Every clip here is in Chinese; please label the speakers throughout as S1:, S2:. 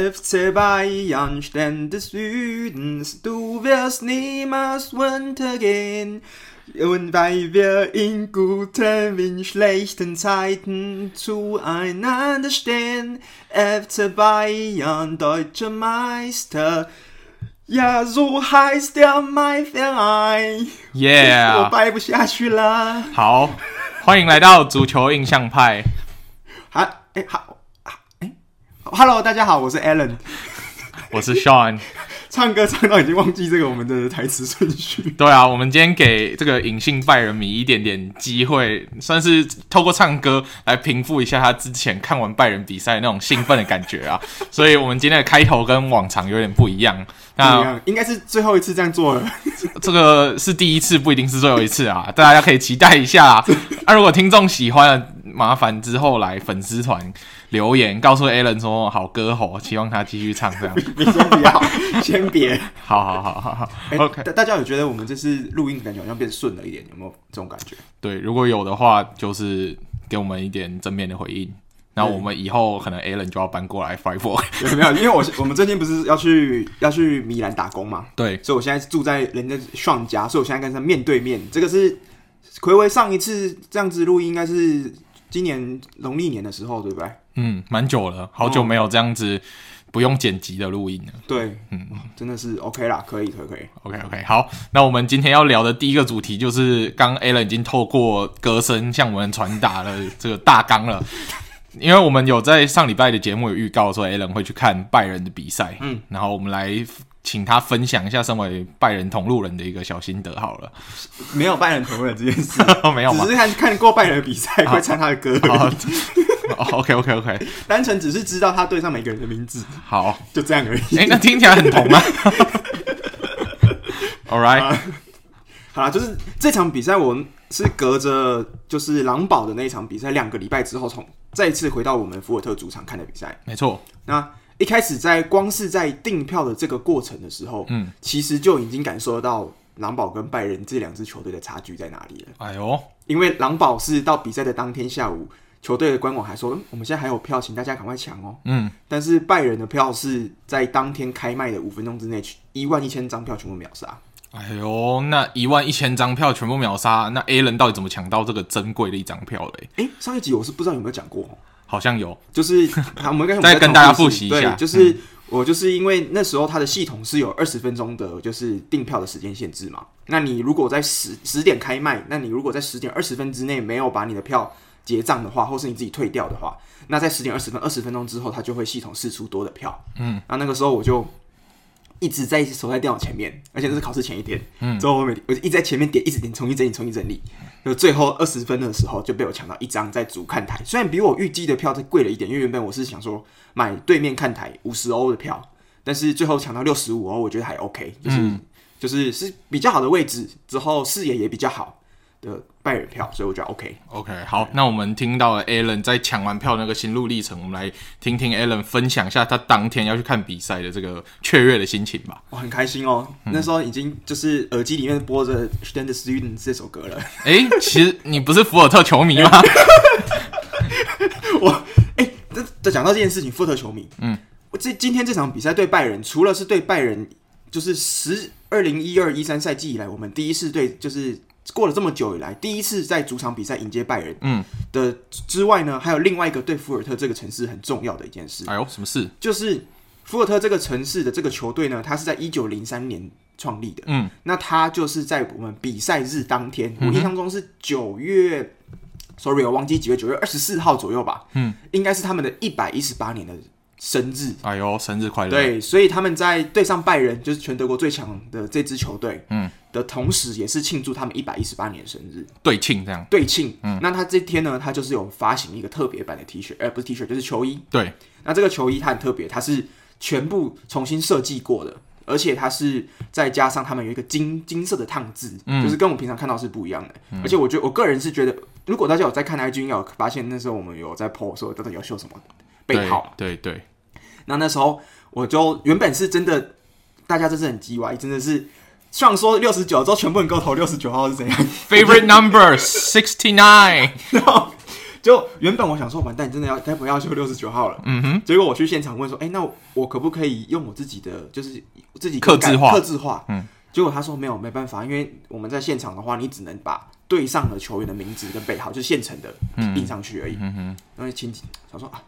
S1: FC Bayern, Stern des Südens, du wirst niemals untergehen. Und weil wir in guten wie in schlechten Zeiten zueinander stehen, FC Bayern, deutscher Meister. Ja, so heißt der mein Verein. 我
S2: Yeah，
S1: 掰不下去啦。
S2: 好，欢迎来到足球印象派。
S1: 好，哎、好，哎、h e l l o 大家好，我是 Alan。
S2: 我是 Sean。
S1: 唱歌唱到已经忘记这个我们的台词顺序。
S2: 对啊，我们今天给这个隐性拜仁迷一点点机会，算是透过唱歌来平复一下他之前看完拜仁比赛那种兴奋的感觉啊。所以我们今天的开头跟往常有点不一样。
S1: 怎么
S2: 那
S1: 样？应该是最后一次这样做 了。
S2: 这个是第一次，不一定是最后一次啊，大家可以期待一下啊。那、如果听众喜欢了，麻烦之后来粉丝团留言，告诉 Alan 说好歌喉，希望他继续唱这样。
S1: 你先别 好，先别。
S2: 好好好好好
S1: 哎
S2: ，OK。
S1: 大大家有觉得我们这次录音感觉好像变顺了一点，有没有这种感觉？
S2: 对，如果有的话，就是给我们一点正面的回应。然后我们以后可能 Alan 就要搬过来 Five Four。
S1: 有没有？因为我我们最近不是要去要去米兰打工嘛，
S2: 对，
S1: 所以我现在住在人家上家，所以我现在跟他面对面。这个是葵薇上一次这样子录音，应该是今年农历年的时候，对不对？
S2: 嗯，蛮久了，好久没有这样子不用剪辑的录音了。
S1: 对，嗯，真的是 OK 啦，可以，可以，可以。
S2: OK OK，好，那我们今天要聊的第一个主题就是，刚 Alan 已经透过歌声向我们传达了这个大纲了。因为我们有在上礼拜的节目有预告说，Alan 会去看拜仁的比赛，嗯，然后我们来请他分享一下身为拜仁同路人的一个小心得好了，
S1: 没有拜仁同人这件事，
S2: 没有吗
S1: 只？是看看过拜仁的比赛，
S2: 啊
S1: 会唱他的歌 而已，
S2: 好，OK OK OK，
S1: 单纯只是知道他对上每个人的名字，
S2: 好，
S1: 就这样而已。
S2: 哎、那听起来很同啊。All right，
S1: 好啦，就是这场比赛，我是隔着就是狼堡的那一场比赛两个礼拜之后，从再次回到我们福尔特主场看的比赛。
S2: 没错，
S1: 那一开始在光是在订票的这个过程的时候，
S2: 嗯，
S1: 其实就已经感受到狼堡跟拜仁这两支球队的差距在哪里了。
S2: 哎呦，
S1: 因为狼堡是到比赛的当天下午，球队的官网还说，嗯，我们现在还有票，请大家赶快抢哦。
S2: 嗯，
S1: 但是拜仁的票是在当天开卖的五分钟之内，一万一千张票全部秒杀。
S2: 哎呦，那一万一千张票全部秒杀，那 A 人到底怎么抢到这个珍贵的一张票嘞？
S1: 诶，上一集我是不知道有没有讲过哦，
S2: 好像有，
S1: 就是好我们刚才
S2: 再跟大家
S1: 讨论
S2: 复习一下嗯
S1: 对，就是、我就是因为那时候它的系统是有二十分钟的，就是订票的时间限制嘛。那你如果在十十点开卖，那你如果在十点二十分之内没有把你的票结账的话，或是你自己退掉的话，那在十点二十分二十分钟之后，它就会系统试出多的票。嗯，那那个时候我就。一直在守在电脑前面，而且这是考试前一天。嗯，之后我每我就一直在前面点，一直点，重新整理，重新整理。就最后二十分的时候就被我抢到一张在主看台，虽然比我预计的票再贵了一点，因为原本我是想说买对面看台五十欧的票，但是最后抢到六十五欧，我觉得还 OK，就是、就是是比较好的位置，之后视野也比较好的拜仁票，所以我觉得 OK。
S2: OK，好，那我们听到了 Alan 在抢完票那个心路历程，我们来听听 Alan 分享一下他当天要去看比赛的这个雀跃的心情吧。
S1: 我很开心哦，那时候已经就是耳机里面播着《Stand Student》这首歌了。
S2: 哎、其实你不是福尔特球迷吗？
S1: 这这讲到这件事情，福特球迷，嗯，我这今天这场比赛对拜仁，除了是对拜仁，就是十二零一二一三赛季以来，我们第一次对，就是过了这么久以来，第一次在主场比赛迎接拜仁，
S2: 嗯
S1: 的之外呢，还有另外一个对福尔特这个城市很重要的一件事，
S2: 哎呦，什么事？
S1: 就是福尔特这个城市的这个球队呢，它是在一九零三年创立的。
S2: 嗯，
S1: 那它就是在我们比赛日当天，我印象中是九月、s o r r y 我忘记几月，九月二十四号左右吧。
S2: 嗯，
S1: 应该是他们的一百一十八年的生日。
S2: 哎呦，生日快乐！
S1: 对，所以他们在对上拜仁，就是全德国最强的这支球队，嗯，的同时也是庆祝他们一百一十八年生日。
S2: 对庆这样，
S1: 对庆，那他这天呢，他就是有发行一个特别版的 T 恤，呃，不是 T 恤，就是球衣。
S2: 对，
S1: 那这个球衣它很特别，它是全部重新设计过的，而且它是再加上他们有一个金金色的烫字，就是跟我们平常看到是不一样的。而且我觉得我个人是觉得，如果大家有在看 IG，应该有发现那时候我们有在 PO 说到底要秀什么背
S2: 对
S1: 号，，
S2: 对对，
S1: 那那时候我就原本是真的，大家真是很鸡歪，真的是。虽然说六十九之后全部人给我投六十九号是怎样，
S2: Favorite number sixty nine。
S1: 然后就原本我想说，完蛋，真的要该不会要修六十九号了？
S2: 嗯哼，
S1: 结果我去现场问说，哎、那我我可不可以用我自己的，就是自己
S2: 客制化
S1: 克制化，
S2: 嗯。
S1: 结果他说没有，没办法，因为我们在现场的话，你只能把队上的球员的名字跟背号，就是现成的印上去而已。
S2: 嗯哼，
S1: 然后亲戚想说啊，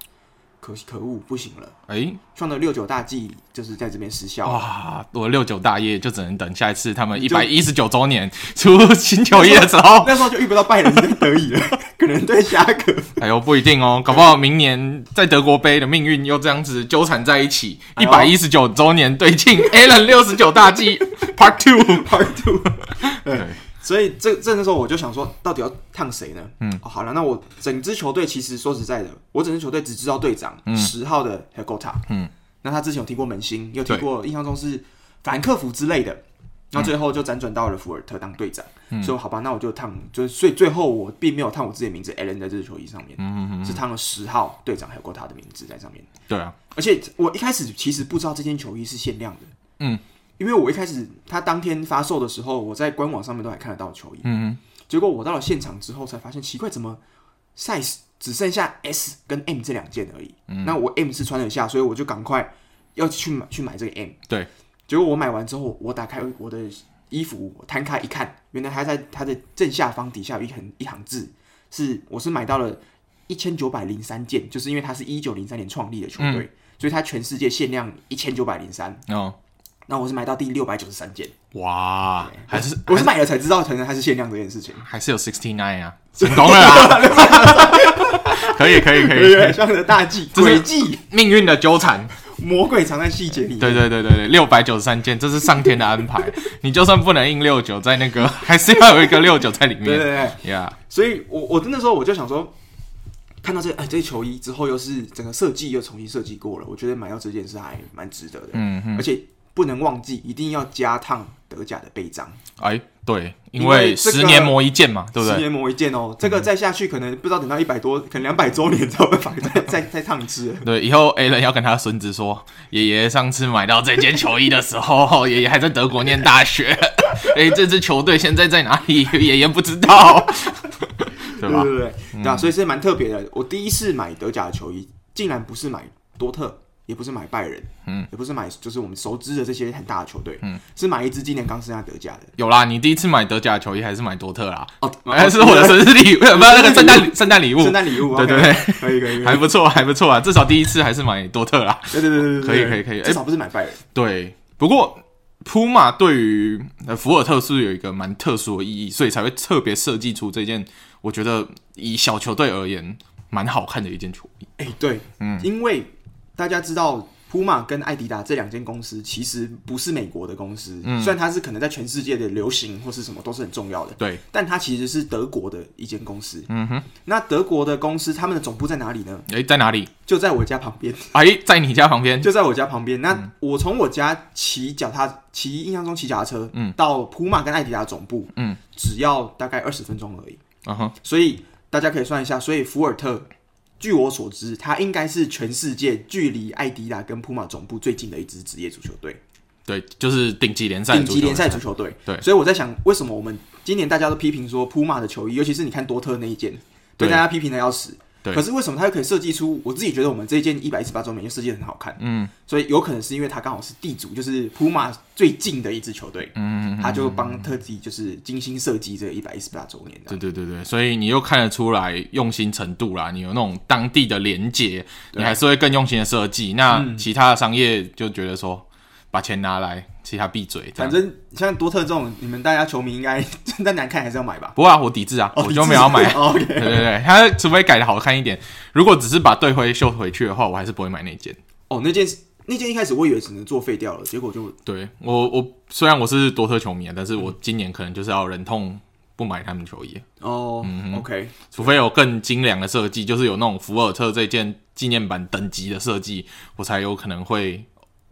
S1: 可惜可恶，不行了，
S2: 哎、
S1: 创的六九大计就是在这边失效。
S2: 哇！我六九大业就只能等下一次他们
S1: 你
S2: 一
S1: 就
S2: 百一十九周年出新球衣的时候。
S1: 那时候就遇不到拜仁跟德乙了， 可能对侠客。
S2: 哎呦，不一定哦，搞不好明年在德国杯的命运又这样子纠缠在一起。
S1: 哎
S2: 一
S1: 呦
S2: 百一十九周年对 庆 Allen 六十九大计 Part Two。
S1: Part Two。对
S2: 对，
S1: 所以这这那时候我就想说，到底要烫谁呢？
S2: 嗯
S1: 哦，好了，那我整支球队其实说实在的，我整支球队只知道队长十、号的 Hagota，
S2: 嗯，
S1: 那他之前有踢过门兴，有踢
S2: 对
S1: 过，印象中是法兰克福之类的。
S2: 嗯
S1: 然后最后就辗转到了福尔特当队长，所以好吧，那我就烫，就是所以最后我并没有烫我自己的名字 a l l n 在这支球衣上面，
S2: 嗯嗯嗯，
S1: 是烫了十号队长还有 Gota 的名字在上面。
S2: 对啊，
S1: 而且我一开始其实不知道这件球衣是限量的，
S2: 嗯，
S1: 因为我一开始他当天发售的时候，我在官网上面都还看得到球衣，
S2: 嗯嗯，
S1: 结果我到了现场之后才发现奇怪，怎么 size 只剩下
S2: 嗯
S1: S 跟 M 这两件而已，那我 M 是穿得下，所以我就赶快要去买去买这个 M，
S2: 对，
S1: 结果我买完之后，我打开我的衣服，我摊开一看，原来它在它的正下方底下有一行一行字，是我是买到了一千九百零三件，就是因为它是一九零三年创立的球
S2: 嗯
S1: 队，所以它全世界限量一千九百零三。
S2: 哦，
S1: 那我是买到第六百九十三件，
S2: 哇，还是
S1: 我是买了才知道，可能它是限量这件事情。
S2: 还是有 sixty nine 啊，成功了 啦！可以可以可以，
S1: 对，像的大 计、
S2: 这是
S1: 诡计、
S2: 命运的纠缠。
S1: 魔鬼藏在细节里面。
S2: 对对对对对，六百九十三件，这是上天的安排。你就算不能印六九，在那个还是要有一个六九在里
S1: 对对
S2: 面。
S1: 对，
S2: 呀，
S1: 所以我我那时候我就想说，看到这哎这球衣之后，又是整个设计又重新设计过了，我觉得买到这件是还蛮值得的，
S2: 嗯嗯，
S1: 而且不能忘记一定要加烫德甲的背章，
S2: 哎，对，因
S1: 因为
S2: 为
S1: 这个
S2: 十年磨一剑嘛，对不
S1: 十
S2: 对？
S1: 年磨一件哦，这个再下去可能不知道等到一百多，可能两百周年才有办法 再再再烫一次了。
S2: 对，以后 A 人要跟他孙子说，爷爷上次买到这件球衣的时候，爷爷还在德国念大学。 哎，这支球队现在在哪里？爷爷不知道，对吧？
S1: 对对对，对啊，所以是蛮特别的。我第一次买德甲的球衣，竟然不是买多特，也不是买拜仁，嗯，也不是买就是我们熟知的这些很大的球队，嗯，是买一支今年刚升上德甲的。
S2: 有啦，你第一次买德甲球衣还是买多特啦？
S1: 哦，
S2: 还是我的生日礼物，不是 那个圣诞圣诞礼物
S1: 圣，诞礼物，
S2: 对
S1: OK，
S2: 对
S1: 可以可以，可以
S2: 还不错，还不错啊，至少第一次还是买多特啦。
S1: 对对对对对，
S2: 可以
S1: 对
S2: 可以可以哎
S1: 至少不是买拜仁，
S2: 对，不过呃普马对于呃福尔特是有一个蛮特殊的意义，所以才会特别设计出这件，我觉得以小球队而言蛮好看的一件球衣。
S1: 哎，对，嗯，因为大家知道。普马跟艾迪达这两间公司其实不是美国的公司，虽然它是可能在全世界的流行或是什么都是很重要的，
S2: 对，
S1: 但它其实是德国的一间公司。
S2: 嗯哼，
S1: 那德国的公司他们的总部在哪里呢？
S2: 诶，在哪里？
S1: 就在我家旁边，
S2: 哎，在你家旁边。
S1: 就在我家旁边。
S2: 嗯
S1: 那我从我家骑脚踏骑，印象中骑脚踏车，嗯，到普马跟艾迪达总部，
S2: 嗯，
S1: 只要大概二十分钟而已。
S2: 嗯哼，
S1: 所以大家可以算一下，所以福尔特，据我所知，它应该是全世界距离艾迪达跟普马总部最近的一支职业足球队，
S2: 对，就是顶级联赛的
S1: 顶
S2: 足球
S1: 级联赛足球队。
S2: 对
S1: 所以我在想，为什么我们今年大家都批评说普马的球衣，尤其是你看多特那一件，
S2: 对
S1: 被大家批评的要死。
S2: 对
S1: 可是为什么它又可以设计出？我自己觉得我们这一件一百一十八周年就设计的很好看，
S2: 嗯，
S1: 所以有可能是因为它刚好是地主，就是普马最近的一支球队，
S2: 嗯
S1: 他就帮特地就是精心设计这个一百一十八周年这样。
S2: 对对对对，所以你又看得出来用心程度啦，你有那种当地的连接，你还是会更用心的设计。那
S1: 嗯
S2: 其他的商业就觉得说，把钱拿来，其他闭嘴。这
S1: 反
S2: 样
S1: 正像多特这种，你们大家球迷应该 真的难看还是要买吧？
S2: 不会啊，我抵制啊，我就没有要买。
S1: 哦
S2: 对
S1: OK，
S2: 对对，他除非改的好看一点，如果只是把队徽绣回去的话，我还是不会买那件。
S1: 哦，那件那件一开始我以为只能作废掉了，结果就
S2: 对我我虽然我是多特球迷啊，但是我今年可能就是要忍痛不买他们球衣，
S1: 哦、OK，
S2: 嗯除非有更精良的设计，就是有那种福尔特这件纪念版等级的设计，我才有可能会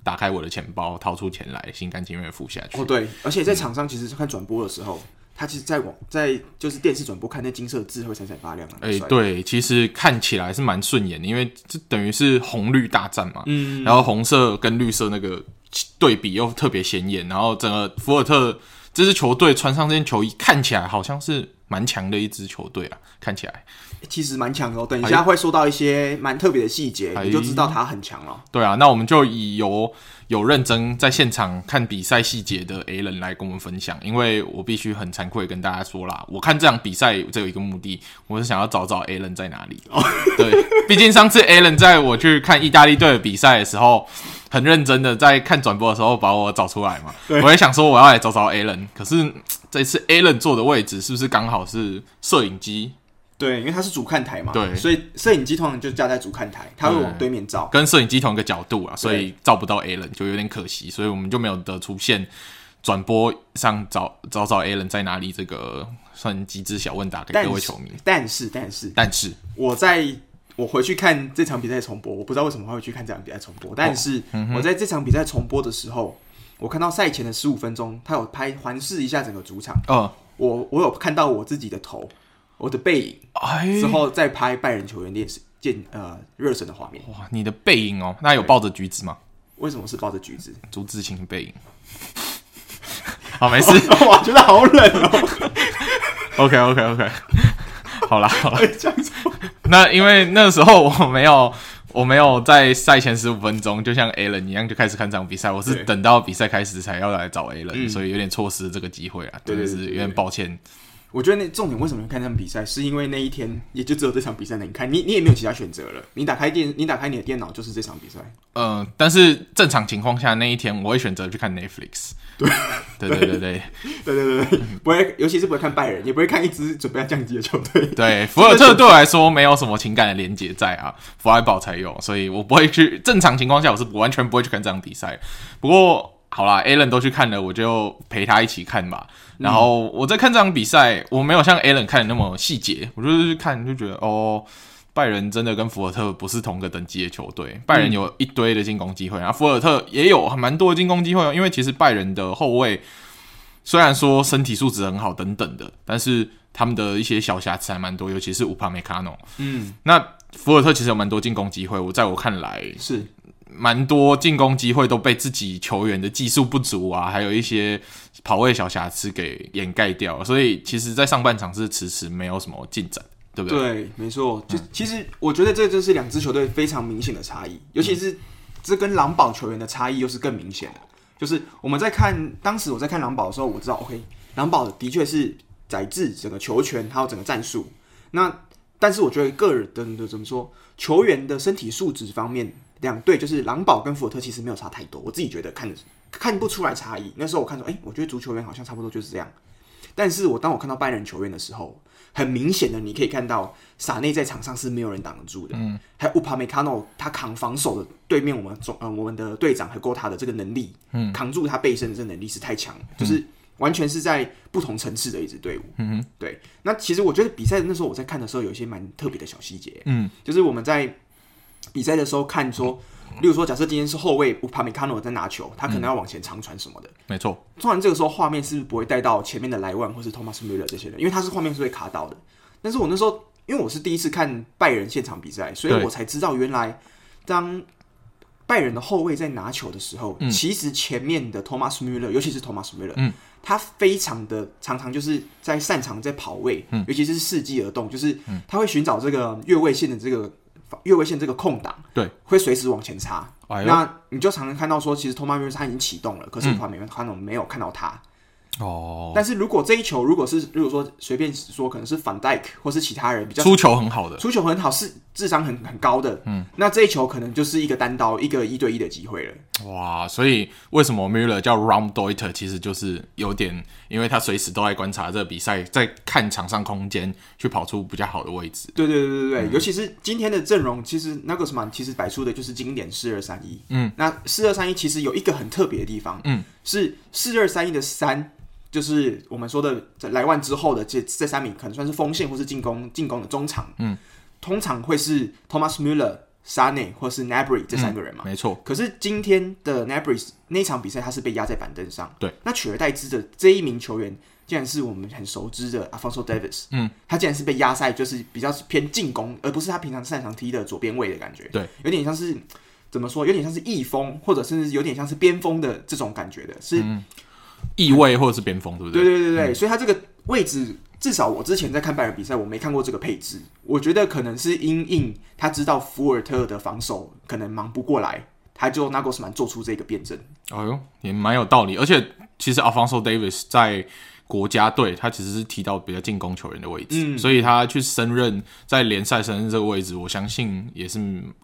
S2: 打开我的钱包，掏出钱来，心甘情愿地付下去。
S1: 哦对，而且在
S2: 嗯
S1: 场上其实看转播的时候，他其实在网在就是电视转播看那金色的字会闪闪发亮啊，
S2: 哎、
S1: 蛮帅的，
S2: 对，其实看起来是蛮顺眼的，因为这等于是红绿大战嘛，
S1: 嗯，
S2: 然后红色跟绿色那个对比又特别显眼，然后整个福尔特这支球队穿上这件球衣，看起来好像是蛮强的一支球队啊，看起来。
S1: 其实蛮强的哦。等一下会说到一些蛮特别的细节，
S2: 哎
S1: 你就知道他很强了。
S2: 对啊，那我们就以由有认真在现场看比赛细节的 A 人来跟我们分享，因为我必须很惭愧地跟大家说啦，我看这场比赛只有一个目的，我是想要找找 A 人在哪里。对，毕竟上次 A 人在我去看意大利队的比赛的时候，很认真的在看转播的时候把我找出来嘛，我也想说我要来找找 A 人，可是这次 A 人坐的位置是不是刚好是摄影机
S1: 对，因为他是主看台嘛，
S2: 对
S1: 所以摄影机通常就架在主看台，他会往对面照。
S2: 跟摄影机同一个角度啊，所以照不到 A 人就有点可惜，所以我们就没有得出现转播上找找找 A 人在哪里这个算机智小问答给
S1: 但
S2: 各位
S1: 是
S2: 球迷。
S1: 但是，但是，
S2: 但是
S1: 我在我回去看这场比赛重播，我不知道为什么会去看这场比赛重
S2: 哦
S1: 播，但是
S2: 嗯
S1: 我在这场比赛重播的时候，我看到赛前的十五分钟，他有拍环视一下整个主场，
S2: 呃，
S1: 我我有看到我自己的头，我的背影，
S2: 哎
S1: 之，后再拍拜仁球员练见呃热身的画面。
S2: 哇，你的背影哦，那有抱着橘子吗？
S1: 为什么是抱着橘子？
S2: 朱自清的背影。 好，没事。
S1: 我觉得好冷哦。
S2: OK OK OK，好啦好啦，
S1: 这样子，
S2: 那因为那时候我没有， 我没有在赛前十五分钟，就像 a l a n 一样就开始看这场比赛，我是
S1: 对嗯
S2: 等到比赛开始才要来找 a l a n 所以有点错失这个机会啊，
S1: 对对
S2: 真的
S1: 对
S2: 是有
S1: 对
S2: 点
S1: 对
S2: 抱歉。
S1: 我觉得那重点为什么要看他们比赛，是因为那一天也就只有这场比赛能看，你你也没有其他选择了。你打开电，你打开你的电脑就是这场比赛。
S2: 嗯、但是正常情况下那一天我会选择去看 Netflix。对对对对对
S1: 对对对对，不会，尤其是不会看拜仁，也不会看一支准备要降级的球队。
S2: 对，福尔特对我来说没有什么情感的连结在啊，福尔堡才有，所以我不会去。正常情况下我是完全不会去看这场比赛。不过好啦 a l a n 都去看了，我就陪他一起看吧。然后我在看这场比赛，我没有像 a l a n 看的那么细节，我就是看就觉得哦。拜仁真的跟福尔特不是同个等级的球队，拜仁有一堆的进攻机会，然后福尔特也有蛮多的进攻机会哦，因为其实拜仁的后卫虽然说身体素质很好等等的，但是他们的一些小瑕疵还蛮多，尤其是乌帕梅卡诺。
S1: 嗯，
S2: 那福尔特其实有蛮多进攻机会，我在我看来，
S1: 是
S2: 蛮多进攻机会都被自己球员的技术不足啊，还有一些跑位小瑕疵给掩盖掉了，所以其实，在上半场是迟迟没有什么进展，对不对？嗯
S1: 对，没错。就、其实我觉得这就是两支球队非常明显的差异，尤其是这跟狼堡球员的差异又是更明显的。就是我们在看当时我在看狼堡的时候，我知道 OK，狼堡的确是宰制整个球权还有整个战术。那但是我觉得个人的的怎么说，球员的身体素质方面，两队就是狼堡跟福尔特其实没有差太多，我自己觉得看看不出来差异。那时候我看说，哎、我觉得足球员好像差不多就是这样。但是我当我看到拜仁球员的时候，很明显的你可以看到萨内在场上是没有人挡得住的，嗯，还有乌帕梅卡诺他扛防守的对面我们总呃我们的队长还够他的这个能力，嗯，扛住他背身的这个能力是太强了，就是完全是在不同层次的一支队伍，嗯对。那其实我觉得比赛那时候我在看的时候有一些蛮特别的小细节，嗯，就是我们在比赛的时候看说，例如说假设今天是后卫乌帕梅卡诺在拿球，他可能要往前长传什么的。
S2: 没错，
S1: 突然这个时候画面是不会带到前面的莱万或是 Thomas Müller 这些人，因为他是画面是会卡到的。但是我那时候因为我是第一次看拜仁现场比赛，所以
S2: 对
S1: 我才知道原来当拜仁的后卫在拿球的时候，其实前面的 Thomas Müller，尤其是 Thomas Müller，、他非常的常常就是在擅长在跑位，尤其是伺机而动，就是他会寻找这个越位线的这个越位线这个空档，
S2: 对，
S1: 会随时往前插。
S2: 哎呦，嗯
S1: 那你就常常看到说，其实 Thomas Müller 他已经启动了，可是华美看我们没有看到他。
S2: 哦，
S1: 但是如果这一球如果是如果说随便说可能是反戴克或是其他人比较
S2: 出球很好的，
S1: 出球很好，是智商很很高的，嗯，那这一球可能就是一个单刀一个一对一的机会了。
S2: 哇，所以为什么 Müller 叫 Round Deuter，其实就是有点，因为他随时都在观察这个比赛，在看场上空间，去跑出比较好的位置。
S1: 对对对对对，尤其是今天的阵容，其实 Nagelsmann 其实摆出的就是经典四二三一。嗯，那四二三一其实有一个很特别的地方，嗯，是四二三一的三，就是我们说的在莱万之后的这这三名，可能算是锋线或是进攻进攻的中场，嗯，通常会是 Thomas Müller、Sane 或是 Nabry 这三个人嘛。
S2: 没错，
S1: 可是今天的 Nabry 那场比赛，他是被压在板凳上。
S2: 对，
S1: 那取而代之的这一名球员，竟然是我们很熟知的 Alfonso Davis。嗯，他竟然是被压在就是比较偏进攻，而不是他平常擅长踢的左边位的感觉。
S2: 对，
S1: 有点像是怎么说，有点像是翼锋，或者甚至有点像是边锋的这种感觉的，是
S2: 异位或者是边锋，对不
S1: 对
S2: 嗯对？嗯
S1: 对对对，所以他这个位置，至少我之前在看拜仁比赛，我没看过这个配置。我觉得可能是因应他知道福尔特的防守可能忙不过来，他就纳格斯曼做出这个辩证。
S2: 哎呦，也蛮有道理。而且其实 Alfonso Davis 在国家队，他其实是踢到比较进攻球员的位置，
S1: 嗯
S2: 所以他去升任在联赛升任这个位置，我相信也是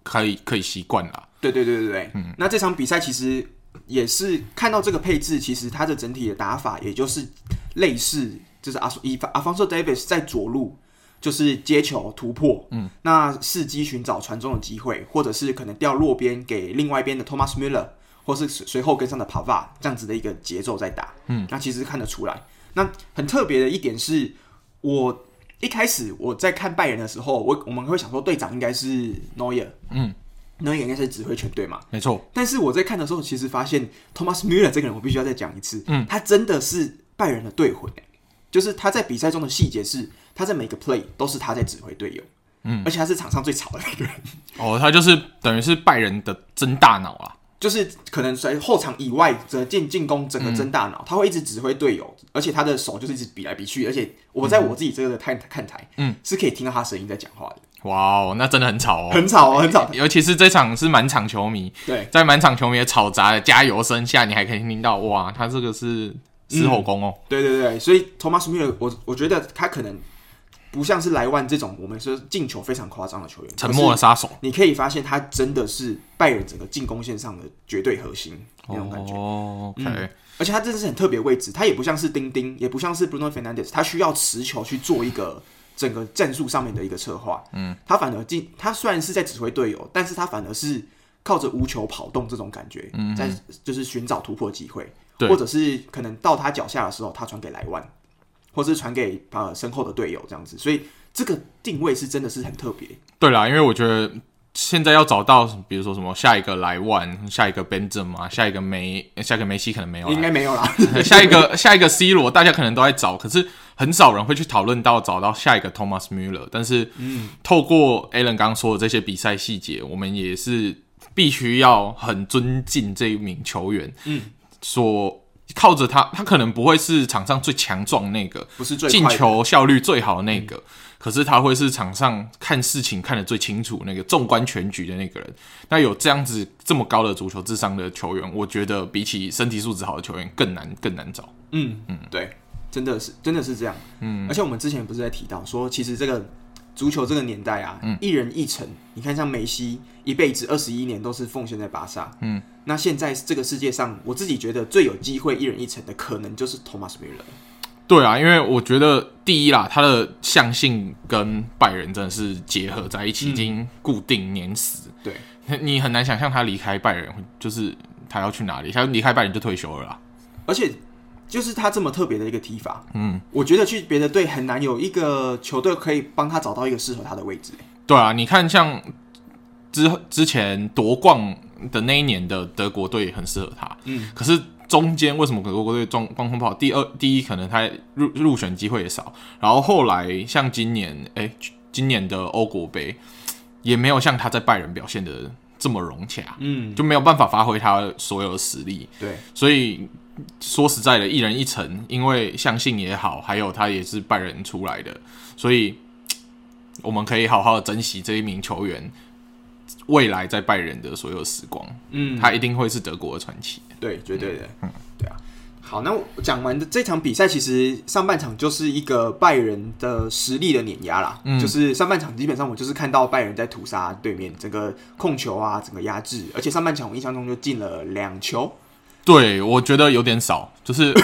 S2: 可以可以习惯啦。
S1: 对对对对对，嗯。那这场比赛其实也是看到这个配置，其实他的整体的打法也就是类似，就是阿以阿方索 Davis 在左路。就是接球突破，嗯，那伺机寻找传中的机会，或者是可能掉落边给另外一边的 Thomas Müller，或是随随后跟上的 Pava 这样子的一个节奏在打，嗯，那其实看得出来。那很特别的一点是，我一开始我在看拜仁的时候，我我们会想说队长应该是 Neuer，
S2: 嗯
S1: ，Neuer 应该是指挥全队嘛，
S2: 没错，
S1: 但是我在看的时候，其实发现 Thomas Müller 这个人，我必须要再讲一次，嗯，他真的是拜仁的队魂、欸就是他在比赛中的细节是，他在每个 play 都是他在指挥队友，嗯，而且他是场上最吵的一个人，
S2: 哦，他就是等于是拜仁的真大脑啊啦。
S1: 就是可能在后场以外则进进攻整个真大脑，他会一直指挥队友，而且他的手就是一直比来比去，而且我在我自己这个看看台，嗯，是可以听到他声音在讲话的，
S2: 哇哦，那真的很吵哦。
S1: 很吵哦，很吵，
S2: 尤其是这场是满场球迷，
S1: 对，
S2: 在满场球迷的吵杂的加油声下，你还可以听到哇，他这个是狮吼功哦。
S1: 对对对，所以 Thomas Müller，我我觉得他可能不像是莱万这种我们说进球非常夸张的球员，
S2: 沉默的杀手
S1: 可是你可以发现他真的是拜仁整个进攻线上的绝对核心那种感觉，嗯
S2: 哦，OK，、
S1: 而且他真的是很特别的位置，他也不像是丁丁，也不像是 Bruno Fernandes，他需要持球去做一个。整个战术上面的一个策划，嗯，他反而进，他虽然是在指挥队友，但是他反而是靠着无球跑动这种感觉，嗯，在就是寻找突破机会，
S2: 对
S1: 或者是可能到他脚下的时候，他传给莱万，或是传给呃身后的队友这样子，所以这个定位是真的是很特别。
S2: 对啦，因为我觉得现在要找到，比如说什么下一个莱万，下一个 Benzema，下一个梅，下一个梅西可能没有
S1: 应
S2: 啦，
S1: 该没有啦，
S2: 下一个下一个 C 罗，大家可能都在找，可是很少人会去讨论到找到下一个 Thomas Müller。但是，嗯，透过 Alan 刚刚说的这些比赛细节，我们也是必须要很尊敬这一名球员，嗯，所。靠着他，他可能不会是场上最强壮那个，
S1: 不是最
S2: 进
S1: 快的，嗯
S2: 球效率最好的那个，可是他会是场上看事情看得最清楚、那个纵观全局的那个人。那有这样子这么高的足球智商的球员，我觉得比起身体素质好的球员更难更难找。
S1: 嗯嗯，对，真的是真的是这样，嗯，而且我们之前不是在提到说，其实这个足球这个年代啊，一人一城，你看像梅西一辈子二十一年都是奉献在巴萨，嗯，那现在这个世界上，我自己觉得最有机会一人一城的，可能就是 Thomas Müller，
S2: 对啊，因为我觉得第一啦，他的象性跟拜仁真的是结合在一起，已经固定碾死。
S1: 对，
S2: 你很难想象他离开拜仁，就是他要去哪里？他离开拜仁就退休了啦。
S1: 而且就是他这么特别的一个踢法，嗯，我觉得去别的队很难有一个球队可以帮他找到一个适合他的位置。
S2: 对啊，你看像之之前夺冠的那一年的德国队很适合他，嗯，可是中间为什么德国队状状况不好？第二，第一可能他入入选机会也少，然后后来像今年，哎、今年的欧国杯也没有像他在拜仁表现的这么融洽，
S1: 嗯，
S2: 就没有办法发挥他所有的实力，
S1: 对，
S2: 所以。说实在的，一人一城，因为相信也好，还有他也是拜仁出来的，所以我们可以好好的珍惜这一名球员未来在拜仁的所有时光，
S1: 嗯，
S2: 他一定会是德国的传奇。
S1: 对，绝对的，嗯，对啊。好，那我讲完的这场比赛，其实上半场就是一个拜仁的实力的碾压啦。嗯，就是上半场基本上我就是看到拜仁在屠杀对面，整个控球啊，整个压制，而且上半场我印象中就进了两球。
S2: 对，我觉得有点少，就是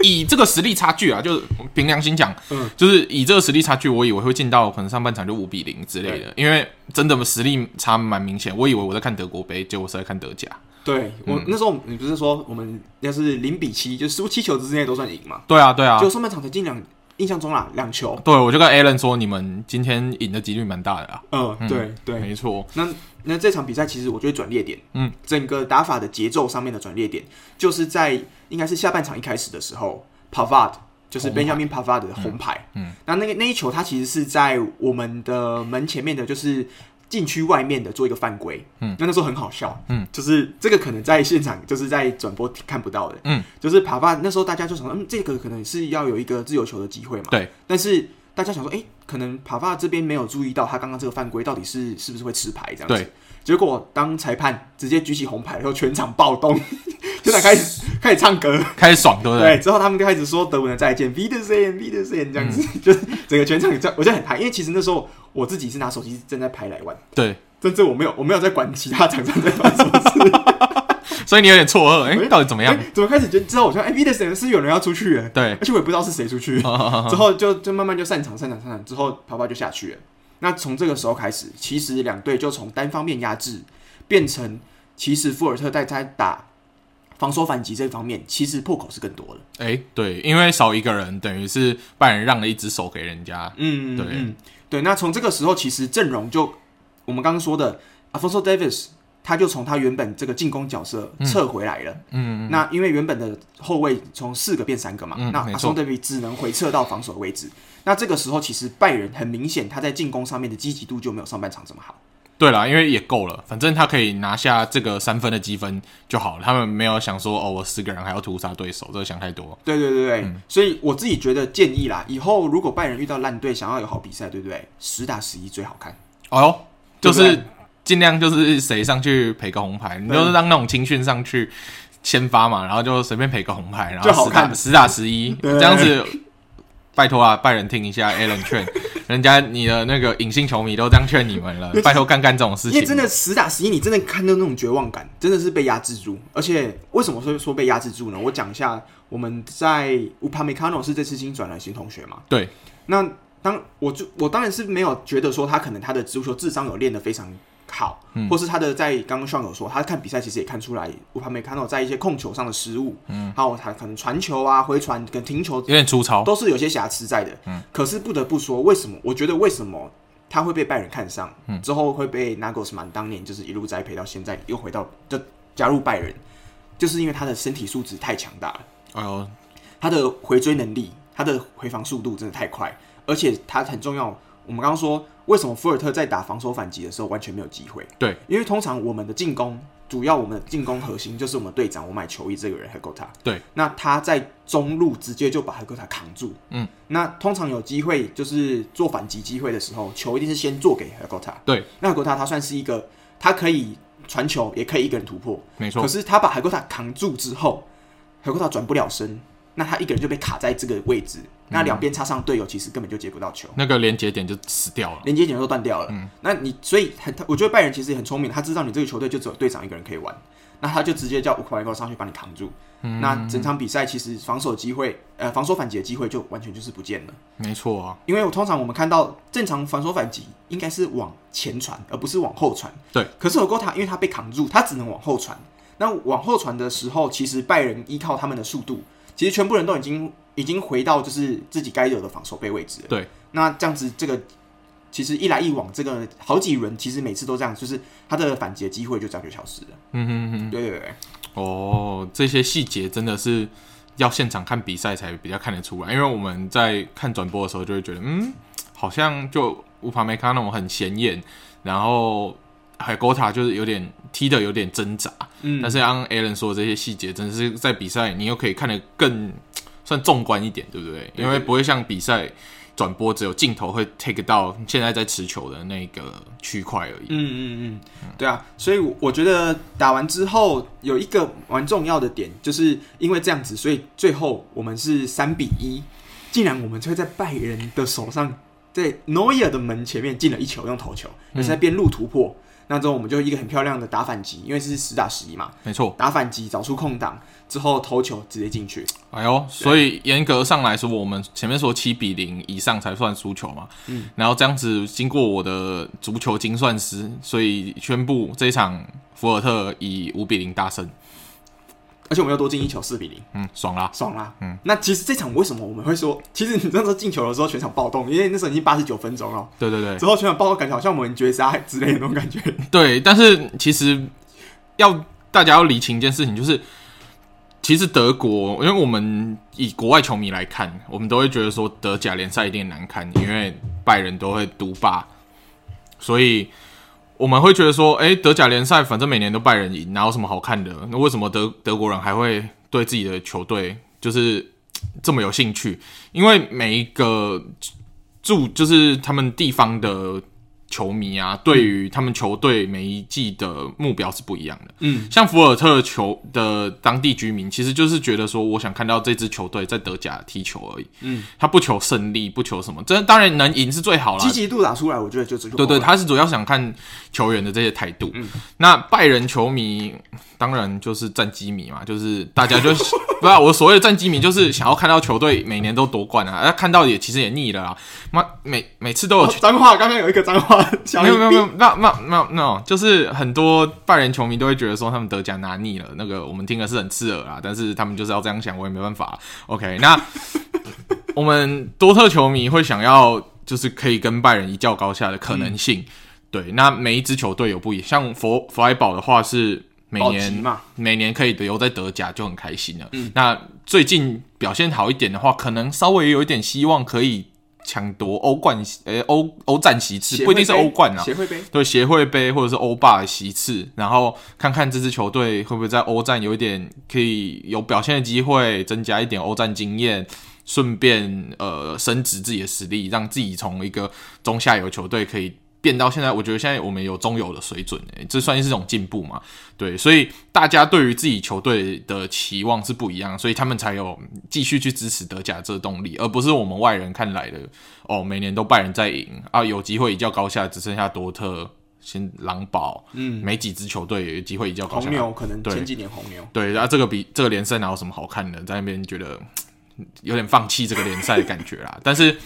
S2: 以这个实力差距啊，就是凭良心讲，
S1: 嗯
S2: 就是以这个实力差距，我以为会进到可能上半场就五比零之类的，因为真的实力差蛮明显。我以为我在看德国杯，结果是在看德甲。
S1: 对我、那时候，你不是说我们要是零比七，就输七球之内都算赢嘛？
S2: 对啊，对啊，
S1: 就上半场才进两，印象中啦两球。
S2: 对我就跟 Alan 说，你们今天赢的几率蛮大的啊。
S1: 嗯，对对，
S2: 没错，
S1: 那那这场比赛其实我觉得转捩点，
S2: 嗯，
S1: 整个打法的节奏上面的转捩点，就是在应该是下半场一开始的时候，Pavard 就是
S2: 红牌
S1: Benjamin
S2: 嗯
S1: Pavard 的红牌，嗯，那那个那一球他其实是在我们的门前面的，就是禁区外面的做一个犯规，嗯，那那时候很好笑，
S2: 嗯，
S1: 就是这个可能在现场就是在转播看不到的，
S2: 嗯，
S1: 就是帕帕那时候大家就想说，嗯，这个可能是要有一个自由球的机会嘛，
S2: 对，
S1: 但是大家想说，哎、可能帕帕这边没有注意到他刚刚这个犯规到底是是不是会吃牌这样子
S2: 对，
S1: 结果当裁判直接举起红牌，然后全场暴 动，全场开始开始唱歌，
S2: 开始爽，对不
S1: 对，
S2: 对？
S1: 之后他们就开始说德文的再见 v i d e s e n v i d e s e n 这样子，
S2: 嗯
S1: 就是整个全场这样，我就很嗨，因为其实那时候我自己是拿手机正在拍来玩，
S2: 对，
S1: 甚至我没有我没有在管其他厂商在发什么事，
S2: 所以你有点错愕，哎、
S1: 哎
S2: 到底怎么样？
S1: 哎 怎么开始就知道我说哎 v i d e s e n 是有人要出去了，
S2: 对
S1: 而且我也不知道是谁出去，之后就就慢慢就散场散场散场，之后跑跑就下去了。那从这个时候开始，其实两队就从单方面压制变成，其实富尔特在在打防守反击这方面，其实破口是更多的。
S2: 哎、对，因为少一个人，等于是拜仁让了一只手给人家，
S1: 嗯，
S2: 对
S1: 嗯，对。那从这个时候，其实阵容就我们刚刚说的 Alfonso Davis，他就从他原本这个进攻角色撤回来了。
S2: 嗯，
S1: 那因为原本的后卫从四个变三个嘛，
S2: 嗯
S1: 那
S2: 没
S1: Alfonso
S2: 错
S1: Davis 只能回撤到防守的位置。那这个时候，其实拜仁很明显他在进攻上面的积极度就没有上半场这么好。
S2: 对啦，因为也够了，反正他可以拿下这个三分的积分就好了。他们没有想说哦，我四个人还要屠杀对手，这个想太多。
S1: 对对对对，
S2: 嗯
S1: 所以我自己觉得建议啦，以后如果拜仁遇到烂队，想要有好比赛，对不对？十打十一最好看。
S2: 哦哟，就
S1: 哎对不
S2: 是尽量就是谁上去赔个红牌，你就是让那种青训上去先发嘛，然后就随便赔个红牌，然后
S1: 就好
S2: 十打
S1: 看
S2: 十打十一
S1: 对
S2: 这样子。拜托啊，拜仁听一下 Alan 劝，人家你的那个隐性球迷都这样劝你们了，拜托干干这种事
S1: 因
S2: 情
S1: 为。真的十打十一，你真的看到那种绝望感，真的是被压制住。而且为什么说说被压制住呢？我讲一下，我们在乌帕梅卡诺是这次新转来新同学嘛？
S2: 对。
S1: 那当我就我当然是没有觉得说他可能他的足球智商有练得非常好，
S2: 嗯
S1: 或是他的在刚刚上有说他看比赛其实也看出来乌帕梅卡诺在一些控球上的失误，嗯，还有他可能传球啊、回传跟停球
S2: 有点粗糙，
S1: 都是有些瑕疵在的。可是不得不说，为什么？我觉得为什么他会被拜仁看上，之后会被 Nagelsmann 当年就是一路栽培到现在，又回到就加入拜仁，就是因为他的身体素质太强大了，
S2: 哎呦，
S1: 他的回追能力，他的回防速度真的太快，而且他很重要。我们刚刚说，为什么福尔特在打防守反击的时候完全没有机会？
S2: 对，
S1: 因为通常我们的进攻，主要我们的进攻核心就是我们队长我买球衣这个人 h e g o t a
S2: 对，
S1: 那他在中路直接就把 h e g o t a 扛住。
S2: 嗯，
S1: 那通常有机会就是做反击机会的时候，球一定是先做给 h e g o t a
S2: 对，
S1: 那 h e g o t a 他算是一个，他可以传球，也可以一个人突破。
S2: 没错
S1: 可，是他把 h e g o t a 扛住之后 h e g o t a 转不了身，那他一个人就被卡在这个位置，
S2: 嗯
S1: 那两边插上队友，其实根本就接不到球。
S2: 那个连接点就死掉了。
S1: 连接点都断掉了。那你所以很，他我觉得拜仁其实也很聪明，他知道你这个球队就只有队长一个人可以玩，那他就直接叫乌克兰高上去把你扛住。那整场比赛其实防守机会，呃，防守反击的机会就完全就是不见了。
S2: 没错啊，
S1: 因为我通常我们看到正常防守反击应该是往前传，而不是往后传。
S2: 对，
S1: 可是有够塔，因为他被扛住，他只能往后传。那往后传的时候，其实拜仁依靠他们的速度，其实全部人都已经已经回到就是自己该有的防守备位置了。
S2: 对，
S1: 那这样子这个其实一来一往，这个好几轮其实每次都这样，就是他的反击的机会就这样就消失了。
S2: 嗯哼哼，
S1: 对对对，
S2: 哦，这些细节真的是要现场看比赛才比较看得出来，因为我们在看转播的时候就会觉得，嗯，好像就乌帕梅卡那种很显眼，然后海沟塔就是有点踢的有点挣扎，
S1: 嗯
S2: 但是刚刚 Alan 说的这些细节，真的是在比赛你又可以看得更算纵观一点，对不对？
S1: 对
S2: 因为不会像比赛转播只有镜头会 take 到现在在持球的那个区块而已。
S1: 嗯嗯嗯，对啊，所以我我觉得打完之后有一个蛮重要的点，就是因为这样子，所以最后我们是三比一，竟然我们就会在拜仁的手上，在诺伊尔的门前面进了一球，用头球，而是在边路突破。那之后我们就一个很漂亮的打反击，因为是十打十一嘛，
S2: 没错，
S1: 打反击找出空档之后头球直接进去。
S2: 哎呦，所以严格上来说，我们前面说七比零以上才算输球嘛，嗯，然后这样子经过我的足球精算师，所以宣布这一场福尔特以五比零大胜，
S1: 而且我们又多进一球，四比零，
S2: 嗯，爽啦，
S1: 爽啦！嗯，那其实这场为什么我们会说，其实你那时候进球的时候全场暴动，因为那时候已经八十九分钟了，
S2: 对对对
S1: 之后全场暴动感觉好像我们绝杀之类的那种感觉。
S2: 对，但是其实要大家要理清一件事情，就是其实德国，因为我们以国外球迷来看，我们都会觉得说德甲联赛一定很难看，因为拜仁都会独霸，所以我们会觉得说，哎、德甲联赛反正每年都拜仁赢，哪有什么好看的？那为什么德德国人还会对自己的球队就是嘖这么有兴趣？因为每一个住就是他们地方的球迷啊，对于他们球队每一季的目标是不一样的。
S1: 嗯，
S2: 像福尔特球的当地居民，其实就是觉得说，我想看到这支球队在德甲踢球而已。
S1: 嗯，
S2: 他不求胜利，不求什么，这当然能赢是最好啦
S1: 积。极度打出来，我觉得就是
S2: 对对，他是主要想看球员的这些态度。那拜仁球迷当然就是战机迷嘛，就是大家就不是啊我所谓的战机迷，就是想要看到球队每年都夺冠啊，啊看到也其实也腻了啦。啊妈每每次都有
S1: 哦脏话，刚刚有一个脏话，小
S2: 没有没有没
S1: 有，
S2: 有，那那那那，就是很多拜仁球迷都会觉得说他们德甲拿腻了，那个我们听的是很刺耳啊啦，但是他们就是要这样想，我也没办法。OK，那啊 我们多特球迷会想要就是可以跟拜仁一较高下的可能
S1: 嗯
S2: 性，对，那每一支球队有不一，像佛佛莱堡的话是每
S1: 保级
S2: 年
S1: 嘛，嗯
S2: 每年可以留在德甲就很开心了。那最近表现好一点的话，可能稍微有一点希望可以抢夺欧冠，呃，欧欧战席次，不一定是欧冠啊。
S1: 协会杯，
S2: 对协会杯或者是欧霸的席次，然后看看这支球队会不会在欧战有一点可以有表现的机会，增加一点欧战经验，顺便呃升值自己的实力，让自己从一个中下游球队可以变到现在，我觉得现在我们有中游的水准、欸，这算是一种进步嘛？对，所以大家对于自己球队的期望是不一样，所以他们才有继续去支持德甲这个动力，而不是我们外人看来的哦，每年都拜仁在赢啊，有机会一较高下，只剩下多特、先狼堡，
S1: 嗯，
S2: 没几支球队有机会一较高
S1: 红
S2: 下。
S1: 牛可能
S2: 对
S1: 前几年红牛，
S2: 对，啊然、后这个比这个联赛哪有什么好看的，在那边觉得嗯有点放弃这个联赛的感觉啦。 但是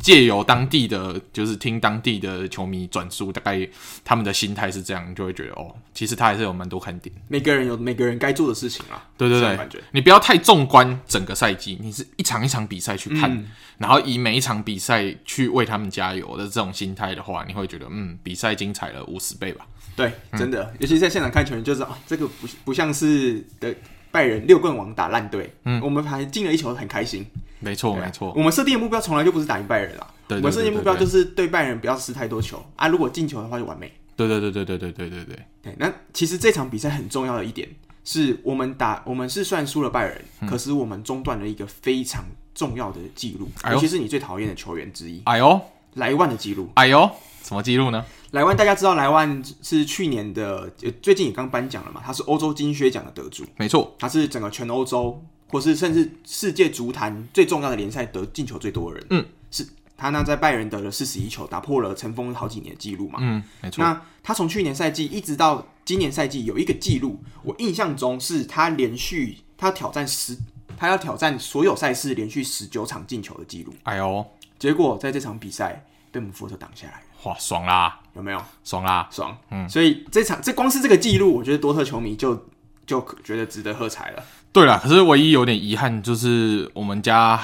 S2: 借由当地的，就是听当地的球迷转述，大概他们的心态是这样，你就会觉得哦，其实他还是有蛮多看点。
S1: 每个人有每个人该做的事情啊，
S2: 对对
S1: 这种
S2: 对
S1: 感觉，
S2: 你不要太纵观整个赛季，你是一场一场比赛去看，
S1: 嗯
S2: 然后以每一场比赛去为他们加油的这种心态的话，你会觉得嗯，比赛精彩了五十倍吧。
S1: 对，
S2: 嗯
S1: 真的，尤其在现场看球，你就知道啊，这个不不像是的拜仁六棍王打烂队，嗯，我们还进了一球很开心，
S2: 没错，
S1: 对
S2: 哦
S1: 啊
S2: 没错，
S1: 我们设定的目标从来就不是打赢拜仁啦，
S2: 对对对
S1: 我们设定的目标
S2: 对
S1: 就
S2: 对
S1: 是对拜仁不要失太多球啊，如果进球的话就完美。
S2: 对对对对对对对对对，
S1: 对，哎那其实这场比赛很重要的一点是我们打，我们是算输了拜仁，
S2: 嗯
S1: 可是我们中断了一个非常重要的记录，
S2: 哎呦
S1: 尤其是你最讨厌的球员之一
S2: 哎呦
S1: 莱万的记录。
S2: 哎呦，什么记录呢？
S1: 莱万大家知道，莱万是去年的，呃最近也刚颁奖了嘛，他是欧洲金靴奖的得主，
S2: 没错，
S1: 他是整个全欧洲或是甚至世界足坛最重要的联赛得进球最多的人。
S2: 嗯，
S1: 是他那在拜仁得了四十一球，打破了尘封好几年的记录嘛。
S2: 嗯，没错，
S1: 那他从去年赛季一直到今年赛季有一个记录，我印象中是他连续他挑战十，他要挑战所有赛事连续十九场进球的记录，
S2: 哎呦，
S1: 结果在这场比赛被姆福特挡下来了，
S2: 哇，爽啦，
S1: 有没有
S2: 爽啦，
S1: 爽？嗯，所以这场这光是这个记录，我觉得多特球迷就就觉得值得喝彩了。
S2: 对啦，可是唯一有点遗憾就是我们家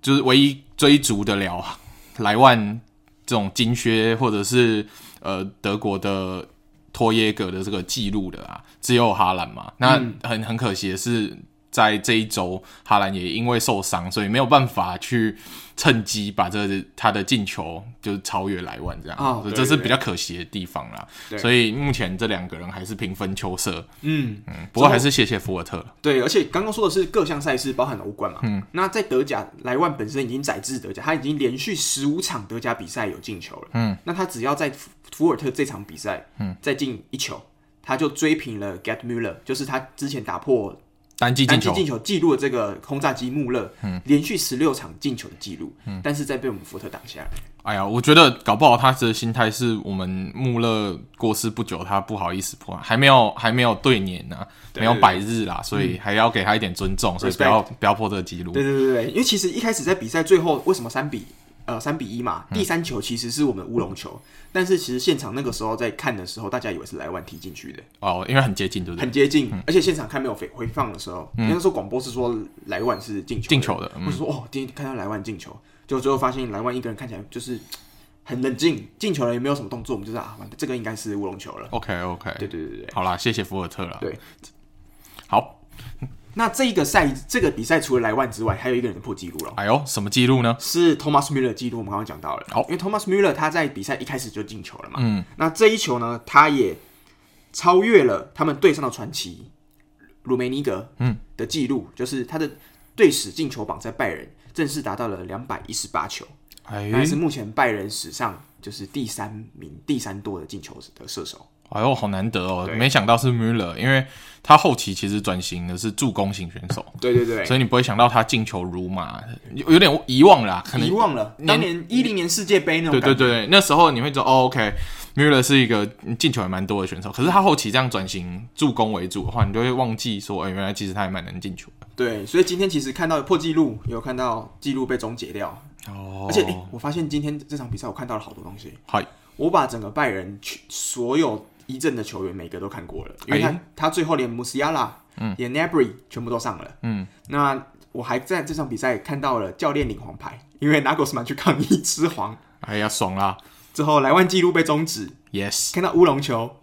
S2: 就是唯一追逐得了莱万这种金靴或者是呃德国的托耶格的这个记录的啊，只有哈兰嘛。那
S1: 嗯
S2: 很很可惜的是，在这一周哈兰也因为受伤，所以没有办法去趁机把这他的进球就是超越莱万这样，
S1: 哦
S2: 所以
S1: 对
S2: 这是
S1: 对
S2: 比较可惜的地方啦。
S1: 对
S2: 所以目前这两个人还是平分秋色，
S1: 嗯，
S2: 嗯不过还是谢谢福尔特了。
S1: 对，而且刚刚说的是各项赛事包含了欧冠嘛，嗯，那在德甲，莱万本身已经载至德甲，他已经连续十五场德甲比赛有进球了，嗯，那他只要在福福尔特这场比赛，嗯，再进一球，他就追平了 Get Müller，就是他之前打破
S2: 单季
S1: 单
S2: 进
S1: 季
S2: 球
S1: 进球记录的这个轰炸机穆勒，嗯，连续十六场进球的记录，嗯，但是在被我们福特挡下来，
S2: 哎呀，我觉得搞不好他的心态是我们穆勒过世不久，他不好意思破，还没有还没有对年呢、
S1: 对
S2: 没有百日啦，所以还要给他一点尊重，所以不要不要破这个记录。
S1: 对对对对，因为其实一开始在比赛最后为什么三比呃三比一嘛，
S2: 嗯
S1: 第三球其实是我们的乌龙球，但是其实现场那个时候在看的时候，大家以为是莱万踢进去的，
S2: 哦，因为很接近，对不嗯对？
S1: 很接近，而且现场看没有回回放的时候，那时候广播是说莱万是进球的
S2: 进球的嗯
S1: 我就说哦，今天看到莱万进球，就最后发现莱万一个人看起来就是嘖很冷静，进球了也没有什么动作，我们就知道啊，完这个应该是乌龙球了。
S2: OK OK，
S1: 对对对对对
S2: 好啦，谢谢福尔特了。
S1: 对，
S2: 好，
S1: 那这一个赛这个比赛除了莱万之外，还有一个人破纪录了。
S2: 哎呦，什么记录呢？
S1: 是 Thomas Müller 的记录，我们刚刚讲到了。
S2: 好
S1: 因为 Thomas Müller 他在比赛一开始就进球了嘛。
S2: 嗯，
S1: 那这一球呢，他也超越了他们队上的传奇鲁梅尼格
S2: 嗯
S1: 的记录，就是他的队史进球榜在拜仁正式达到了两百一十八球，
S2: 哎，
S1: 那也是目前拜仁史上就是第三名、第三多的进球的射手。
S2: 哎呦，好难得哦！
S1: 对
S2: 没想到是 Müller，因为他后期其实转型的是助攻型选手，
S1: 对对对，
S2: 所以你不会想到他进球如麻，有有点遗忘啦，可能
S1: 遗忘了
S2: 年
S1: 当年一零年世界杯那种
S2: 对
S1: 感
S2: 对
S1: 觉。
S2: 对，那时候你会觉得哦，OK。Müller 是一个嗯进球还蛮多的选手，可是他后期这样转型助攻为主的话，你就会忘记说，哎、原来其实他还蛮能进球的。
S1: 对，所以今天其实看到破纪录，有看到纪录被终结掉，
S2: 哦
S1: 而且、诶我发现今天这场比赛我看到了好多东西。
S2: 嗨，
S1: 我把整个拜仁去所有一阵的球员每个都看过了，因为他、
S2: 哎
S1: 他最后连穆斯亚拉、嗯，连 Nabry 全部都上了。
S2: 嗯，
S1: 那我还在这场比赛看到了教练领黄牌，因为拿狗斯曼去抗议吃黄。
S2: 哎呀，爽啦
S1: 之后莱万纪录被终止，
S2: ！Yes，nice，
S1: 看到乌龙球，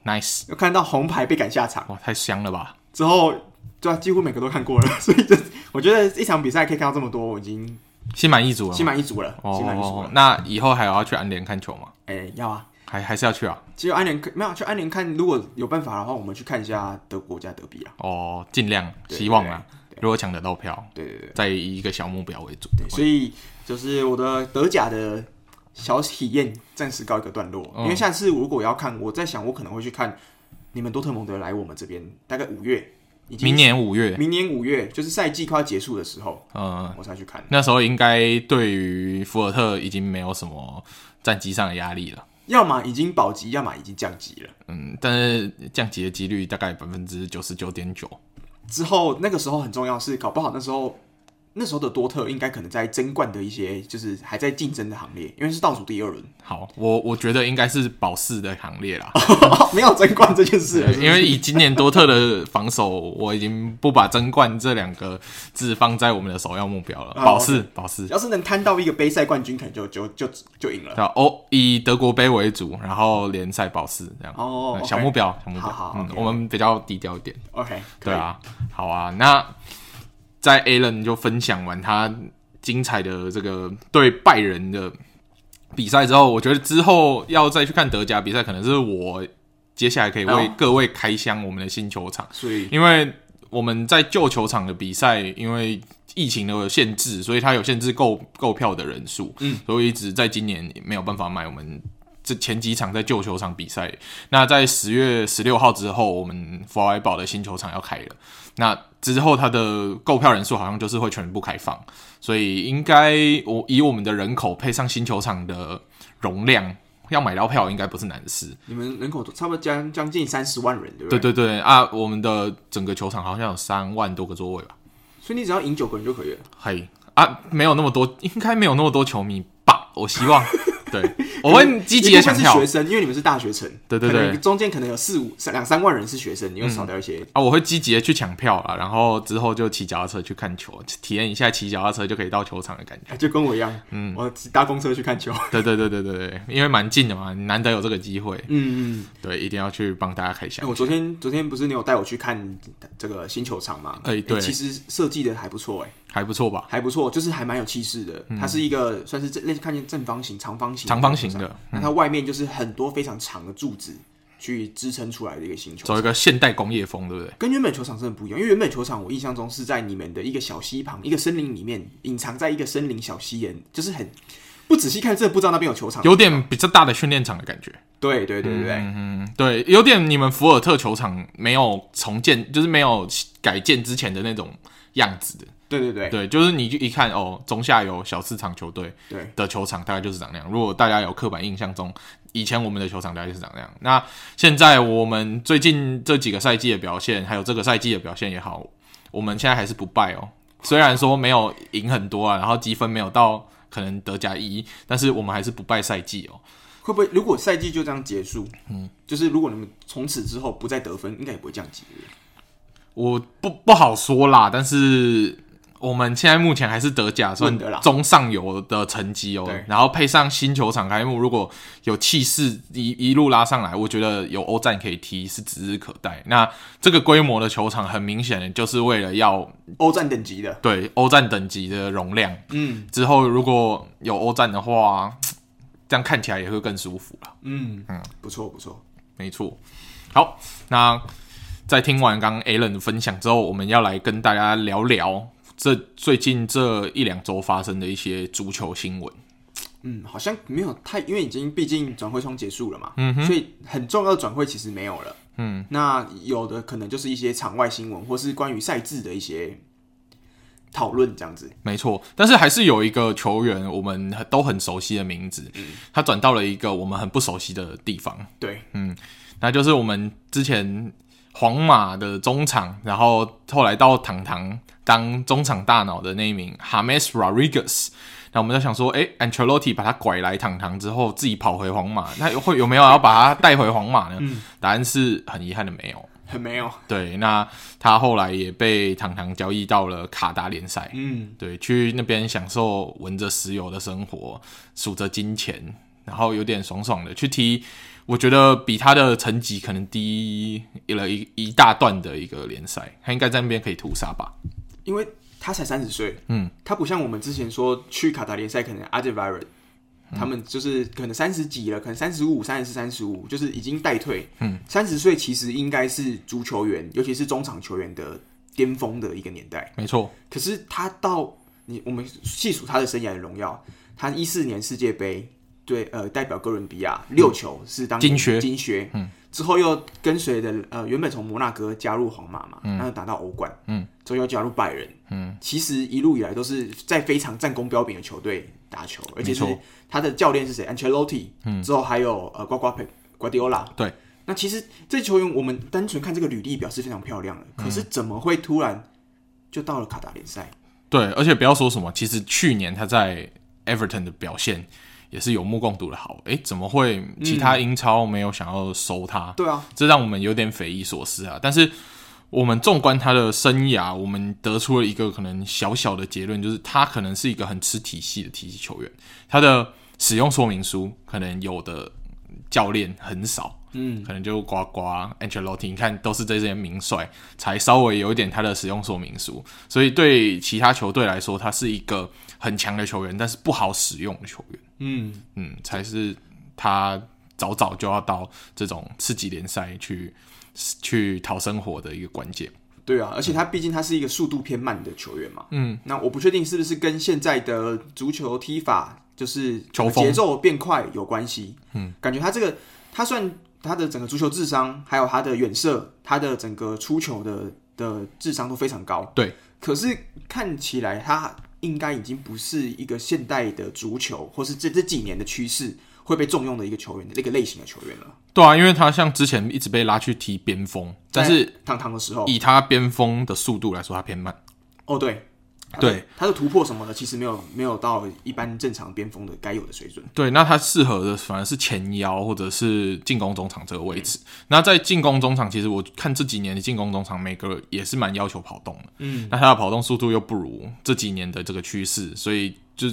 S1: 又看到红牌被赶下场，
S2: 哇，太香了吧！
S1: 之后对啊，几乎每个都看过了， 所以就我觉得一场比赛可以看到这么多，我已经
S2: 心满意足了
S1: 心
S2: 吗。
S1: 满意足了，心满意足
S2: 哦
S1: 了，。
S2: 那以后还有要去安联看球吗？
S1: 哎、要啊，
S2: 还还是要去啊？
S1: 其实安联没有去安联看，如果有办法的话，我们去看一下德国家德比啊。
S2: 哦，尽量
S1: 对
S2: 希望啦。啊如果抢得到票，
S1: 对对对
S2: 再以一个小目标为主。
S1: 对，所以就是我的德甲的小体验暂时告一个段落，
S2: 嗯
S1: 因为下次如果要看，我在想我可能会去看你们多特蒙德来我们这边，大概五月，已经
S2: 明年五月，
S1: 明年五月就是赛季快要结束的时候，
S2: 嗯，
S1: 我才去看。
S2: 那时候应该对于福尔特已经没有什么战绩上的压力了。
S1: 要么已经保级，要么已经降级了。
S2: 嗯，但是降级的几率大概百分之九十九点九。
S1: 之后那个时候很重要是，搞不好那时候那时候的多特应该可能在争冠的一些就是还在竞争的行列，因为是倒数第二轮，
S2: 好，我我觉得应该是保四的行列啦，
S1: 没有争冠这件事哦了。是不是
S2: 因为以今年多特的防守，我已经不把争冠这两个字放在我们的首要目标了。
S1: 哦
S2: 保四，保四。
S1: 要是能摊到一个杯赛冠军，可能就就就就赢了。
S2: 对啊哦，以德国杯为主，然后联赛保四这样。
S1: 哦
S2: 嗯
S1: OK
S2: 小目标，小目标。
S1: 好好
S2: 嗯
S1: OK，OK
S2: 我们比较低调一点。
S1: OK，可
S2: 对
S1: 以，
S2: 啊，好啊，那在 Alan 就分享完他精彩的这个对拜仁的比赛之后，我觉得之后要再去看德甲比赛，可能是我接下来可以
S1: 哎
S2: 为
S1: 呦
S2: 各位开箱我们的新球场，
S1: 所以
S2: 因为我们在旧球场的比赛，因为疫情的限制，所以它有限制购购票的人数，
S1: 嗯，
S2: 所以一直在今年没有办法买我们。这前几场在旧球场比赛，那在十月十六号之后，我们福尔堡的新球场要开了。那之后它的购票人数好像就是会全部开放，所以应该我以我们的人口配上新球场的容量，要买到票应该不是难事。
S1: 你们人口差不多将将近三十万人，对不
S2: 对
S1: 对？
S2: 对对啊，我们的整个球场好像有三万多个座位吧。
S1: 所以你只要赢九个人就可以了。
S2: 嘿啊，没有那么多，应该没有那么多球迷吧？ 我希望， 对，我会积极的
S1: 也
S2: 抢
S1: 不会是
S2: 票
S1: 学生，因为你们是大学城，
S2: 对对
S1: 可能
S2: 对
S1: 中间可能有四五三两三万人是学生，你又少掉一些。
S2: 啊，我会积极的去抢票啊，然后之后就骑脚踏车去看球，体验一下骑脚踏车就可以到球场的感觉。
S1: 哎 就跟我一样，嗯，我搭公车去看球，
S2: 对对对对对对，因为蛮近的嘛，难得有这个机会，
S1: 嗯嗯。
S2: 对，一定要去帮大家开
S1: 哎、
S2: 箱。
S1: 我昨天昨天不是你有带我去看这个新球场吗？
S2: 哎对
S1: 其实设计的还不错，哎，
S2: 还不错吧？
S1: 还不错，就是还蛮有气势的。它是一个算是正类似看见正方形、长方形、
S2: 嗯长方形的，嗯
S1: 那它外面就是很多非常长的柱子去支撑出来的一个新球
S2: 走
S1: 场。
S2: 一个现代工业风，对不对？
S1: 跟原本球场真的不一样，因为原本球场我印象中是在你们的一个小溪旁，一个森林里面，隐藏在一个森林小溪沿，就是很不仔细看真的不知道那边有球场。
S2: 有点比较大的训练场的感觉。
S1: 对对对对对，
S2: 嗯，对，有点你们福尔特球场没有重建，就是没有改建之前的那种样子的。
S1: 对对对
S2: 对，就是你一看哦，中下游小市场球队
S1: 对，
S2: 的球场大概就是长那样。如果大家有刻板印象中，以前我们的球场大概就是长那样。那现在我们最近这几个赛季的表现，还有这个赛季的表现也好，我们现在还是不败哦。虽然说没有赢很多啊，然后积分没有到可能德甲一，但是我们还是不败赛季哦。
S1: 会不会如果赛季就这样结束，嗯，就是如果你们从此之后不再得分，应该也不会降级。
S2: 我不不好说啦，但是我们现在目前还是德甲算
S1: 稳的啦
S2: 中上游的成绩哦
S1: 对，
S2: 然后配上新球场开幕，如果有气势一一路拉上来，我觉得有欧战可以踢是指日可待。那这个规模的球场，很明显就是为了要
S1: 欧战等级的，
S2: 对欧战等级的容量，
S1: 嗯
S2: 之后如果有欧战的话，这样看起来也会更舒服了。
S1: 嗯嗯，不错不错，
S2: 没错。好，那在听完刚刚 Alan 的分享之后，我们要来跟大家聊聊这最近这一两周发生的一些足球新闻。
S1: 嗯，好像没有太，因为已经毕竟转会窗结束了嘛，嗯所以很重要的转会其实没有了，嗯，那有的可能就是一些场外新闻或是关于赛制的一些讨论这样子，
S2: 没错，但是还是有一个球员我们都很熟悉的名字，他转到了一个我们很不熟悉的地方，
S1: 对，
S2: 那就是我们之前皇马的中场，然后后来到堂堂当中场大脑的那一名 James Rodriguez。那我们在想说，诶 a n c e l o t t i 把他拐来堂堂之后，自己跑回皇马，那会有没有要把他带回皇马呢？答案是很遗憾的，没有。
S1: 很没有，
S2: 对，那他后来也被堂堂交易到了卡达联赛，
S1: 嗯，
S2: 对，去那边享受闻着石油的生活，数着金钱，然后有点爽爽的去踢。我觉得比他的成绩可能低了一一大段的一个联赛，他应该在那边可以屠杀吧？
S1: 因为他才三十岁，
S2: 嗯，
S1: 他不像我们之前说去卡达联赛，可能阿杰维尔。他们就是可能三十几了，可能三十五、三十四、三十五，就是已经代退。嗯，三十岁其实应该是足球员，尤其是中场球员的巅峰的一个年代。
S2: 没错，
S1: 可是他到你我们细数他的生涯的荣耀，他一四年世界杯对呃代表哥伦比亚六球是当
S2: 嗯金靴
S1: 金靴，嗯，之后又跟随的呃原本从摩纳哥加入皇马嘛，然后打到欧冠，嗯，之后又加入拜仁，嗯，其实一路以来都是在非常战功彪炳的球队打球，而且是
S2: 没错
S1: 他的教练是谁？Ancelotti，嗯，之后还有呃瓜瓜佩瓜迪奥拉，
S2: 对。
S1: 那其实这球员，我们单纯看这个履历表是非常漂亮的，
S2: 嗯
S1: 可是怎么会突然就到了卡达联赛？
S2: 对，而且不要说什么，其实去年他在 Everton 的表现也是有目共睹的好。诶，怎么会其他英超没有想要收他？
S1: 对啊，
S2: 这让我们有点匪夷所思啊。但是我们纵观他的生涯，我们得出了一个可能小小的结论，就是他可能是一个很吃体系的体系球员。他的使用说明书可能有的教练很少，
S1: 嗯，
S2: 可能就呱呱 Ancelotti，你看都是这些名帅才稍微有一点他的使用说明书，所以对其他球队来说，他是一个很强的球员，但是不好使用的球员。
S1: 嗯，
S2: 嗯，才是他早早就要到这种次级联赛去去讨生活的一个关键。
S1: 对啊，而且他毕竟他是一个速度偏慢的球员嘛，
S2: 嗯，
S1: 那我不确定是不是跟现在的足球踢法就是
S2: 球风
S1: 节奏变快有关系，嗯，感觉他这个他算他的整个足球智商，还有他的远射，他的整个出球的的智商都非常高，
S2: 对，
S1: 可是看起来他应该已经不是一个现代的足球，或是这这几年的趋势会被重用的一个球员的那个类型的球员了，
S2: 对啊，因为他像之前一直被拉去踢边锋，但是
S1: 在堂堂的时候，
S2: 以他边锋的速度来说，他偏慢。
S1: 哦，对，
S2: 对
S1: 他的突破什么的，其实没有没有到一般正常边锋的该有的水准。
S2: 对，那他适合的反而是前腰或者是进攻中场这个位置。那在进攻中场，其实我看这几年的进攻中场，每个也是蛮要求跑动的。
S1: 嗯，
S2: 那他的跑动速度又不如这几年的这个趋势，所以就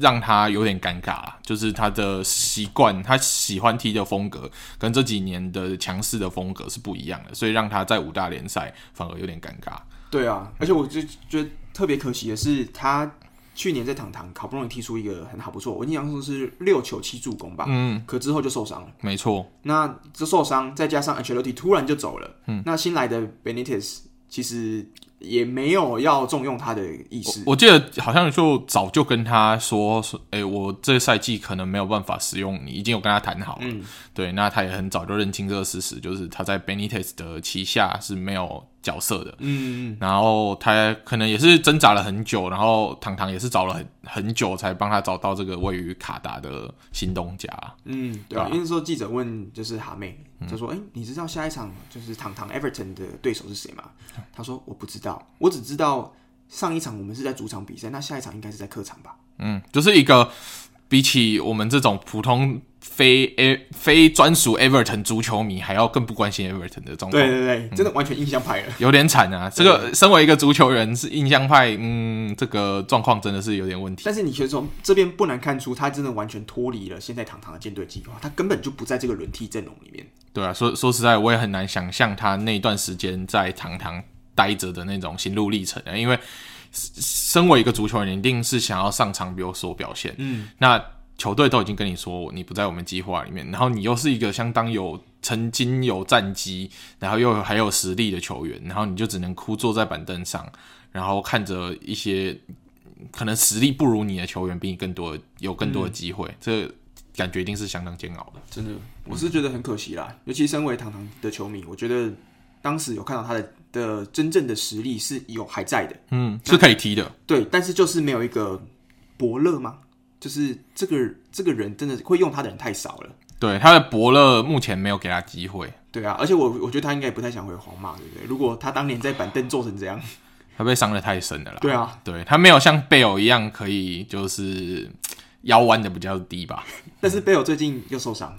S2: 让他有点尴尬啦。就是他的习惯，他喜欢踢的风格跟这几年的强势的风格是不一样的，所以让他在五大联赛反而有点尴尬。
S1: 对啊，而且我就觉得特别可惜的是，他去年在堂堂好不容易踢出一个很好不错，我印象中是六球七助攻吧。嗯，可之后就受伤了。
S2: 没错，
S1: 那这受伤再加上 Ancelotti 突然就走了，嗯，那新来的 Benitez 其实也没有要重用他的意思。
S2: 我记得好像就早就跟他说，说，哎、我这赛季可能没有办法使用你，已经有跟他谈好了。对，那他也很早就认清这个事实，就是他在 Benitez 的旗下是没有角色的。
S1: 嗯，
S2: 然后他可能也是挣扎了很久，然后糖糖也是找了很很久才帮他找到这个位于卡达的新东家。
S1: 嗯，对啊，因为那时候记者问就是哈妹，他说：“哎、你知道下一场就是堂堂 Everton 的对手是谁吗？”他说：“我不知道，我只知道上一场我们是在主场比赛，那下一场应该是在客场吧
S2: 嗯，就是一个比起我们这种普通非 A 非专属 Everton 足球迷还要更不关心 Everton 的状
S1: 对
S2: 况，
S1: 对对，真的完全印象派了。
S2: 有点惨啊。这个身为一个足球人是印象派，嗯，这个状况真的是有点问题。
S1: 但是你其实从这边不难看出，他真的完全脱离了现在堂堂的舰队计划，他根本就不在这个轮替阵容里面。
S2: 对啊，说说实在，我也很难想象他那段时间在堂堂待着的那种心路历程啊，因为身身为一个足球人，一定是想要上场有所表现。
S1: 嗯，
S2: 那球队都已经跟你说你不在我们计划里面，然后你又是一个相当有曾经有战绩，然后又还有实力的球员，然后你就只能枯坐在板凳上，然后看着一些可能实力不如你的球员比你更多有更多的机会，这感觉一定是相当煎熬的。
S1: 真的，我是觉得很可惜啦。尤其身为堂堂的球迷，我觉得当时有看到他的的真正的实力是有还在的，
S2: 嗯，是可以踢的，
S1: 对，但是就是没有一个伯乐吗？就是这个这个人真的会用他的人太少了，
S2: 对他的伯乐目前没有给他机会，
S1: 对啊，而且我我觉得他应该也不太想回皇马，对不对？如果他当年在板凳坐成这样，
S2: 他被伤的太深了啦。
S1: 对啊，
S2: 对他没有像贝尔一样可以就是嗯腰弯的比较低吧。
S1: 但是贝尔最近又受伤，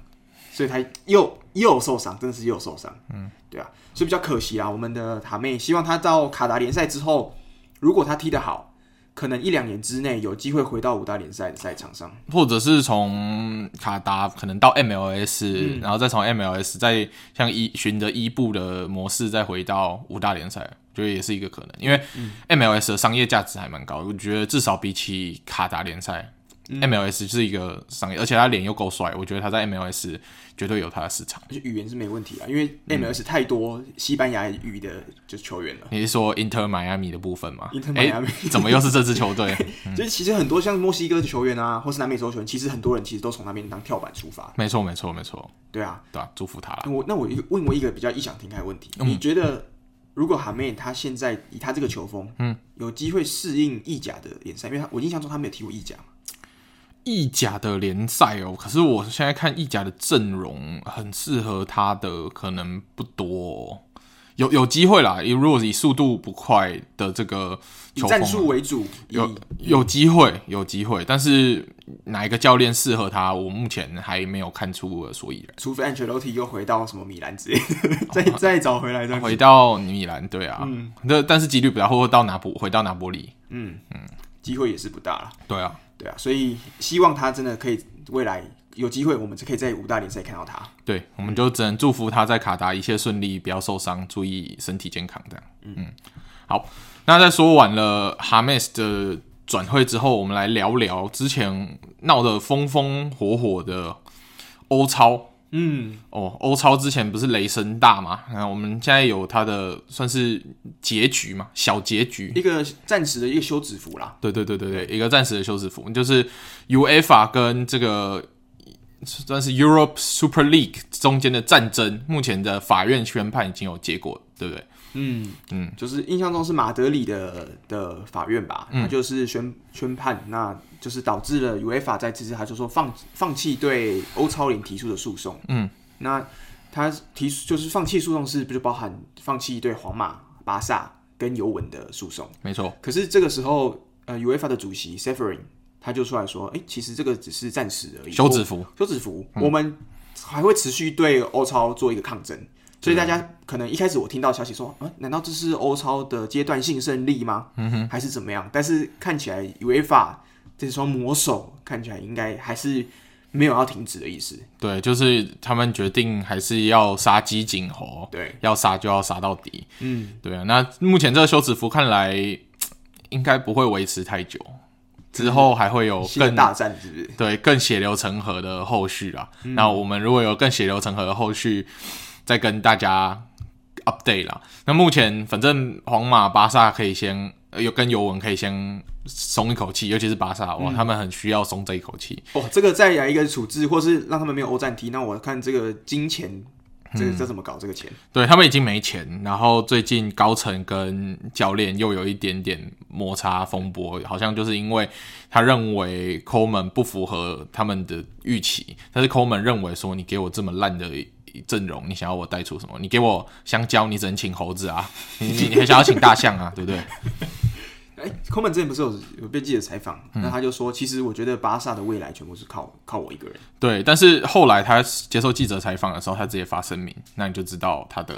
S1: 所以他又又受伤，真的是又受伤。嗯，对啊，所以比较可惜啊。我们的塔妹希望他到卡达联赛之后，如果他踢得好，可能一两年之内有机会回到五大联赛的赛场上。
S2: 或者是从卡达可能到 MLS，、然后再从 MLS 再像一循着伊布的模式再回到五大联赛，我觉得也是一个可能，因为 MLS 的商业价值还蛮高的，我觉得至少比起卡达联赛。MLS 是一个商业，而且他脸又够帅，我觉得他在 MLS 绝对有他的市场。
S1: 而且语言是没问题啊，因为 MLS 太多西班牙语的就球员了。
S2: 你是说 Inter Miami 的部分吗
S1: Inter
S2: 诶
S1: Miami
S2: 怎么又是这支球队？
S1: 就是其实很多像墨西哥的球员啊，或是南美洲球员，其实很多人其实都从那边当跳板出发。
S2: 没错，没错，没错，
S1: 对啊，
S2: 对吧、祝福他啦。
S1: 那我那我一个问我一个比较异想天开的问题，你觉得如果哈梅他现在以他这个球风，嗯，有机会适应意甲的联赛？因为他我印象中他没有踢过意甲嘛，
S2: 意甲的联赛哦，可是我现在看意甲的阵容，很适合他的可能不多、哦，有有机会啦。如果以速度不快的这个
S1: 以
S2: 球
S1: 战
S2: 风，
S1: 术为主，以
S2: 有有机会，有机会，但是哪一个教练适合他，我目前还没有看出所以
S1: 除非 Ancelotti 又回到什么米兰之类的，再再找回来这
S2: 然。
S1: 样子
S2: 回到米兰，对啊，
S1: 嗯
S2: 那、但是几率比较，或到拿波，回到拿波里，
S1: 机会也是不大了，
S2: 对啊，
S1: 对啊，所以希望他真的可以未来有机会，我们就可以在五大联赛看到他。
S2: 对，我们就只能祝福他在卡达一切顺利，不要受伤，注意身体健康这样。嗯，好，那在说完了哈梅斯的转会之后，我们来聊聊之前闹得风风火火的欧超
S1: 嗯，
S2: 哦，欧超之前不是雷声大嘛？那我们现在有它的算是结局嘛，小结局，
S1: 一个暂时的一个休止符啦，
S2: 对对对对对，一个暂时的休止符，就是 UEFA 跟这个算是 Europe Super League 中间的战争，目前的法院宣判已经有结果，对不对？
S1: 嗯嗯，就是印象中是马德里的的法院吧，
S2: 嗯
S1: 他就是宣宣判，那就是导致了 UEFA 在这次他就说放放弃对欧超联提出的诉讼，
S2: 嗯，
S1: 那他提出就是放弃诉讼是不就包含放弃对皇马、巴萨跟尤文的诉讼？
S2: 没错，
S1: 可是这个时候，呃，UEFA 的主席 Seferin 他就出来说，哎、其实这个只是暂时而已，
S2: 休止符。
S1: 休止符，我们还会持续对欧超做一个抗争。所以大家可能一开始我听到消息说，啊，难道这是欧超的阶段性胜利吗？嗯哼，还是怎么样？但是看起来 UEFA 这双魔手看起来应该还是没有要停止的意思。
S2: 对，就是他们决定还是要杀鸡儆猴，
S1: 对，
S2: 要杀就要杀到底。
S1: 嗯，
S2: 对啊，那目前这个休止符看来应该不会维持太久，之后还会有
S1: 新的
S2: 更
S1: 大战是不是？
S2: 对更血流成河的后续啦。那我们如果有更血流成河的后续，再跟大家 update 啦。那目前反正皇马、巴萨可以先呃有跟尤文可以先松一口气，尤其是巴萨，哇，他们很需要松这一口气。
S1: 哦，这个再来一个处置，或是让他们没有欧战踢，那我看这个金钱，这个这怎么搞？这个钱，
S2: 对他们已经没钱，然后最近高层跟教练又有一点点摩擦风波，好像就是因为他认为抠门不符合他们的预期，但是抠门认为说你给我这么烂的阵容，你想要我带出什么？你给我香蕉，你只能请猴子啊，你你你还想要请大象啊，对不对？
S1: 哎、科曼之前不是有有被记者采访，那他就说，其实我觉得巴萨的未来全部是靠靠我一个人。
S2: 对，但是后来他接受记者采访的时候，他直接发声明，那你就知道他的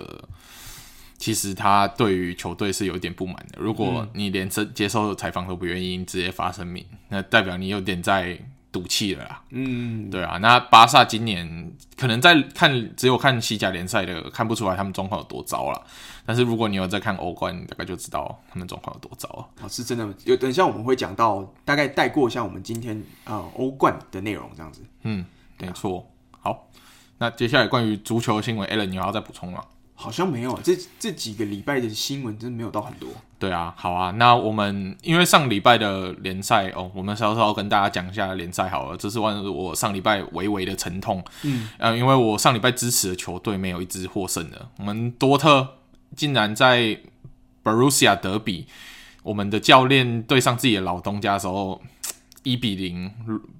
S2: 其实他对于球队是有一点不满的。如果你连这接受采访都不愿意，你直接发声明，那代表你有点在赌气了啦。
S1: 嗯，
S2: 对啊，那巴萨今年可能在看只有看西甲联赛的看不出来他们状况有多糟了，但是如果你有在看欧冠，你大概就知道他们状况有多糟了。啊
S1: 哦，是真的。有等一下我们会讲到，大概带过一下我们今天呃欧冠的内容这样子。
S2: 嗯，没错。好，那接下来关于足球新闻 a l a n 你还要再补充吗？
S1: 好像没有啊，这这几个礼拜的新闻真的没有到很多。
S2: 对啊，好啊，那我们因为上礼拜的联赛哦，我们稍稍跟大家讲一下联赛好了，这是我我上礼拜微微的沉痛，嗯，呃，因为我上礼拜支持的球队没有一支获胜的，我们多特竟然在 Borussia 德比，我们的教练对上自己的老东家的时候。一比零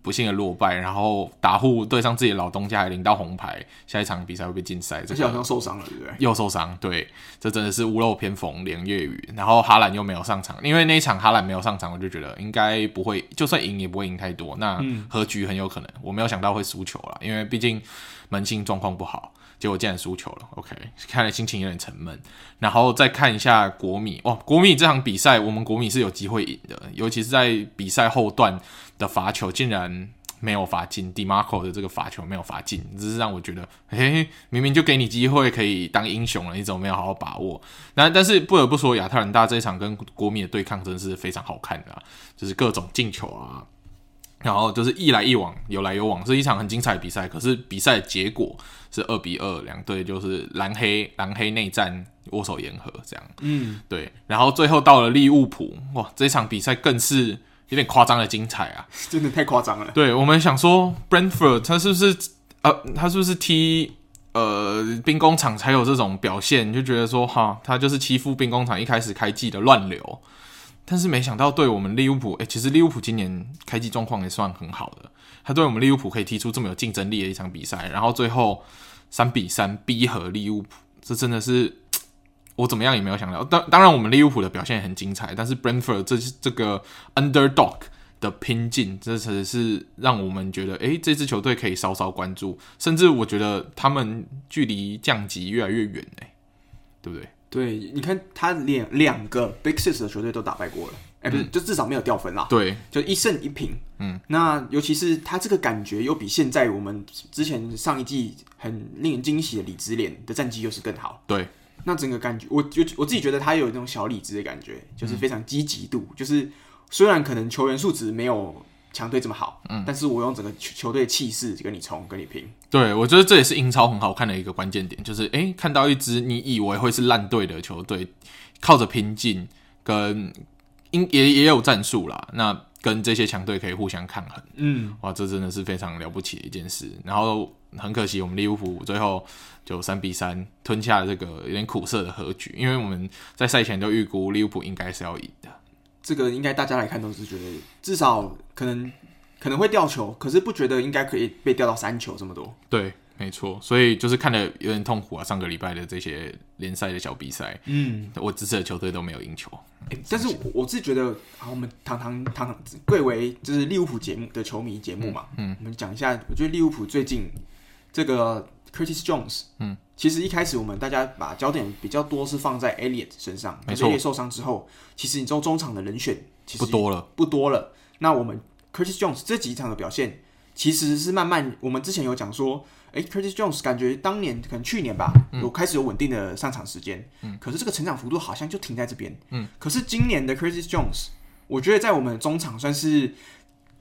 S2: 不幸的落败，然后打户对上自己的老东家还领到红牌，下一场比赛会被禁赛。
S1: 而
S2: 这个
S1: 且好像受伤了，对不对？
S2: 又受伤，对，这真的是屋漏偏逢连夜雨。然后哈兰又没有上场，因为那一场哈兰没有上场，我就觉得应该不会，就算赢也不会赢太多。那和局很有可能，我没有想到会输球了，因为毕竟门兴状况不好，结果竟然输球了。OK，看来心情有点沉闷。然后再看一下国米，哇，国米这场比赛我们国米是有机会赢的，尤其是在比赛后段的罚球竟然。没有罚进，Demarco 的这个罚球没有罚进，只是让我觉得，诶，明明就给你机会可以当英雄了，你怎么没有好好把握？那但是不得不说，亚特兰大这一场跟国米的对抗真是非常好看的、啊，就是各种进球啊，然后就是一来一往，有来有往，是一场很精彩的比赛。可是比赛结果是二比二，两队就是蓝黑蓝黑内战，握手言和这样。
S1: 嗯，
S2: 对，然后最后到了利物浦，哇，这场比赛更是有点夸张的精彩啊！
S1: 真的太夸张了。
S2: 对我们想说，Brentford 他是不是呃，他是不是踢呃兵工厂才有这种表现？你就觉得说哈，他就是欺负兵工厂一开始开季的乱流。但是没想到，对我们利物浦，诶、其实利物浦今年开季状况也算很好的，他对我们利物浦可以踢出这么有竞争力的一场比赛，然后最后三比三逼和利物浦，这真的是我怎么样也没有想到。当当然，我们利物浦的表现也很精彩，但是 Brentford 这这个 underdog 的拼劲，这才是让我们觉得，诶、这支球队可以稍稍关注，甚至我觉得他们距离降级越来越远诶、对不对？
S1: 对，你看他两两个 Big Six 的球队都打败过了，哎、
S2: 嗯
S1: 不是，就至少没有掉分啦。
S2: 对，
S1: 就一胜一平，嗯，那尤其是他这个感觉又比现在我们之前上一季很令人惊喜的李子脸的战绩又是更好。
S2: 对，
S1: 那整个感觉，我就我自己觉得他有一种小李子的感觉，就是非常积极度，就是虽然可能球员素质没有强队这么好，嗯，但是我用整个球球队的气势跟你冲，跟你拼。
S2: 对，我觉得这也是英超很好看的一个关键点，就是诶，看到一支你以为会是烂队的球队，靠着拼劲跟英也也有战术啦，那跟这些强队可以互相抗衡，
S1: 嗯，
S2: 哇，这真的是非常了不起的一件事。然后很可惜，我们利物浦最后就三比三吞下了这个有点苦涩的和局，因为我们在赛前就预估利物浦应该是要赢的，
S1: 这个应该大家来看都是觉得至少可能可能会掉球，可是不觉得应该可以被掉到三球这么多。
S2: 对，没错，所以就是看的有点痛苦啊。上个礼拜的这些联赛的小比赛，
S1: 嗯，
S2: 我支持的球队都没有赢球。
S1: 欸但是我我是觉得，好，我们堂堂堂堂贵为就是利物浦节目的球迷节目嘛，嗯，我们讲一下，我觉得利物浦最近这个 Curtis Jones，嗯，其实一开始我们大家把焦点比较多是放在 Elliot 身上，
S2: 没错
S1: e l 受伤之后，其实你中中场的人选其实
S2: 不多了，
S1: 不多了。那我们 Curtis Jones 这几场的表现，其实是慢慢，我们之前有讲说，诶 c u r t i s Jones 感觉当年可能去年吧，有开始有稳定的上场时间，嗯，可是这个成长幅度好像就停在这边，嗯，可是今年的 Curtis Jones，我觉得在我们中场算是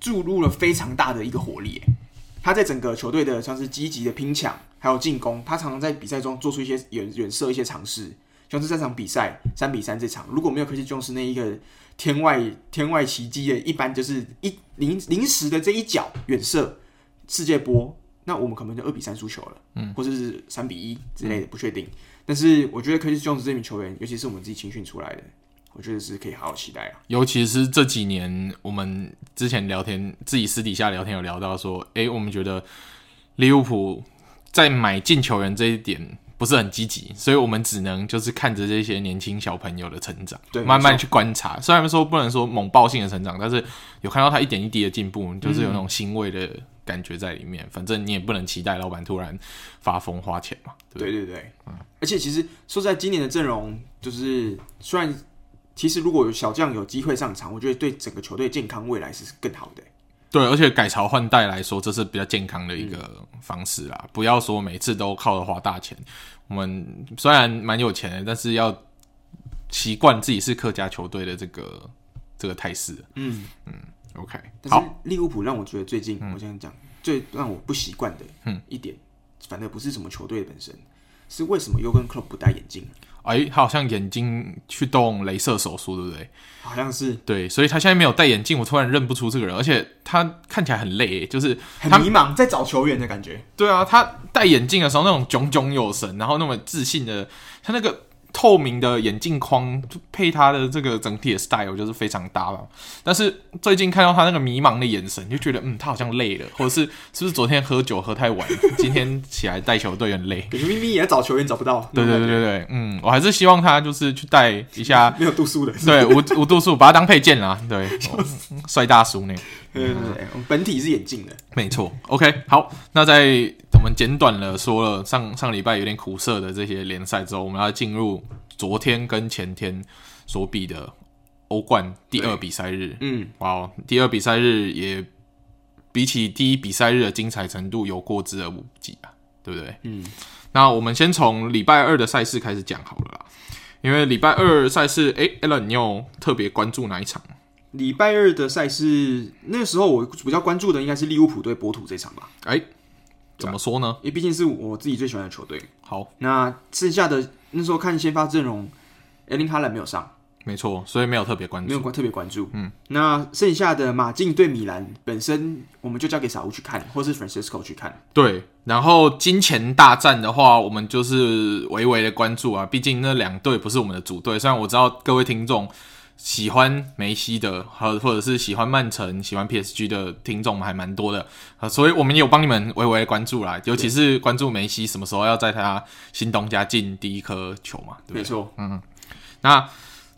S1: 注入了非常大的一个活力、诶他在整个球队的像是积极的拼抢，还有进攻，他常常在比赛中做出一些远远射一些尝试，像是这场比赛三比三这场，如果没有 Curtis Jones 那一个天外天外奇迹的，一般就是一临临时的这一脚远射世界波，那我们可能就二比三输球了，嗯，或者是三比一之类的，不确定。但是我觉得 Curtis Jones 这名球员，尤其是我们自己青训出来的，我觉得是可以好好期待啊。
S2: 尤其是这几年，我们之前聊天，自己私底下聊天有聊到说，诶、我们觉得利物浦在买进球员这一点不是很积极，所以我们只能就是看着这些年轻小朋友的成长，
S1: 对
S2: 慢慢
S1: 没错
S2: 去观察。虽然说不能说猛爆性的成长，但是有看到他一点一滴的进步，就是有那
S1: 嗯
S2: 种欣慰的感觉在里面。反正你也不能期待老板突然发疯花钱嘛，对不对
S1: 对嗯对对，而且其实说实在，今年的阵容就是虽然其实如果有小将有机会上场，我觉得对整个球队健康未来是更好的。
S2: 对，而且改朝换代来说，这是比较健康的一个方式啦。不要说每次都靠着花大钱，我们虽然蛮有钱的，但是要习惯自己是客家球队的这个这个态势。
S1: 嗯
S2: 嗯，OK，
S1: 但
S2: 好嗯
S1: 是，利物浦让我觉得最近、我这样讲最让我不习惯的一点，反而不是什么球队本身，是为什么 Jurgen Klopp 不戴眼镜？啊
S2: 哎、他好像眼睛去动镭射手术，对不对？
S1: 好像是
S2: 对，所以他现在没有戴眼镜，我突然认不出这个人，而且他看起来很累，就是
S1: 很
S2: 他
S1: 迷茫，在找球员的感觉。
S2: 对啊，他戴眼镜的时候那种炯炯有神，然后那么自信的，他那个透明的眼镜框就配他的这个整体的 style 就是非常搭吧。但是最近看到他那个迷茫的眼神，就觉得嗯，他好像累了，或者是是不是昨天喝酒喝太晚，今天起来带球队很累。
S1: 感觉明明也在找球员找不到，
S2: 对对对对对，嗯，我还是希望他就是去带一下
S1: 没有度数的。
S2: 对，无无度数，把它当配件啦。 对，帅大叔呢？
S1: 对对对对，我们本体是眼镜的，
S2: 没错。OK，好，那在我们简短了说了上上礼拜有点苦涩的这些联赛之后，我们要进入昨天跟前天所比的欧冠第二比赛日。
S1: 嗯，
S2: 哇哦，第二比赛日也比起第一比赛日的精彩程度有过之而无不及啊，对不对？
S1: 嗯，
S2: 那我们先从礼拜二的赛事开始讲好了啦，因为礼拜二赛事，哎、a l a n 你有特别关注哪一场？
S1: 礼拜二的赛事，那时候我比较关注的应该是利物浦对波图这场吧，
S2: 哎、怎么说呢？
S1: 因为毕竟是我自己最喜欢的球队。
S2: 好，
S1: 那剩下的那时候看先发阵容，艾林哈兰没有上，
S2: 没错，所以没有特别关
S1: 没
S2: 注
S1: 有。关特别关注。嗯，那剩下的马竞对米兰本身，我们就交给傻乌去看，或是 Francisco 去看。
S2: 对，然后金钱大战的话，我们就是微微的关注啊，毕竟那两队不是我们的主队。虽然我知道各位听众喜欢梅西的，和或者是喜欢曼城、喜欢 PSG 的听众还蛮多的啊，所以我们也有帮你们微微的关注啦，尤其是关注梅西什么时候要在他新东家进第一颗球嘛，对不对嗯
S1: 没？错，
S2: 那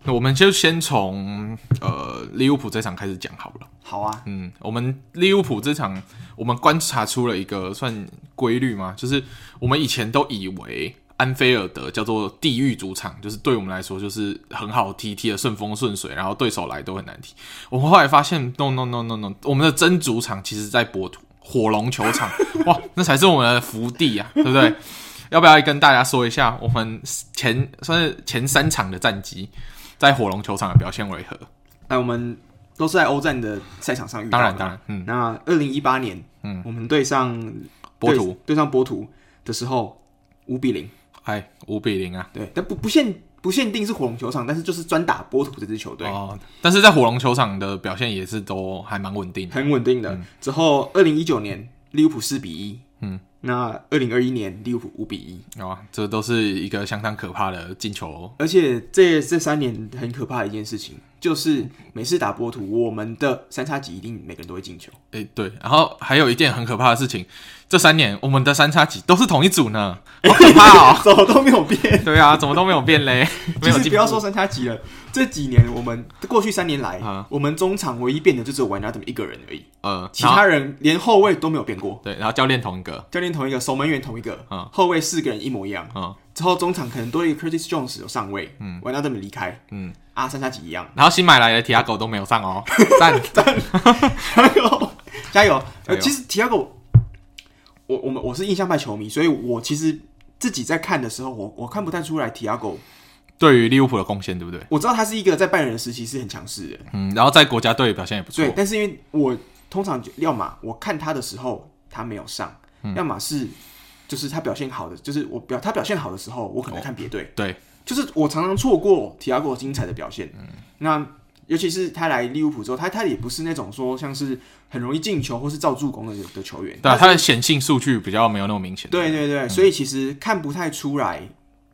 S2: 我们就先从呃利物浦这场开始讲好了。
S1: 好啊，
S2: 嗯，我们利物浦这场，我们观察出了一个算规律嘛，就是我们以前都以为安菲尔德叫做地狱主场，就是对我们来说就是很好踢，踢的顺风顺水，然后对手来都很难踢。我们后来发现，no no no no no，我们的真主场其实在波图火龙球场，哇，那才是我们的福地啊，对不对？要不要跟大家说一下我们前算是前三场的战绩，在火龙球场的表现为何？
S1: 那我们都是在欧战的赛场上遇到
S2: 当
S1: 的
S2: 然，当然，嗯，
S1: 那二零一八年，嗯，我们对上
S2: 波
S1: 对
S2: 图，
S1: 对上波图的时候，五比零，
S2: 哎，五比零啊。
S1: 对，但不不限不限定是火龙球场，但是就是专打波图这支球队，
S2: 哦，但是在火龙球场的表现也是都还蛮稳定的。
S1: 很稳定
S2: 嗯
S1: 的。之后二零一九年利物浦四比一，嗯，那二零二一年利物浦五比一，
S2: 哦，这都是一个相当可怕的进球。
S1: 而且这这三年很可怕的一件事情。就是
S2: 嗯
S1: 每次打波图，我们的三叉戟一定每个人都会进球，
S2: 诶，对，然后还有一件很可怕的事情，这三年我们的三叉戟都是同一 组呢，好可怕哦。
S1: 走都没有变。
S2: 对啊，怎么都没有 变嘞？没
S1: 其
S2: 有
S1: 实
S2: 进
S1: 不
S2: 步
S1: 要说三叉戟了，这几年我们过去三年来，
S2: 啊
S1: 我们中场唯一变的就只有 w y n a d 一个人而已，
S2: 呃，
S1: 其
S2: 然后
S1: 他人连后卫都没有变过。
S2: 对，然后教练同一个，
S1: 教练同一个，守门员同一个，
S2: 嗯
S1: 后卫四个人一模一样。
S2: 嗯
S1: 之后中场可能多一个 Curtis Jones 有上位，嗯，玩到这么离开，
S2: 嗯，
S1: 啊，三叉戟一样，
S2: 然后新买来的提亚狗都没有上哦， 赞。
S1: 加油，加油！
S2: 加
S1: 呃，
S2: 油
S1: 其实 Tiago，我我们我是印象派球迷，所以我其实自己在看的时候，我我看不太出来 Tiago，
S2: 对于利物浦的贡献，对不对？
S1: 我知道他是一个在拜仁的时期是很强势的，
S2: 嗯，然后在国家队表现也不错
S1: 对，。但是因为我通常就要么我看他的时候他没有上，要么是就是他表现好的，就是我表他表现好的时候，我可能看别队。
S2: 对，
S1: 就是我常常错过提亚戈精彩的表现。那尤其是他来利物浦之后，他他也不是那种说像是很容易进球或是造助攻的的球员。
S2: 对啊，他的显性数据比较没有那么明显。
S1: 对对对，所以其实看不太出来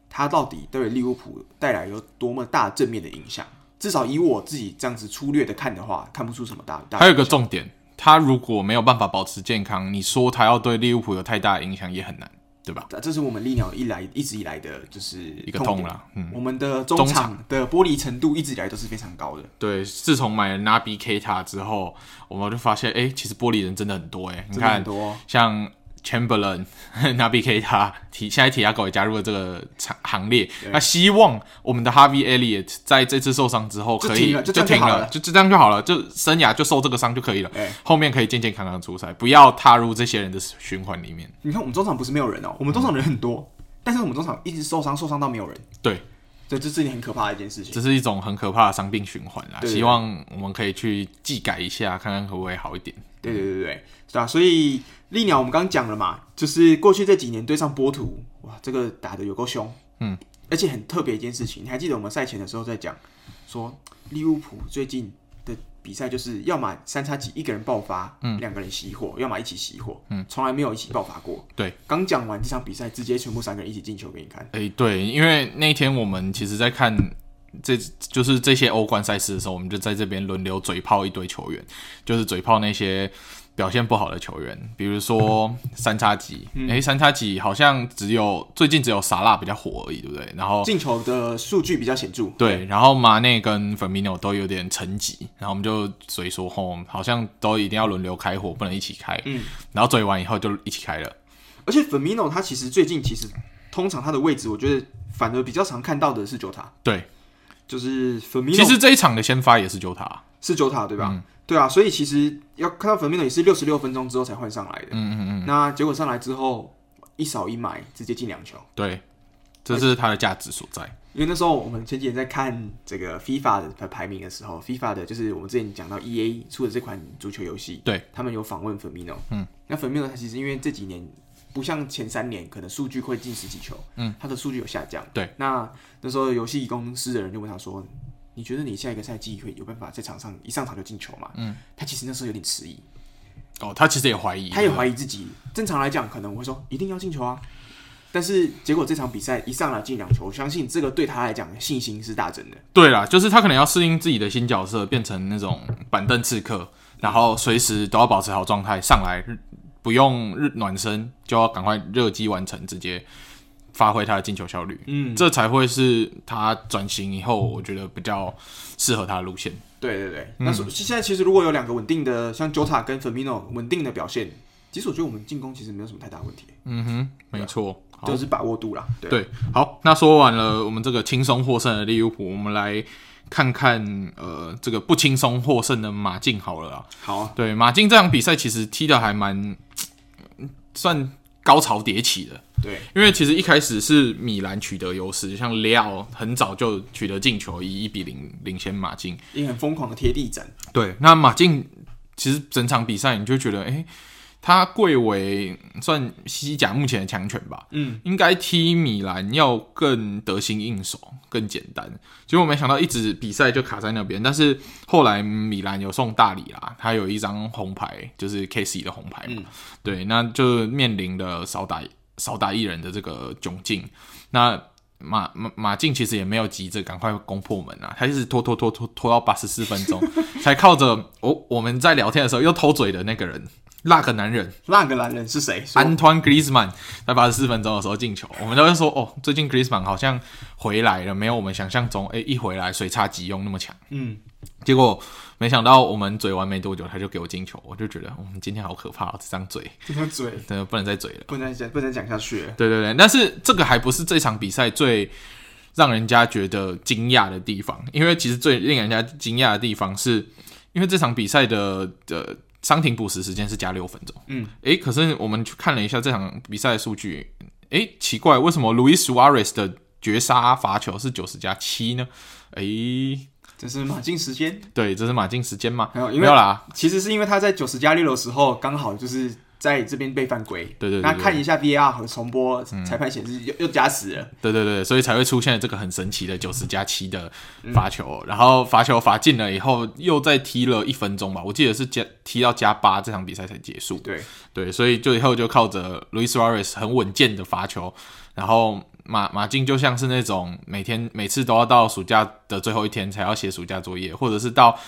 S1: 他到底对利物浦带来有多么大正面的影响。至少以我自己这样子粗略的看的话，看不出什么大大。
S2: 还有一个重点，他如果没有办法保持健康，你说他要对利物浦有太大的影响也很难。对吧？
S1: 啊这是我们利鸟一来一直以来的，就是
S2: 一
S1: 一
S2: 个痛啦，嗯，
S1: 我们的中
S2: 中
S1: 场的玻璃程度一直以来都是非常高的。
S2: 对，自从买了 Nabi K 塔之后，我们就发现，哎、其实玻璃人真的很多、哎，你
S1: 真的很
S2: 看，
S1: 多哦
S2: 像 Chamberlain、Nabi K 塔、提现在提亚狗也加入了这个行行列，那希望我们的 Harvey Elliott 在这次受伤之后
S1: 就
S2: 可以
S1: 停了就这样就
S2: 停
S1: 好
S2: 了，
S1: 了
S2: 就就这样就好了，就生涯就受这个伤就可以了，
S1: 对
S2: 后面可以健健康康地出赛，不要踏入这些人的循环里面。
S1: 你看我们中场不是没有人哦，我们中场人很多，但是我们中场一直受伤，受伤到没有人，
S2: 对，
S1: 对，这是一件很可怕的一件事情。
S2: 这是一种很可怕的伤病循环啦，
S1: 对
S2: 希望我们可以去技改一下，看看可不可以好一点。
S1: 对对对对对，是啊，所以利鸟我们刚刚讲了嘛，就是过去这几年对上波图，哇，这个打的有够凶，
S2: 嗯，
S1: 而且很特别一件事情，你还记得我们赛前的时候在讲，说利物浦最近的比赛就是要么三叉戟一个人爆发，嗯，两个人熄火，要么一起熄火，嗯，从来没有一起爆发过。
S2: 对，
S1: 刚讲完这场比赛，直接全部三个人一起进球给你看，
S2: 诶，对，因为那一天我们其实在看这就是这些欧冠赛事的时候，我们就在这边轮流嘴炮一堆球员，就是嘴炮那些表现不好的球员，比如说三叉戟，诶，三叉戟好像只有最近只有萨拉比较火而已，对不对？然后
S1: 进球的数据比较显著，
S2: 对，然后马内跟粉米诺都有点沉寂，然后我们就嘴说吼，好像都一定要轮流开火，不能一起开。
S1: 嗯，
S2: 然后嘴完以后就一起开了。
S1: 而且 f e r m i n o 他其实最近其实通常他的位置，我觉得反而比较常看到的是九塔。
S2: 对，
S1: 就是 f e r m i n o
S2: 其实这一场的先发也是九塔。
S1: 是九塔对吧？对啊，所以其实要看到 f e r m i n o 也是六十六分钟之后才换上来的。嗯嗯嗯。那结果上来之后，一扫一埋，直接进两球。
S2: 对，这
S1: 哎
S2: 是它的价值所在。
S1: 因为那时候我们前几年在看这个 FIFA 的排名的时候，FIFA 的就是我们之前讲到 EA 出的这款足球游戏，
S2: 对
S1: 他们有访问 f e r m i n o 嗯，那 f e r m i n o 他其实因为这几年不像前三年可能数据会进十几球，嗯，他的数据有下降。
S2: 对，
S1: 那那时候游戏公司的人就问他说：“你觉得你下一个赛季会有办法在场上一上场就进球吗？”嗯，他其实那时候有点迟疑，
S2: 哦，他其实也怀疑，
S1: 他也怀疑自己。正常来讲，可能我会说一定要进球啊，但是结果这场比赛一上来进两球，我相信这个对他来讲信心是大增的。
S2: 对啦，就是他可能要适应自己的新角色，变成那种板凳刺客，然后随时都要保持好状态，上来不用日暖身，就要赶快热机完成，直接发挥他的进球效率。
S1: 嗯，
S2: 这才会是他转型以后，我觉得比较适合他的路线。
S1: 对对对。
S2: 嗯
S1: 那所现在其实如果有两个稳定的，像 Jota 跟 Firmino 稳定的表现，其实我觉得我们进攻其实没有什么太大问题，
S2: 嗯哼，没错。好
S1: 就是把握度啦。对，
S2: 哦
S1: 啊
S2: 对，好，那说完了我们这个轻松获胜的利物浦，我们来看看呃这个不轻松获胜的马竞好了啦。
S1: 好啊，
S2: 对，马竞这场比赛其实踢的还蛮算高潮迭起的，
S1: 对
S2: 因为其实一开始是米兰取得优势，像利奥很早就取得进球，以一比零领先马竞。
S1: 一个很疯狂的贴地战，
S2: 对，那马竞其实整场比赛你就觉得，哎、他贵为算西甲目前的强权吧，
S1: 嗯，
S2: 应该踢米兰要更得心应手，更简单。结果没想到一直比赛就卡在那边，但是后来米兰有送大礼啦，他有一张红牌，就是 K C 的红牌嘛，
S1: 嗯
S2: 对，那就面临了少打少打一人的这个窘境。那马马马竞其实也没有急着赶快攻破门啊，他一直拖拖拖拖拖到八十四分钟，才靠着我我们在聊天的时候又偷嘴的那个人，那个男人
S1: 那个男人是谁？说
S2: 安团 Griezmann 在八十四分钟的时候进球，我们都会说哦，最近 Griezmann 好像回来了，没有我们想象中，哎、一回来水差急用那么强。
S1: 嗯，
S2: 结果没想到我们嘴完没多久，他就给我进球，我就觉得我们、今天好可怕、哦，这张嘴
S1: 这张嘴
S2: 真的不能再嘴了。
S1: 不能讲，不能讲下去了。
S2: 对对对，但是这个还不是这场比赛最让人家觉得惊讶的地方，因为其实最令人家惊讶的地方是，因为这场比赛的的伤停补时时间是加六分钟。
S1: 嗯，
S2: 诶，可是我们去看了一下这场比赛的数据，诶，奇怪，为什么 Luis Suarez 的绝杀罚球是九十加七呢？诶，
S1: 这是马竞时间，
S2: 对，这是马竞时间吗？
S1: 没有因为
S2: 没有啦，
S1: 其实是因为他在九十加六的时候，刚好就是在这边被犯规。
S2: 对对对嗯
S1: 那
S2: 对
S1: 看一下 VAR 和重播，裁判显示又又加时了。
S2: 对对对，所以才会出现这个很神奇的九十加七的罚球，然后罚球罚进了以后，又再踢了一分钟吧，我记得是加踢到加八，这场比赛才结束。
S1: 对，
S2: 对，所以就以后就靠着 Luis Suarez 很稳健的罚球，然后马马竞就像是那种每天每次都要到暑假的最后一天才要写暑假作业，或者是到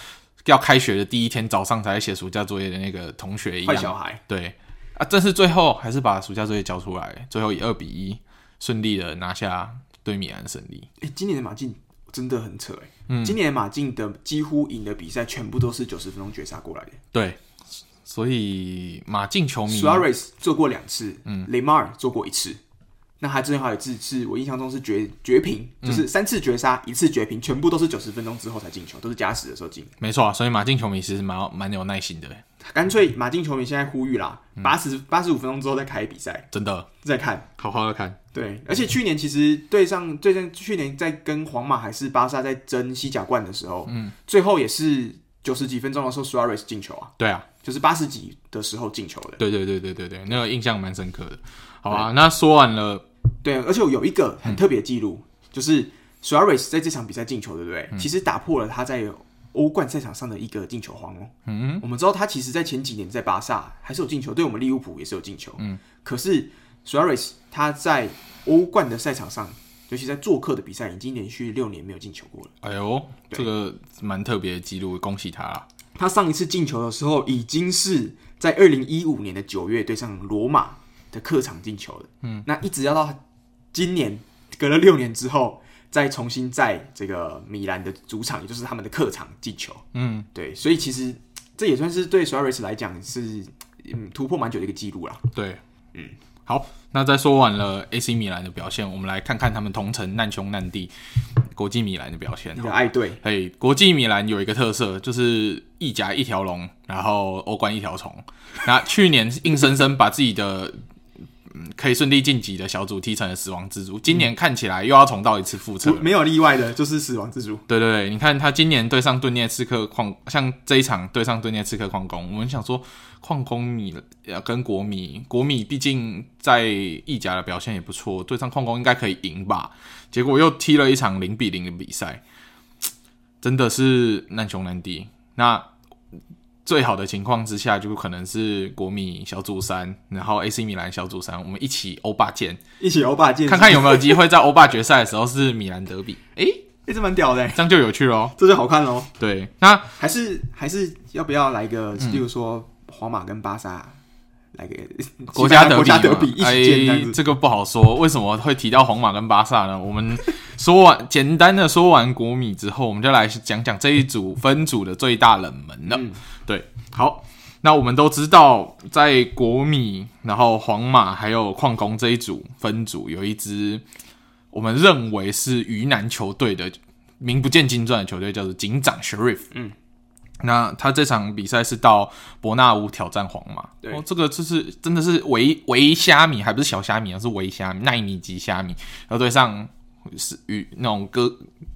S2: 要开学的第一天早上才要写暑假作业的那个同学一
S1: 坏小
S2: 样。
S1: 孩。
S2: 对，啊，但是最后还是把暑假作业交出来，最后以二比一顺利的拿下对米兰胜利。
S1: 哎、今年的马竞真的很扯哎、
S2: 嗯
S1: 今年的马竞的几乎赢的比赛全部都是九十分钟绝杀过来的。
S2: 对，所以马竞球迷
S1: Suarez 做过两次，嗯雷马尔做过一次。那他之前还有一次是我印象中是绝绝平，
S2: 嗯
S1: 就是三次绝杀，一次绝平，全部都是九十分钟之后才进球，都是加时的时候进。
S2: 没错啊，所以马竞球迷其实蛮蛮有耐心的，
S1: 干脆马竞球迷现在呼吁啦，
S2: 嗯
S1: 八十八十五分钟之后再开比赛，
S2: 真的
S1: 再看。
S2: 好好的看。
S1: 对，而且去年其实对上最近去年在跟皇马还是巴萨在争西甲冠的时候，嗯，最后也是九十几分钟的时候，Suarez 进球啊，
S2: 对啊，
S1: 就是八十几的时候进球的。
S2: 对对对对对对，那个印象蛮深刻的。好啊，那说完了，
S1: 对，而且有一个很特别的记录，就是 Suarez 在这场比赛进球，对不对？其实打破了他在欧冠赛场上的一个进球荒哦。嗯，我们知道他其实在前几年在巴萨还是有进球，对我们利物浦也是有进球。嗯，可是 Suarez 他在欧冠的赛场上，尤其在做客的比赛，已经连续六年没有进球过了。
S2: 哎呦，这个蛮特别的记录，恭喜他啦！
S1: 他上一次进球的时候，已经是在二零一五年的九月对上罗马的客场进球的。嗯，那一直要到今年，隔了六年之后，再重新在这个米兰的主场，也就是他们的客场进球。
S2: 嗯，
S1: 对，所以其实这也算是对 Suarez 来讲是嗯突破蛮久的一个记录啦。
S2: 对，嗯，好，那在说完了 AC 米兰的表现，我们来看看他们同城难兄难弟国际米兰的表现
S1: 你。的爱队，
S2: 嘿，哎国际米兰有一个特色，就是意甲一条龙，然后欧冠一条虫。那去年硬生生把自己的嗯可以顺利晋级的小组踢成了死亡之组，今年看起来又要重蹈一次覆辙
S1: 不。没有例外的就是死亡之主。
S2: 对对对，你看他今年对上顿涅茨克矿，像这一场对上顿涅茨克矿工，我们想说矿工米呃跟国米，国米毕竟在意甲的表现也不错，对上矿工应该可以赢吧？结果又踢了一场零比零的比赛，真的是难兄难弟。那最好的情况之下，就可能是国米小组三，然后 AC 米兰小组三，我们一起欧霸见，
S1: 一起欧霸见，
S2: 看看有没有机会在欧霸决赛的时候是米兰德比，诶，
S1: 哎，这蛮屌的欸，
S2: 这样就有趣喽。
S1: 这就好看喽。
S2: 对，那
S1: 还是还是要不要来个，
S2: 嗯
S1: 例如说皇马跟巴萨来个
S2: 国家
S1: 德
S2: 德
S1: 国
S2: 比嘛，
S1: 家比一起见这样
S2: 哎，
S1: 子，
S2: 这个不好说。为什么会提到皇马跟巴萨呢？我们说完简单的说完国米之后，我们就来讲讲这一组分组的最大冷门了。
S1: 嗯
S2: 对，好，那我们都知道，在国米、然后皇马还有矿工这一组分组，有一支我们认为是鱼腩球队的名不见经传的球队，叫做警长 Sheriff。
S1: 嗯。
S2: 那他这场比赛是到伯纳乌挑战皇马，
S1: 对
S2: 哦，这个就是真的是围围虾米，还不是小虾米啊，是围虾米，奈米级虾米，然后对上是鱼那种哥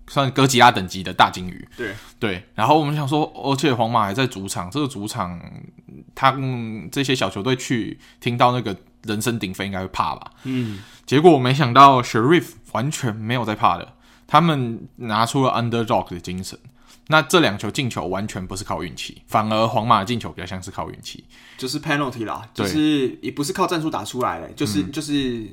S2: 算哥吉拉等级的大金鱼，
S1: 对，
S2: 对，然后我们想说，而且皇马还在主场，这个主场，嗯他们这些小球队去听到那个人声鼎沸，应该会怕吧？
S1: 嗯，
S2: 结果我没想到 Sharif 完全没有在怕的，他们拿出了 underdog 的精神。那这两球进球完全不是靠运气，反而皇马的进球比较像是靠运气。
S1: 就是 penalty 啦，就
S2: 对嗯
S1: 是也不是靠战术打出来的，就是就是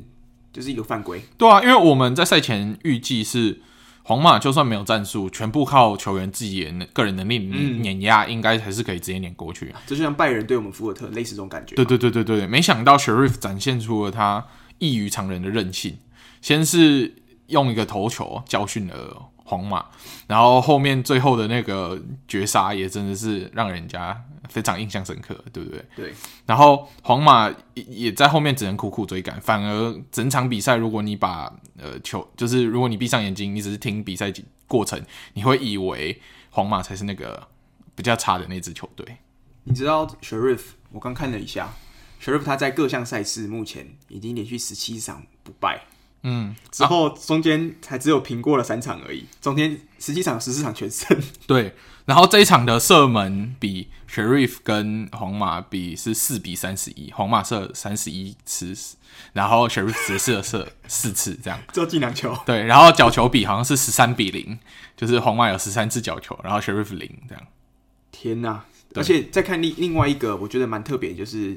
S1: 就是一个犯规，
S2: 对啊，因为我们在赛前预计是皇马就算没有战术，全部靠球员自己的能个人能力
S1: 嗯
S2: 碾压，应该还是可以直接碾过去。
S1: 这就像拜仁对我们福尔特类似这种感觉。
S2: 对对对对对，没想到 Sharif 展现出了他异于常人的韧性，先是用一个头球教训了皇马，然后后面最后的那个绝杀也真的是让人家非常印象深刻，对不对？
S1: 对，
S2: 然后皇马也也在后面只能苦苦追赶，反而整场比赛，如果你把呃球，就是如果你闭上眼睛，你只是听比赛过程，你会以为皇马才是那个比较差的那支球队。
S1: 你知道 Sharif，我刚看了一下，Sharif 他在各项赛事目前已经连续十七场不败。
S2: 嗯，
S1: 之后中间才只有平过了三场而已，中间十七场十四场全胜，
S2: 对，然后这一场的射门比 Sharif 跟皇马比是四比三十一，皇马射三十一次，然后 Sharif 只射射 四次这样。
S1: 只有进两球。
S2: 对，然后角球比好像是十三比零，就是皇马有十三次角球，然后 Sharif 零这样。
S1: 天呐！而且再看另另外一个，我觉得蛮特别，就是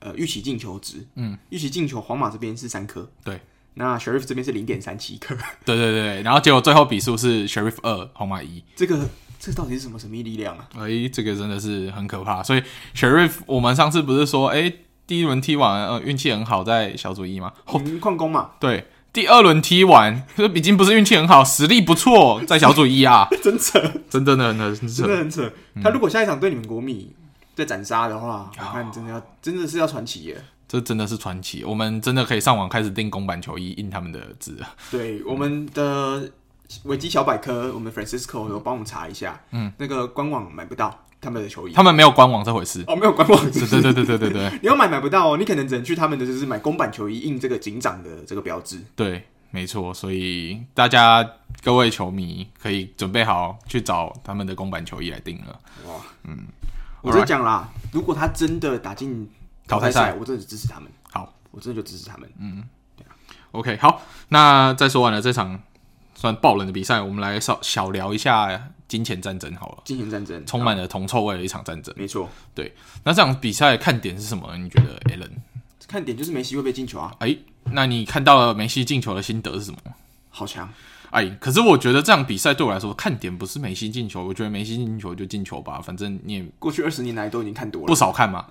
S1: 呃预期进球值，嗯，预期进球皇马这边是三颗，
S2: 对，
S1: 那 Sheriff 这边是零点三七颗，
S2: 对对对，然后结果最后比数是 Sharif 二，皇马一。
S1: 这个这到底是什么神秘力量啊？
S2: 哎，这个真的是很可怕。所以 Sharif，我们上次不是说，哎，第一轮踢完，呃，运气很好，在小组一嘛。
S1: 我们矿工嘛，
S2: 对，第二轮踢完，就已经不是运气很好，实力不错，在小组一啊，
S1: 真扯，嗯
S2: 真的呢，很很
S1: 真的
S2: 扯。
S1: 很扯。他如果下一场对你们国米再斩杀的话，我看真的要真的是要传奇耶。
S2: 这真的是传奇，我们真的可以上网开始订公版球衣，印他们的字了。
S1: 对，我们的维基小百科，我们 Francisco 有帮我们查一下，嗯，那个官网买不到他们的球衣，
S2: 他们没有官网这回事。
S1: 哦没有官网，
S2: 对对对对对对对
S1: 你要买买不到哦，你可能只能去他们的就是买公版球衣印这个警长的这个标志。
S2: 对，没错。所以大家各位球迷可以准备好去找他们的公版球衣来订了。
S1: 哇，嗯，我就讲啦，如果他真的打进
S2: 淘汰
S1: 汰
S2: 赛
S1: 赛，我真的支持他们。
S2: 好，嗯
S1: 我真的就支持他们。
S2: OK，好，那再说完了这场算爆冷的比赛，我们来少小聊一下金钱战争好了，
S1: 金钱战争，
S2: 充满了铜臭味的一场战争。
S1: 没错，
S2: 那这场比赛的看点是什么呢？你觉得 a l l n
S1: 看点就是梅西会被进球啊，
S2: 哎，那你看到了梅西进球的心得是什么？
S1: 好强。
S2: 哎，可是我觉得这场比赛对我来说看点不是梅西进球，我觉得梅西进球就进球吧，反正你也
S1: 过去二十年来都已经看多
S2: 不
S1: 了，
S2: 少看嘛。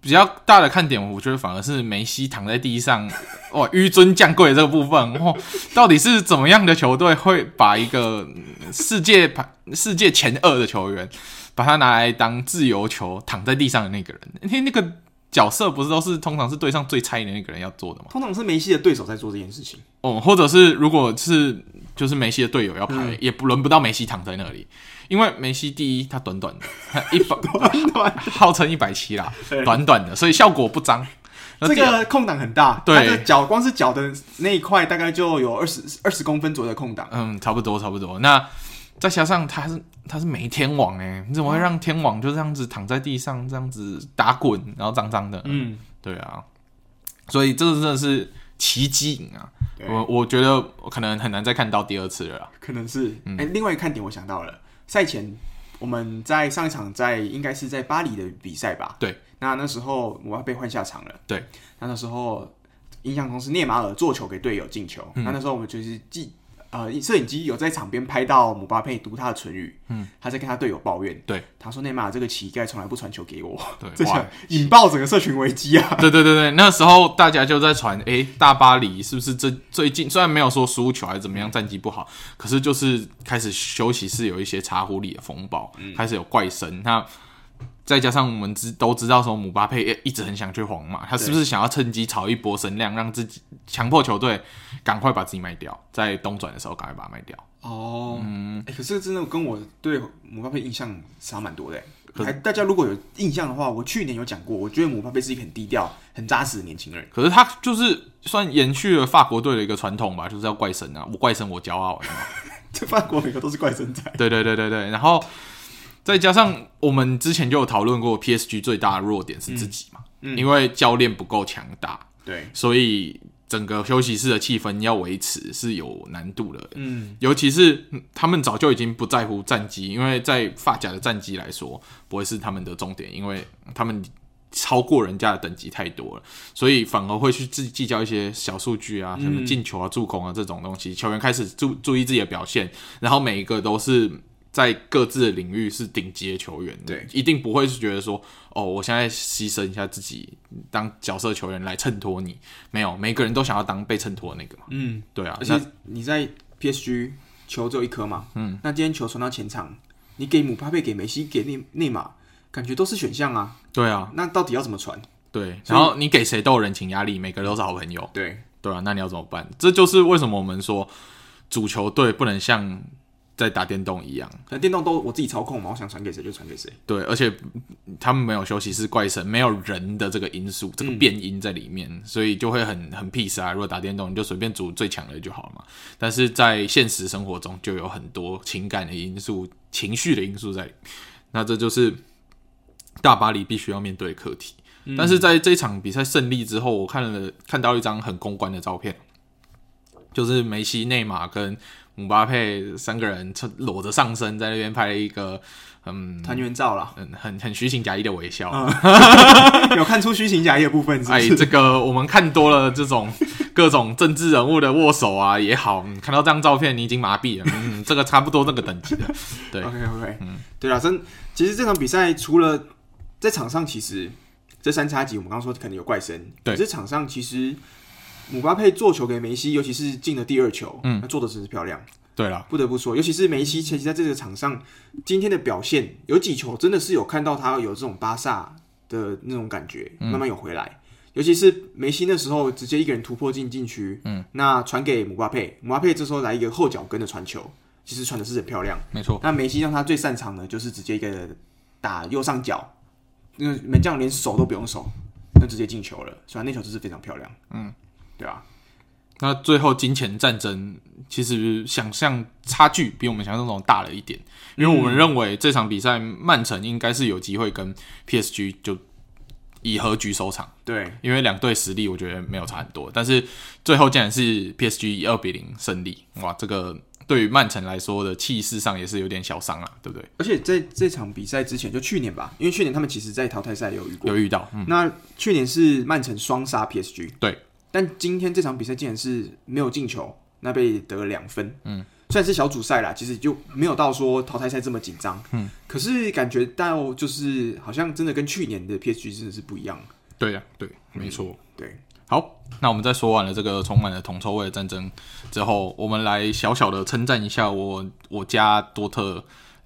S2: 比较大的看点，我觉得反而是梅西躺在地上， 哇，纡尊降贵的这个部分，哇，到底是怎么样的球队会把一个嗯世界排世界前二的球员，把他拿来当自由球躺在地上的那个人？因为那个角色不是都是通常是队上最菜的那个人要做的吗？
S1: 通常是梅西的对手在做这件事情。
S2: 哦，或者是如果是就是梅西的队友要排，
S1: 嗯
S2: 也不轮不到梅西躺在那里，因为梅西第一他短短的， 他一百 号称一百七啦，
S1: 对
S2: 短短的，所以效果不彰。那
S1: 这
S2: 第二
S1: 个空档很大，
S2: 对
S1: 他的脚光是脚的那一块大概就有二十二十公分左右的空档，
S2: 嗯，差不多差不多。那再加上他是他是没天网哎、你怎么会让天网就这样子躺在地上这样子打滚，然后脏脏的？
S1: 嗯，
S2: 对啊，所以这个真的是奇迹影啊！
S1: 对
S2: 我我觉得我可能很难再看到第二次了啦。
S1: 可能是。
S2: 嗯
S1: 哎、另外一个看点我想到了，赛前我们在上一场在应该是在巴黎的比赛吧？
S2: 对。
S1: 那那时候我要被换下场了。
S2: 对。
S1: 那那时候印象中是涅马尔做球给队友进球，
S2: 嗯
S1: 那那时候我们就是记。呃，摄影机有在场边拍到姆巴佩读他的唇语，嗯，他在跟他队友抱怨，
S2: 对，
S1: 他说内马尔这个乞丐从来不传球给我，
S2: 对
S1: 这
S2: 哇
S1: 下引爆整个社群危机啊，
S2: 对对对对，那时候大家就在传，诶，大巴黎是不是这最近虽然没有说输球还是怎么样，战绩不好，可是就是开始休息室有一些茶壶里的风暴，开始有怪声。那再加上我们知都知道说姆巴佩也一直很想去皇马，他是不是想要趁机炒一波声量，让自己强迫球队赶快把自己卖掉，在东转的时候赶快把它卖掉。
S1: 哦，嗯、可是真的跟我对姆巴佩印象差蛮多的欸。还大家如果有印象的话，我去年有讲过，我觉得姆巴佩是一个很低调、很扎实的年轻人。
S2: 可是他就是算延续了法国队的一个传统吧，就是要怪神啊，我怪神我骄傲，有没有
S1: 这法国每个都是怪身材，
S2: 对对对对对，然后再加上我们之前就有讨论过，PSG 最大的弱点是自己嘛，因为教练不够强大，
S1: 对，
S2: 所以整个休息室的气氛要维持是有难度的。
S1: 嗯，
S2: 尤其是嗯他们早就已经不在乎战绩，因为在发甲的战绩来说，不会是他们的重点，因为他们超过人家的等级太多了，所以反而会去计计较一些小数据
S1: 嗯
S2: 啊，什么进球啊、助攻啊这种东西。球员开始注注意自己的表现，然后每一个都是。哦在各自的领域是顶级的球员，
S1: 对，
S2: 一定不会是觉得说，哦，我现在牺牲一下自己当角色球员来衬托你，没有，每个人都想要当被衬托的那个嘛，
S1: 嗯，
S2: 对啊，
S1: 而
S2: 那
S1: 且你在 PSG 球只有一颗嘛，嗯，那今天球传到前场，你给姆巴佩、给梅西、给内内马，感觉都是选项啊。
S2: 对啊，
S1: 那到底要怎么传？
S2: 对，然后你给谁都有人情压力，每个都是好朋友，
S1: 对，
S2: 对啊，那你要怎么办？这就是为什么我们说足球队不能像在打电动一样，
S1: 可能电动都我自己操控嘛，我想传给谁就传给谁。
S2: 对，而且他们没有休息室怪神，没有人的这个因素，这个变因在里面，所以就会很很 peace 啊。如果打电动，你就随便组最强的就好了嘛。但是在现实生活中，就有很多情感的因素、情绪的因素在里面，那这就是大巴黎必须要面对的课题。但是在这场比赛胜利之后，我看了看到一张很公关的照片，就是梅西、内马跟姆巴佩三个人趁裸着上身在那边拍了一个嗯
S1: 团圆照啦，
S2: 很很很虚情假意的微笑。
S1: 有看出虚情假意的部啊分是不
S2: 哎，
S1: 是？
S2: 这个我们看多了这种各种政治人物的握手啊也好，嗯看到这张照片你已经麻痹了， 嗯，这个差不多那个等级的。对
S1: 啊 OK OK，嗯，对啦，真其实这场比赛除了在场上，其实这三叉戟我们刚刚说可能有怪声，
S2: 对
S1: 这场上其实姆巴佩做球给梅西，尤其是进了第二球，嗯，那做的真是漂亮。
S2: 对了，
S1: 不得不说，尤其是梅西，其实在这个场上今天的表现，有几球真的是有看到他有这种巴萨的那种感觉，慢慢有回来。尤其是梅西那时候直接一个人突破进禁区，嗯，那传给姆巴佩，姆巴佩这时候来一个后脚跟的传球，其实传的是很漂亮。
S2: 没错，
S1: 那梅西让他最擅长的就是直接一个打右上角，那门将连手都不用手，那直接进球了。虽然那球真是非常漂亮，嗯，对啊，
S2: 那最后金钱战争其实想象差距比我们想象中大了一点，因为我们认为这场比赛曼城应该是有机会跟 PSG 就以和局收场，
S1: 对，
S2: 因为两队实力我觉得没有差很多，但是最后竟然是 PSG 以二比零胜利，哇，这个对于曼城来说的气势上也是有点小伤啊，对不对？
S1: 而且在这场比赛之前，就去年吧，因为去年他们其实在淘汰赛有遇过。
S2: 有遇到，嗯，
S1: 那去年是曼城双杀 PSG，
S2: 对，
S1: 但今天这场比赛竟然是没有进球，那被得了两分。嗯，虽然是小组赛啦，其实就没有到说淘汰赛这么紧张。嗯，可是感觉到就是好像真的跟去年的 PSG 真的是不一样。
S2: 对呀、对，没错。
S1: 对，
S2: 好，那我们在说完了这个充满了铜臭味的战争之后，我们来小小的称赞一下我我家多特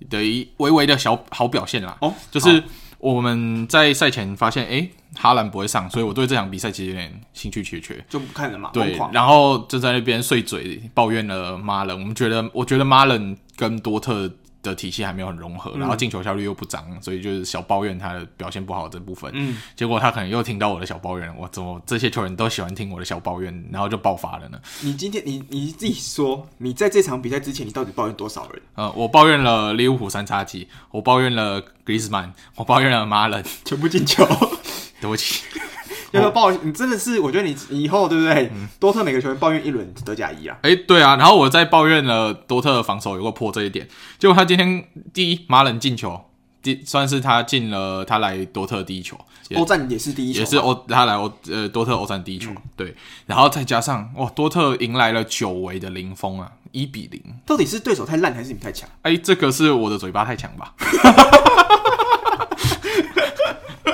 S2: 的一微微的小好表现啦。
S1: 哦
S2: 就是我们在赛前发现，诶，哈兰不会上，所以我对这场比赛其实有点兴趣缺缺。
S1: 就不看了嘛，疯
S2: 对
S1: 狂，。
S2: 然后就在那边碎嘴抱怨了马伦。我们觉得，我觉得马伦跟多特的体系还没有很融合，
S1: 嗯
S2: 然后进球效率又不涨，所以就是小抱怨他的表现不好这部分。嗯，结果他可能又听到我的小抱怨，我怎么这些球员都喜欢听我的小抱怨，然后就爆发了呢？
S1: 你今天你你自己说，你在这场比赛之前，你到底抱怨多少人？
S2: 呃，我抱怨了利物浦三叉戟，我抱怨了 Griezmann，我抱怨了马伦，
S1: 全部进球，
S2: 对不起，
S1: 要不要抱怨？你真的是，我觉得你你以后对不对？多特每个球员抱怨一轮德甲一啊。
S2: 哎、对啊，然后我在抱怨了多特的防守有个破这一点，结果他今天第一马冷进球，第算是他进了他来多特第一球，也
S1: 欧战也是第一球嘛，嗯
S2: 也是欧他来欧呃多特欧战第一球，对，然后再加上哇多特迎来了久违的零封啊，一比零，
S1: 到底是对手太烂还是你们太强？
S2: 哎、这个是我的嘴巴太强吧？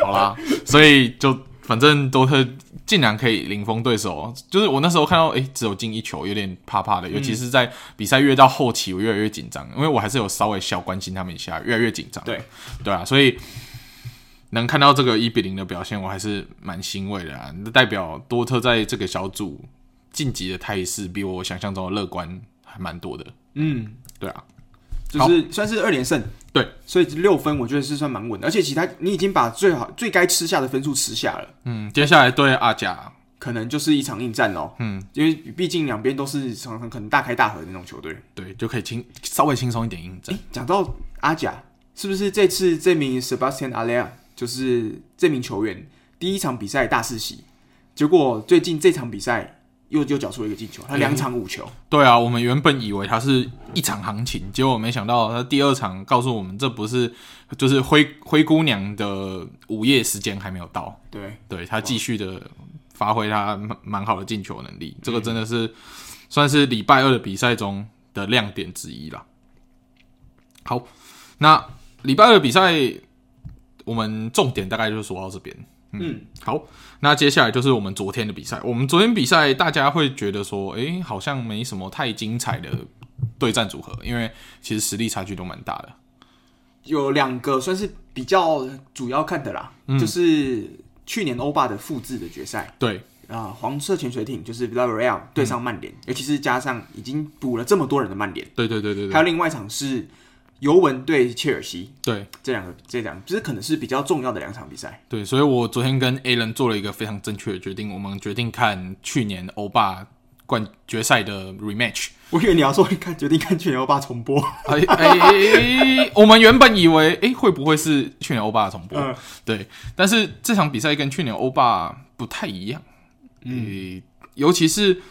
S2: 好啦，所以就反正多特竟然可以零封对手，就是我那时候看到，哎、只有进一球，有点怕怕的。尤其是在比赛越到后期，我越来越紧张，因为我还是有稍微小关心他们一下，越来越紧张。
S1: 对，
S2: 对啊，所以能看到这个一比零的表现，我还是蛮欣慰的啊。代表多特在这个小组晋级的态势，比我想象中的乐观还蛮多的。
S1: 嗯，
S2: 对啊，
S1: 就是算是二连胜，
S2: 对，
S1: 所以六分我觉得是算蛮稳的，而且其他你已经把最好最该吃下的分数吃下了，
S2: 嗯，接下来对阿贾。
S1: 可能就是一场硬战喽。嗯，因为毕竟两边都是常常可能大开大合的那种球队。
S2: 对，就可以轻稍微轻松一点应战。
S1: 诶哎讲到阿贾，是不是这次这名 Sebastian a l e a 就是这名球员第一场比赛大四喜，结果最近这场比赛又又缴出了一个进球，他两场五球，
S2: 对啊，我们原本以为它是一场行情，结果没想到他第二场告诉我们，这不是就是灰灰姑娘的午夜时间还没有到。
S1: 对，
S2: 对他继续的发挥他蛮蛮好的进球能力，这个真的是、算是礼拜二的比赛中的亮点之一啦。好，那礼拜二的比赛我们重点大概就说到这边。
S1: 嗯，
S2: 好，那接下来就是我们昨天的比赛。我们昨天比赛，大家会觉得说，诶、好像没什么太精彩的对战组合，因为其实实力差距都蛮大的。
S1: 有两个算是比较主要看的啦，就是去年欧霸的复制的决赛
S2: 对，
S1: 啊、黄色潜水艇就是 Villarreal 对上曼联，尤其是加上已经补了这么多人的曼联，
S2: 对，对，对，对，
S1: 还
S2: 对，
S1: 有另外一场是尤文对切尔西，
S2: 对，
S1: 这两个这两就是可能是比较重要的两场比赛。
S2: 对，所以我昨天跟 a l a n 做了一个非常正确的决定，我们决定看去年欧霸冠决赛的 rematch。
S1: 我以为你要说你看决定看去年欧霸重 播，
S2: 哎哎哎，我们原本以为，哎、会不会是去年欧霸的重播？
S1: 嗯
S2: 对，但是这场比赛跟去年欧霸不太一样，嗯，尤其是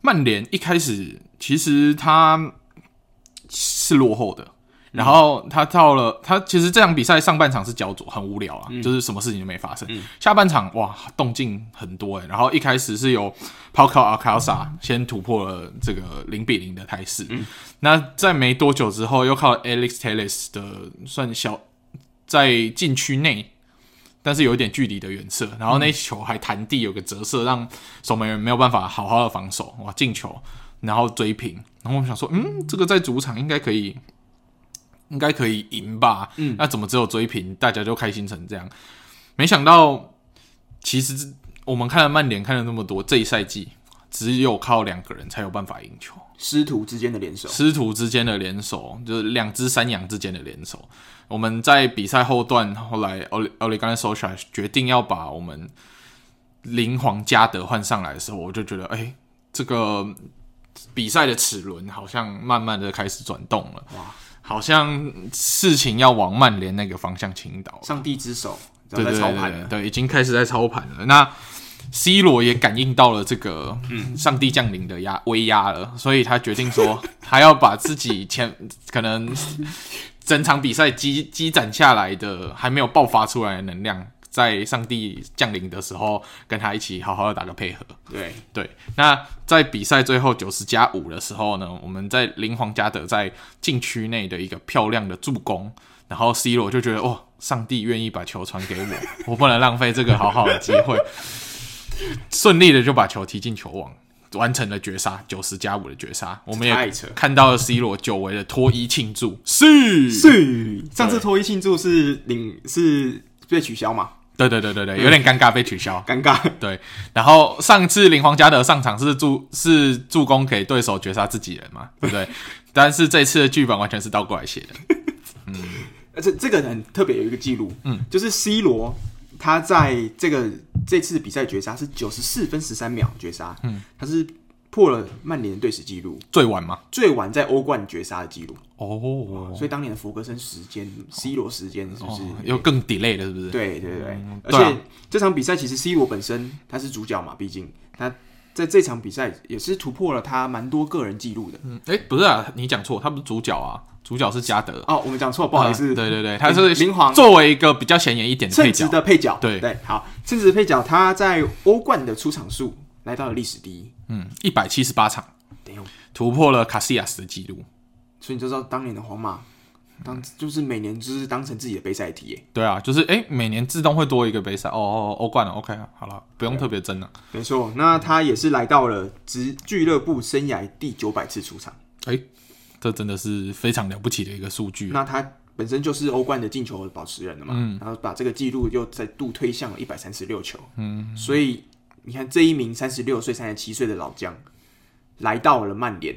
S2: 曼联一开始其实他是落后的，然后他到了他其实这场比赛上半场是焦灼，很无聊啊，就是什么事情都没发生。下半场哇，动静很多哎、然后一开始是由 p a u l a c a s a 先突破了这个零比零的态势，那在没多久之后又靠 Alex Telles 的算小在禁区内但是有一点距离的远射，然后那球还弹地有个折射，让守门员没有办法好好的防守，哇，进球，然后追平，然后我们想说，嗯，这个在主场应该可以，应该可以赢吧，嗯，那怎么只有追平，大家就开心成这样？没想到，其实我们看了曼联看了那么多，这一赛季只有靠两个人才有办法赢球，
S1: 师徒之间的联手，
S2: 师徒之间的联手，就是两只山羊之间的联手。我们在比赛后段，后来奥利奥利甘索尔决定要把我们灵皇加德换上来的时候，我就觉得，哎、这个比赛的齿轮好像慢慢的开始转动了，哇，好像事情要往曼联那个方向倾倒了。
S1: 上帝之手，然
S2: 对
S1: 后在
S2: 对对
S1: 操盘
S2: 对对，已经开始在操盘了。那 C 罗也感应到了这个
S1: 嗯
S2: 上帝降临的压威压了，所以他决 定说，他要把自己前可能整场比赛积积攒下来的还没有爆发出来的能量，在上帝降临的时候，跟他一起好好的打个配合。
S1: 对，
S2: 对，那在比赛最后九十加五的时候呢，我们在林皇加德在禁区内的一个漂亮的助攻，然后 C 罗就觉得哦，上帝愿意把球传给我， 我不能浪费这个好好的机会，顺利的就把球踢进球网，完成了绝杀，九十加五的绝杀，我们
S1: 太
S2: 也
S1: 扯
S2: 看到了 C 罗久违的脱衣庆祝，是
S1: 是上次脱衣庆祝是领是被取消嘛？
S2: 对对对对
S1: 嗯
S2: 对，有点尴尬被取消。
S1: 尴尬，
S2: 对，然后上次林皇加德上场是助是助攻给对手绝杀自己人嘛，对不对？ 但是这次的剧本完全是倒过来写的，
S1: 而且这个很特别有一个记录，嗯，就是 C 罗他在这个这次比赛绝杀是九十四分十三秒绝杀，嗯，他是破了曼联队史纪录，
S2: 最晚嘛。
S1: 最晚在欧冠绝杀的记录，
S2: 哦，
S1: 所以当年的福格森时间，C 罗时间是不是？
S2: 又更 delay 了，是不是？
S1: 对对对，而
S2: 对啊
S1: 且这场比赛其实 C 罗本身他是主角嘛，毕竟他在这场比赛也是突破了他蛮多个人记录的。
S2: 嗯，哎，不是啊，你讲错，他不是主角啊，主角是加德。
S1: 哦，我们讲错，不好意思，
S2: 啊对对对，他是
S1: 林皇
S2: 作为一个比较显眼一点的
S1: 称
S2: 配角啊
S1: 职，的配角，
S2: 对
S1: 对，好，称职的配角，他在欧冠的出场数来到了历史第一，
S2: 嗯，一百七十八场
S1: 等一下，
S2: 突破了卡西亚斯的记录。
S1: 所以你就知道当年的皇马当就是每年就是当成自己的杯赛体耶，
S2: 对啊，就是哎，每年自动会多一个杯赛。哦哦，欧冠了，OK，啊好了，不用特别争了。啊
S1: 没错，那他也是来到了职俱乐部生涯第九百次出场，
S2: 哎，这真的是非常了不起的一个数据啊
S1: 那他。本身就是欧冠的进球保持人了嘛，然后把这个记录又再度推向了一百三十六球，嗯，所以你看这一名三十六岁、三十七岁的老将来到了曼联，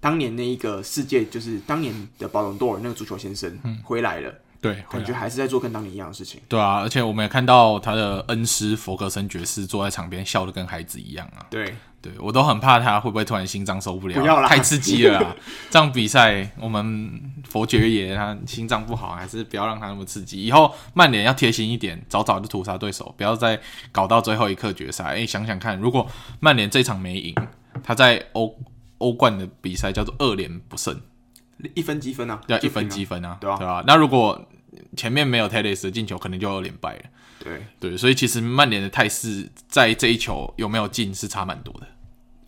S1: 当年那一个世界就是当年的保隆多尔那个足球先生、回来了，
S2: 对，会
S1: 感觉还是在做跟当年一样的事情。
S2: 对啊，而且我们也看到他的恩师弗格森爵士坐在场边笑的跟孩子一样啊。
S1: 对，
S2: 对我都很怕他会不会突然心脏受不了，
S1: 不要啦
S2: 太刺激了 啊。这样比赛，我们佛爵爷他心脏不好，还是不要让他那么刺激。以后曼联要贴心一点，早早就屠杀对手，不要再搞到最后一刻决赛。哎、想想看，如果曼联这场没赢，他在欧欧冠的比赛叫做二连不胜。
S1: 一分积分啊，
S2: 对啊，
S1: 就
S2: 一分积分啊，
S1: 对啊
S2: 那如果前面没有 t e l e s 的进球，可能就二连败了。
S1: 对，
S2: 对，所以其实曼联的态势在这一球有没有进是差蛮多的。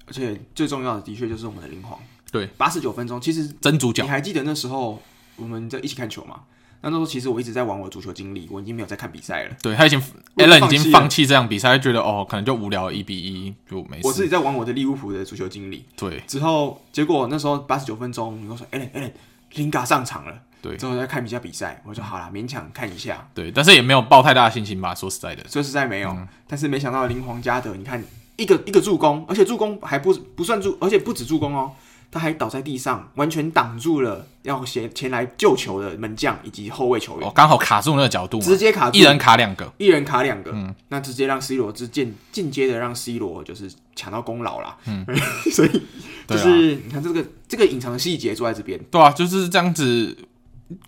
S1: 而且最重要的的确就是我们的林皇，
S2: 对，
S1: 八十九分钟，其实
S2: 真主角
S1: 你还记得那时候我们在一起看球嘛？那那时候其实我一直在玩我的足球经历，我已经没有在看比赛了，
S2: 对他已经
S1: 我
S2: Allen
S1: 放
S2: 已
S1: 弃
S2: 经
S1: 了
S2: 放弃这场比赛，他觉得哦，可能就无聊一比一就没
S1: 我自
S2: 事。
S1: 己在玩我的利物浦的足球经历。
S2: 对
S1: 之后结果那时候八十九分钟，你跟我说 a l a n a l a n 林嘎上场了，
S2: 对
S1: 之后再看一下比赛，我说好啦，勉强看一下，
S2: 对，但是也没有抱太大的信心吧，说实在的。
S1: 说实在没有，
S2: 嗯
S1: 但是没想到林皇加德，你看一个一个助攻，而且助攻还不不算助，而且不止助攻哦，他还倒在地上，完全挡住了要前前来救球的门将以及后卫球员，
S2: 哦，刚好卡住那个角度嘛，
S1: 直接卡住
S2: 一人卡两个。
S1: 一人卡两个，
S2: 嗯
S1: 那直接让 C 罗之间间接的让 C 罗就是抢到功劳啦，嗯， 所以就
S2: 对啊
S1: 是、你看这个这个隐藏的细节坐在这边，
S2: 对啊，就是这样子，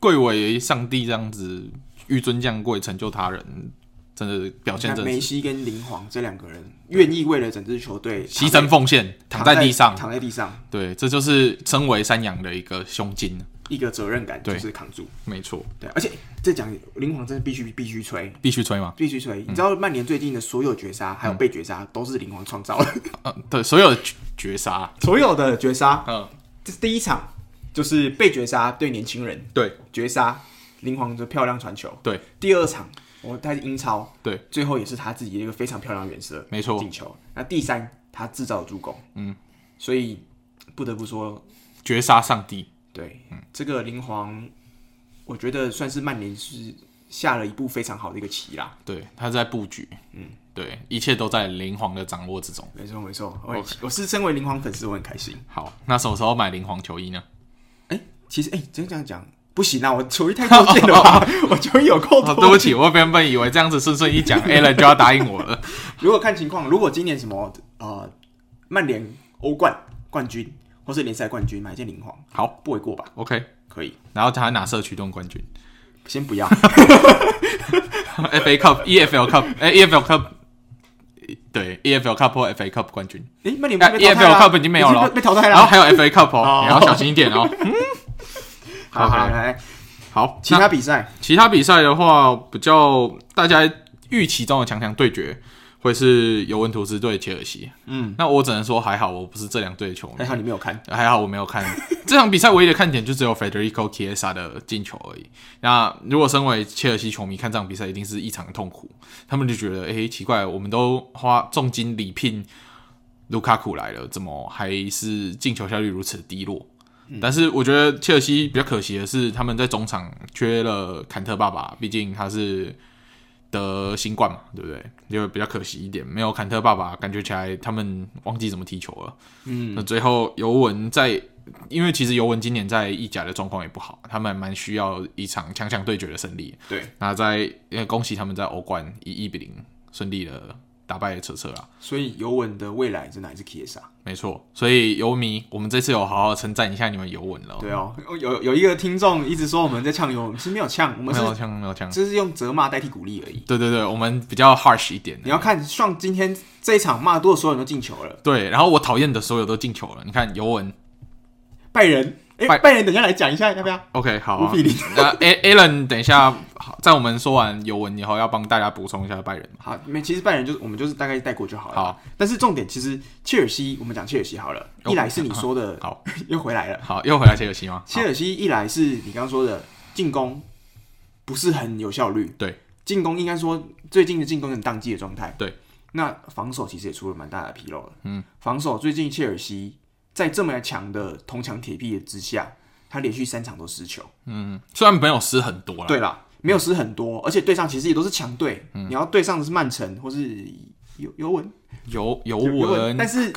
S2: 贵为上帝这样子，纡尊降贵，成就他人，真的表现
S1: 那
S2: 真的
S1: 啊梅
S2: 是
S1: 西跟林皇这两个人愿意为了整支球队
S2: 牺牲奉献，躺在地上。
S1: 躺在地上
S2: 对，这就是身为山羊的一个胸襟，
S1: 一个责任感
S2: 对
S1: 就是扛住。
S2: 没错，
S1: 对，而且这讲林皇真的必须必须吹，
S2: 必须吹嘛。
S1: 必须
S2: 嗯
S1: 吹。你知道曼联最近的所有绝杀还有被绝杀都是林皇创造的，
S2: 呃，对，所有的绝绝杀，
S1: 所有的绝杀，
S2: 嗯，
S1: 这是第一场就是被绝杀对年轻人
S2: 对
S1: 绝杀，林皇的漂亮传球。
S2: 对，
S1: 第二场我他是英超，
S2: 对，
S1: 最后也是他自己的一个非常漂亮的远射
S2: 没错，
S1: 进球。那第三，他制造助攻，嗯，所以不得不说，
S2: 绝杀上帝。
S1: 对、
S2: 嗯
S1: 这个林皇，我觉得算是曼联是下了一步非常好的一个棋啦。
S2: 对，他在布局，嗯，对，一切都在林皇的掌握之中。
S1: 没错没错，我也
S2: 哦
S1: 我是身为林皇粉丝，我很开心。
S2: 好，那什么时候买林皇球衣呢？
S1: 哎、其实哎，真、这样讲不行啊，我球衣太多见了 吧，我球衣有够多、
S2: 哦，对不起，我原本以为这样子顺顺一 讲 a l a n 就要答应我了。
S1: 如果看情况，如果今年什么呃，曼联欧冠冠军或是联赛冠军买一件林皇，
S2: 好
S1: 不为过吧？
S2: ，OK，
S1: 可以，
S2: 然后他拿社区盾冠军
S1: 先不要。
S2: ，FA Cup、EFL Cup，哎、e f l Cup，对，EFL Cup 或 FA Cup 冠军，
S1: 哎、曼联
S2: 哎
S1: 不是被淘汰
S2: ，EFL
S1: 了
S2: Cup 已经没有了
S1: 被被淘汰
S2: 然后
S1: 了。
S2: 还有 FA Cup 哦
S1: 哎哦，
S2: 你要小心一点 哦。
S1: 好好
S2: OK
S1: 来，
S2: 好，
S1: 其他比赛
S2: 其他比赛的话，比较大家预期中的强强对决会是尤文图斯对切尔西。
S1: 嗯，
S2: 那我只能说还好，我不是这两队的球迷
S1: 还，好你没有看，
S2: 还好我没有看 这场比赛。唯一的看点就只有 Federico Chiesa 的进球而已。那如果身为切尔西球迷看这场比赛，一定是异常的痛苦。他们就觉得，诶、奇怪，我们都花重金礼聘卢卡库来了，怎么还是进球效率如此低落？但是我觉得切尔西比较可惜的是，他们在中场缺了坎特爸爸，毕竟他是得新冠嘛，对不对？就比较可惜一点，没有坎特爸爸，感觉起来他们忘记怎么踢球了。嗯，那最后尤文在，因为其实尤文今年在意甲的状况也不好，他们蛮需要一场强强对决的胜利。
S1: 对，
S2: 那在呃恭喜他们在欧冠以一比零顺利的打败了车车啦，
S1: 所以尤文的未来真的还是 k s 啊。
S2: 没错。所以尤迷，我们这次有好好称赞一下你们尤文了哦，
S1: 对哦，有有一个听众一直说我们在呛尤文，其实没有呛，我们
S2: 没
S1: 是
S2: 有嗯枪没有枪，
S1: 就是用责骂代替鼓励而已。
S2: 对对对，我们比较 harsh 一点
S1: 你。要看上今天这一场骂多的所有人都进球了，
S2: 对，然后我讨厌的所有都进球了，你看尤文
S1: 拜仁，哎、
S2: 拜
S1: 拜仁，等一下来讲一下要不要？
S2: ，OK 好、
S1: 五
S2: 啊
S1: 比。零。
S2: 那 A Alan，等一下，好在我们说完尤文以后，要帮大家补充一下拜仁嘛。
S1: 好，没，其实拜仁就是我们就是大概带过就好了。
S2: 好，
S1: 但是重点其实切尔西，我们讲切尔西好了，
S2: 哦
S1: 一来是你说的，
S2: 好
S1: 又回来了。
S2: 好，又回来切尔西吗？
S1: 切尔西一来是你刚刚说的进攻不是很有效率，
S2: 对，
S1: 进攻应该说最近的进攻很宕机的状态，
S2: 对。
S1: 那防守其实也出了蛮大的纰漏了，嗯，防守最近切尔西在这么强的铜墙铁壁之下，他连续三场都失球，
S2: 嗯虽然没有失很多了，
S1: 对啦，没有失很多，而且对上其实也都是强队，
S2: 嗯
S1: 你要对上的是曼城或是尤尤文。
S2: 尤尤
S1: 有有
S2: 文
S1: 问但是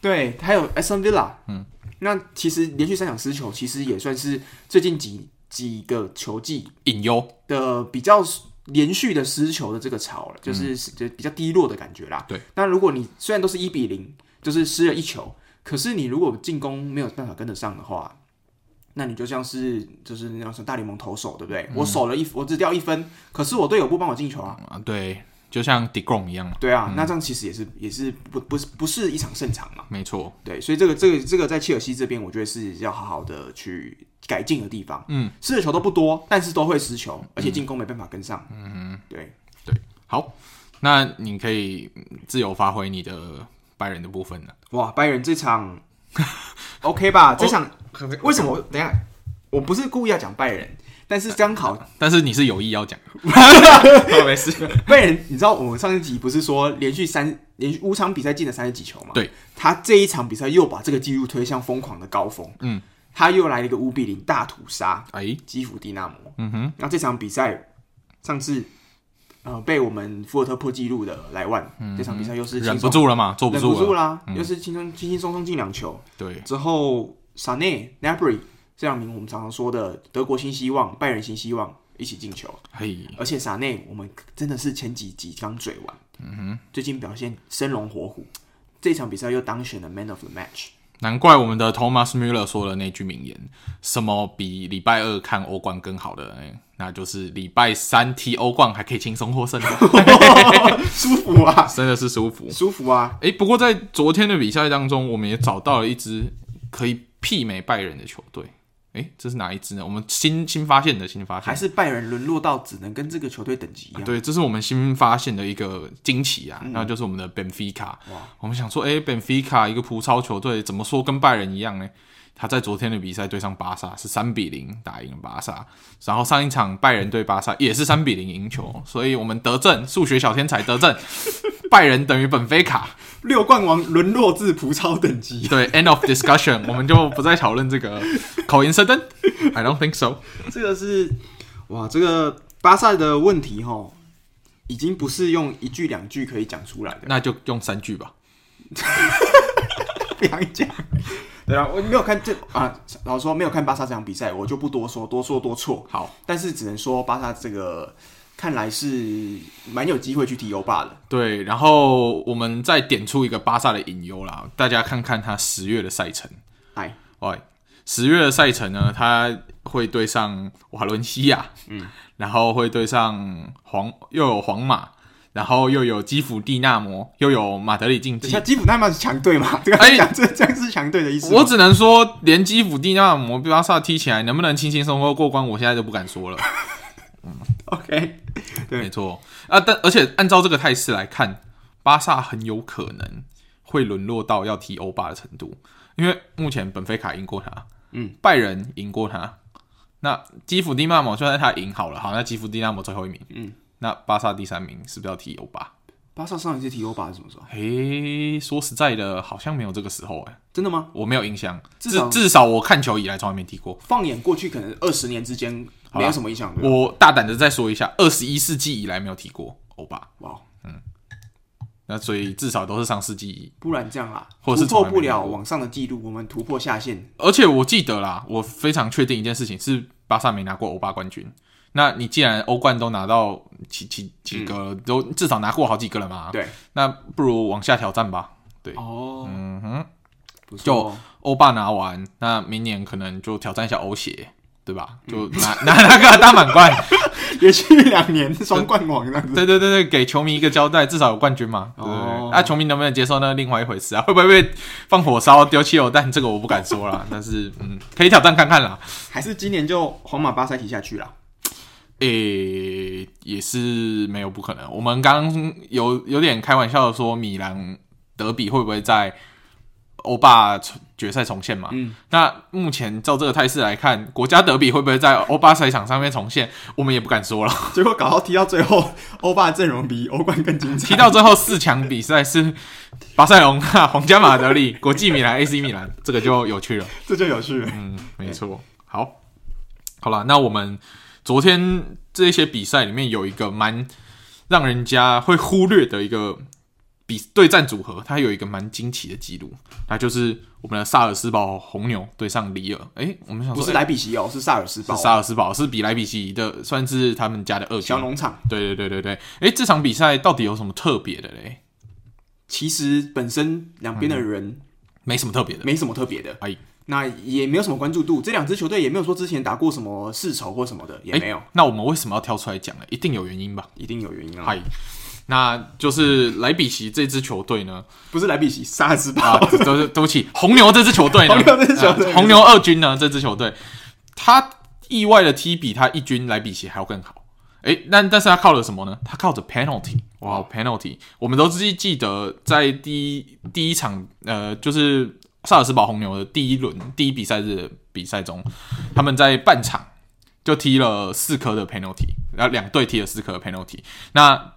S1: 对，还有 s n Villa，嗯，那其实连续三场失球，其实也算是最近几几个球季
S2: 隐忧，
S1: 的比较连续的失球的这个潮了，就是、就比较低落的感觉啦。
S2: 对，
S1: 那如果你虽然都是一比零，就是失了一球，可是你如果进攻没有办法跟得上的话。那你就像是就是那种大联盟投手，对不对？我守了一，我只掉一分，可是我队友不帮我进球啊。
S2: 啊，对，就像 d e g r o m 一样嘛，
S1: 对啊，那这样其实也是也是不不是不是一场胜场嘛。
S2: 没错，
S1: 对，所以这个这个这个在切尔西这边，我觉得是要好好的去改进的地方。嗯，失的球都不多，但是都会失球，而且进攻没办法跟上。嗯对，
S2: 好，那你可以嗯自由发挥你的拜仁的部分啊了。
S1: 哇，拜仁这场 OK 吧？这场、为什么我？等一下，我不是故意要讲拜仁，但是刚好
S2: 但是你是有意 要讲，没事。
S1: 拜仁，你知道我们上一集不是说连续三连续五场比赛进了三十几球吗？
S2: 对，
S1: 他这一场比赛又把这个纪录推向疯狂的高峰。
S2: 嗯，
S1: 他又来了一个五比零大屠杀。
S2: 哎，
S1: 基辅蒂纳摩。
S2: 嗯哼，
S1: 那这场比赛上次呃被我们福尔特破纪录的莱万，这场比赛又是轻
S2: 嗯忍不
S1: 松
S2: 住了嗯嘛，坐
S1: 忍
S2: 住
S1: 不
S2: 了。
S1: 住啦，又是轻松轻轻松松进两球。
S2: 对，
S1: 之后萨内、Napoli 这两名我们常常说的德国新希望、拜仁新希望一起进球，
S2: 嘿，
S1: 而且萨内我们真的是前几集刚嘴完，嗯哼，最近表现生龙活虎。这场比赛又当选了 Man of the Match，
S2: 难怪我们的 Thomas Müller 说了那句名言：什么比礼拜二看欧冠更好的？哎那就是礼拜三踢欧冠还可以轻 松获胜，
S1: 舒服啊，
S2: 真的是舒服。
S1: 舒服啊！
S2: 哎，不过在昨天的比赛当中，我们也找到了一支可以媲美拜仁的球队。哎，这是哪一支呢？我们新新发现的，新发现的
S1: 还是拜仁沦落到只能跟这个球队等级一样。嗯
S2: 对，这是我们新发现的一个惊奇啊，那就是我们的 Benfica。我们想说，哎、b e n f i c a 一个葡超球队，怎么说跟拜仁一样呢？他在昨天的比赛对上巴萨是三比零打赢了巴萨，然后上一场拜仁对巴萨也是三比零赢球，所以我们德政数学小天才德政，拜仁等于本菲卡，
S1: 六冠王沦落至葡超等级。
S2: 对，end of discussion，我 们就不再讨论 这个 coincident，I don't think so。
S1: 这个是哇，这个巴萨的问题哈，已经不是用一句两句可以讲出来的。
S2: 那就用三句吧。
S1: 不想讲。对啊，我没有看这啊，老实说没有看巴萨这场比赛，我就不多说，多说多错。
S2: 好，
S1: 但是只能说巴萨这个看来是蛮有机会去踢欧霸的。
S2: 对，然后我们再点出一个巴萨的隐忧啦，大家看看他十月的赛程。
S1: 哎，
S2: 哇，十月的赛程呢，他会对上瓦伦西亚，嗯，然后会对上皇，又有皇马，然后又有基辅蒂纳摩，又有马德里竞
S1: 等
S2: 技
S1: 一下。基辅那么是强队嘛？ 这个
S2: 哎
S1: 讲这这样是强队的意思吗。
S2: 我只能说，连基辅蒂纳摩被巴萨踢起来，能不能轻轻松松过关，我现在都不敢说了。
S1: OK，对
S2: 没错啊，但而且按照这个态势来看，巴萨很有可能会沦落到要踢欧霸的程度，因为目前本菲卡赢过他，
S1: 嗯，
S2: 拜仁赢过他，那基辅蒂纳姆就算他赢好了，好，那基辅蒂纳姆最后一名，
S1: 嗯，
S2: 那巴萨第三名是不是要踢欧霸？
S1: 巴萨上一次踢欧霸是什么时候？
S2: 诶，说实在的，好像没有这个时候诶、
S1: 真的吗？
S2: 我没有印象，
S1: 至
S2: 至
S1: 少
S2: 至少我看球以来从来没踢过。
S1: 放眼过去，可能二十年之间
S2: 好
S1: 没
S2: 啦
S1: 有什么影响。对吧啊
S2: 我大胆的再说一下，二十一世纪以来没有踢过欧霸，
S1: 哇，
S2: 那所以至少都是上世纪
S1: 不然这样啦，
S2: 或
S1: 突
S2: 者是
S1: 破
S2: 从来没
S1: 不了
S2: 赢过
S1: 往上的记录，我们突破下限。
S2: 而且我记得啦，我非常确定一件事情是巴萨没拿过欧霸冠军。那你既然欧冠都拿到几几几个，都至少拿过好几个了嘛？
S1: 嗯对，
S2: 那不如往下挑战吧。对
S1: 哦，嗯
S2: 哼，
S1: 不错
S2: 就
S1: 哦。
S2: 欧霸拿完，那明年可能就挑战一下欧协，对吧？
S1: 嗯
S2: 就拿、 拿拿个大满贯。
S1: 连续两年双冠王这样子。
S2: 对对对对，给球迷一个交代，至少有冠军嘛。对不对？
S1: 哦
S2: 啊，球迷能不能接受那另外一回事啊？会不会被放火烧、丢汽油弹？这个我不敢说啦，但是嗯，可以挑战看看啦。
S1: 还是今年就皇马、巴塞踢下去啦。
S2: 诶、也是没有不可能。我们刚刚有有点开玩笑的说，米兰德比会不会在欧霸决赛重现嘛？
S1: 嗯，
S2: 那目前照这个态势来看，国家德比会不会在欧霸赛场上面重现，我们也不敢说了。
S1: 结果搞到踢到最后， 欧霸阵容比欧冠更精彩。
S2: 提到最后四强比赛是巴塞隆纳、皇家马德里、国际米兰、AC 米兰，这个就有趣了。
S1: 这就有趣了。
S2: 嗯，没错。好，好了，那我们昨天这些比赛里面有一个蛮让人家会忽略的一个比对战组合，它有一个蛮惊奇的记录，那就是我们的萨尔斯堡红牛对上里尔。诶，我们想
S1: 不
S2: 说
S1: 是
S2: 诶
S1: 莱比锡哦，是萨尔斯堡
S2: 是萨尔斯堡，是比莱比锡的，算是他们家的二
S1: 小
S2: 强。
S1: 农场。
S2: 对对对对对，诶，这场比赛到底有什么特别的嘞？
S1: 其实本身两边的人
S2: 没什么特别的，
S1: 没什么特别的，
S2: 嗯哎
S1: 那也没有什么关注度。这两支球队也没有说之前打过什么世仇或什么的，也
S2: 诶
S1: 没有，
S2: 那我们为什么要挑出来讲呢？一定有原因吧？
S1: 一定有原因啊。
S2: 嗨，那就是莱比锡这支球队呢，
S1: 不是莱比锡，萨尔斯
S2: 啊，
S1: 堡。
S2: 对对对不起，红牛这支球队呢，
S1: 红牛这支球队
S2: 啊红牛二军呢这支球队，他意外的踢比他一军莱比锡还要更好。诶，那但是他靠了什么呢？他靠着 penalty，哇，penalty，我们都记记得在第一第一场，呃，就是萨尔斯堡红牛的第一轮第一比赛日的比赛中，他们在半场就踢了四颗的 penalty，然后两队踢了四颗的 penalty，那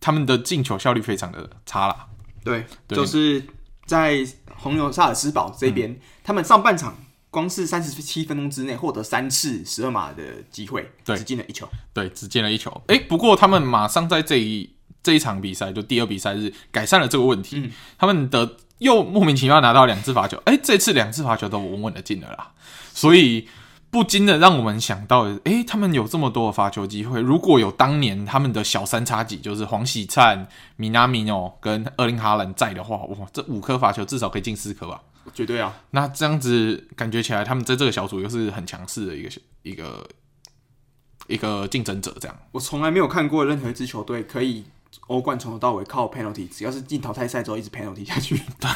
S2: 他们的进球效率非常的差啦，
S1: 对，
S2: 对
S1: 就是在红牛萨尔斯堡这边，他们上半场光是三十七分钟之内获得三次十二码的机会，
S2: 对
S1: 只进了一球。
S2: 对，只进了一球。诶，不过他们马上在这一这一场比赛，就第二比赛日改善了这个问题，他们的又莫名其妙拿到两次罚球。诶，这次两次罚球都稳稳的进了啦，所以。不禁的让我们想到，诶，他们有这么多的罚球机会。如果有当年他们的小三叉戟，就是黄喜灿、米纳米诺跟厄林哈兰在的话，哇，这五颗罚球至少可以进四颗吧？
S1: 绝对啊，
S2: 那这样子感觉起来，他们在这个小组又是很强势的一个一个一个竞争者，这样。
S1: 我从来没有看过任何一支球队可以欧冠从头到尾靠 penalty，只要是进淘汰赛之后一直 penalty 下去，
S2: 对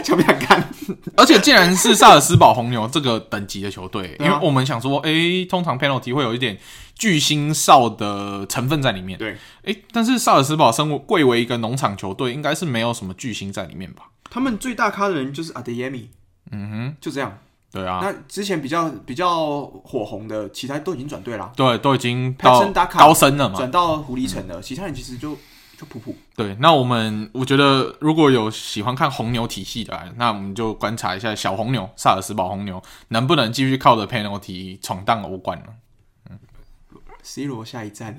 S1: 想不想看？
S2: 而且竟然是萨尔斯堡红牛这个等级的球队，
S1: 对
S2: 因
S1: 啊
S2: 为我们想说，诶，通常 penalty 会有一点巨星少的成分在里面，
S1: 对
S2: 诶，但是萨尔斯堡身为贵为一个农场球队，应该是没有什么巨星在里面吧？
S1: 他们最大咖的人就是阿德耶米，嗯哼，就这样，
S2: 对啊，
S1: 那之前比较比较火红的，其他都已经转队啦，
S2: 对，都已经
S1: 派
S2: 到
S1: 森打卡
S2: 高升了嘛。
S1: 转到狐狸城了，其他人其实就就普普。
S2: 对，那我们我觉得如果有喜欢看红牛体系的啊，那我们就观察一下小红牛萨尔斯堡红牛能不能继续靠着 penalty 闯荡欧冠 了。
S1: C 罗下一站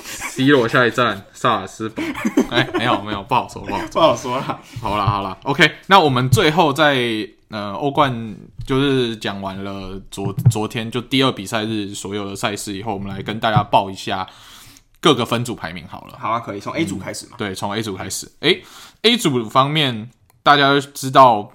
S2: C 罗下一站萨尔斯堡，哎、没有没有，不好说不好 说。
S1: 不好说啦，
S2: 好啦好啦 o、k 那我们最后在呃欧冠就是讲完了昨昨天就第二比赛日所有的赛事以后，我们来跟大家报一下各个分组排名好了。
S1: 好啊，可以从
S2: 嗯
S1: A 组开始嘛。
S2: 对，从 A 组开始。诶 a 组方面，大家都知道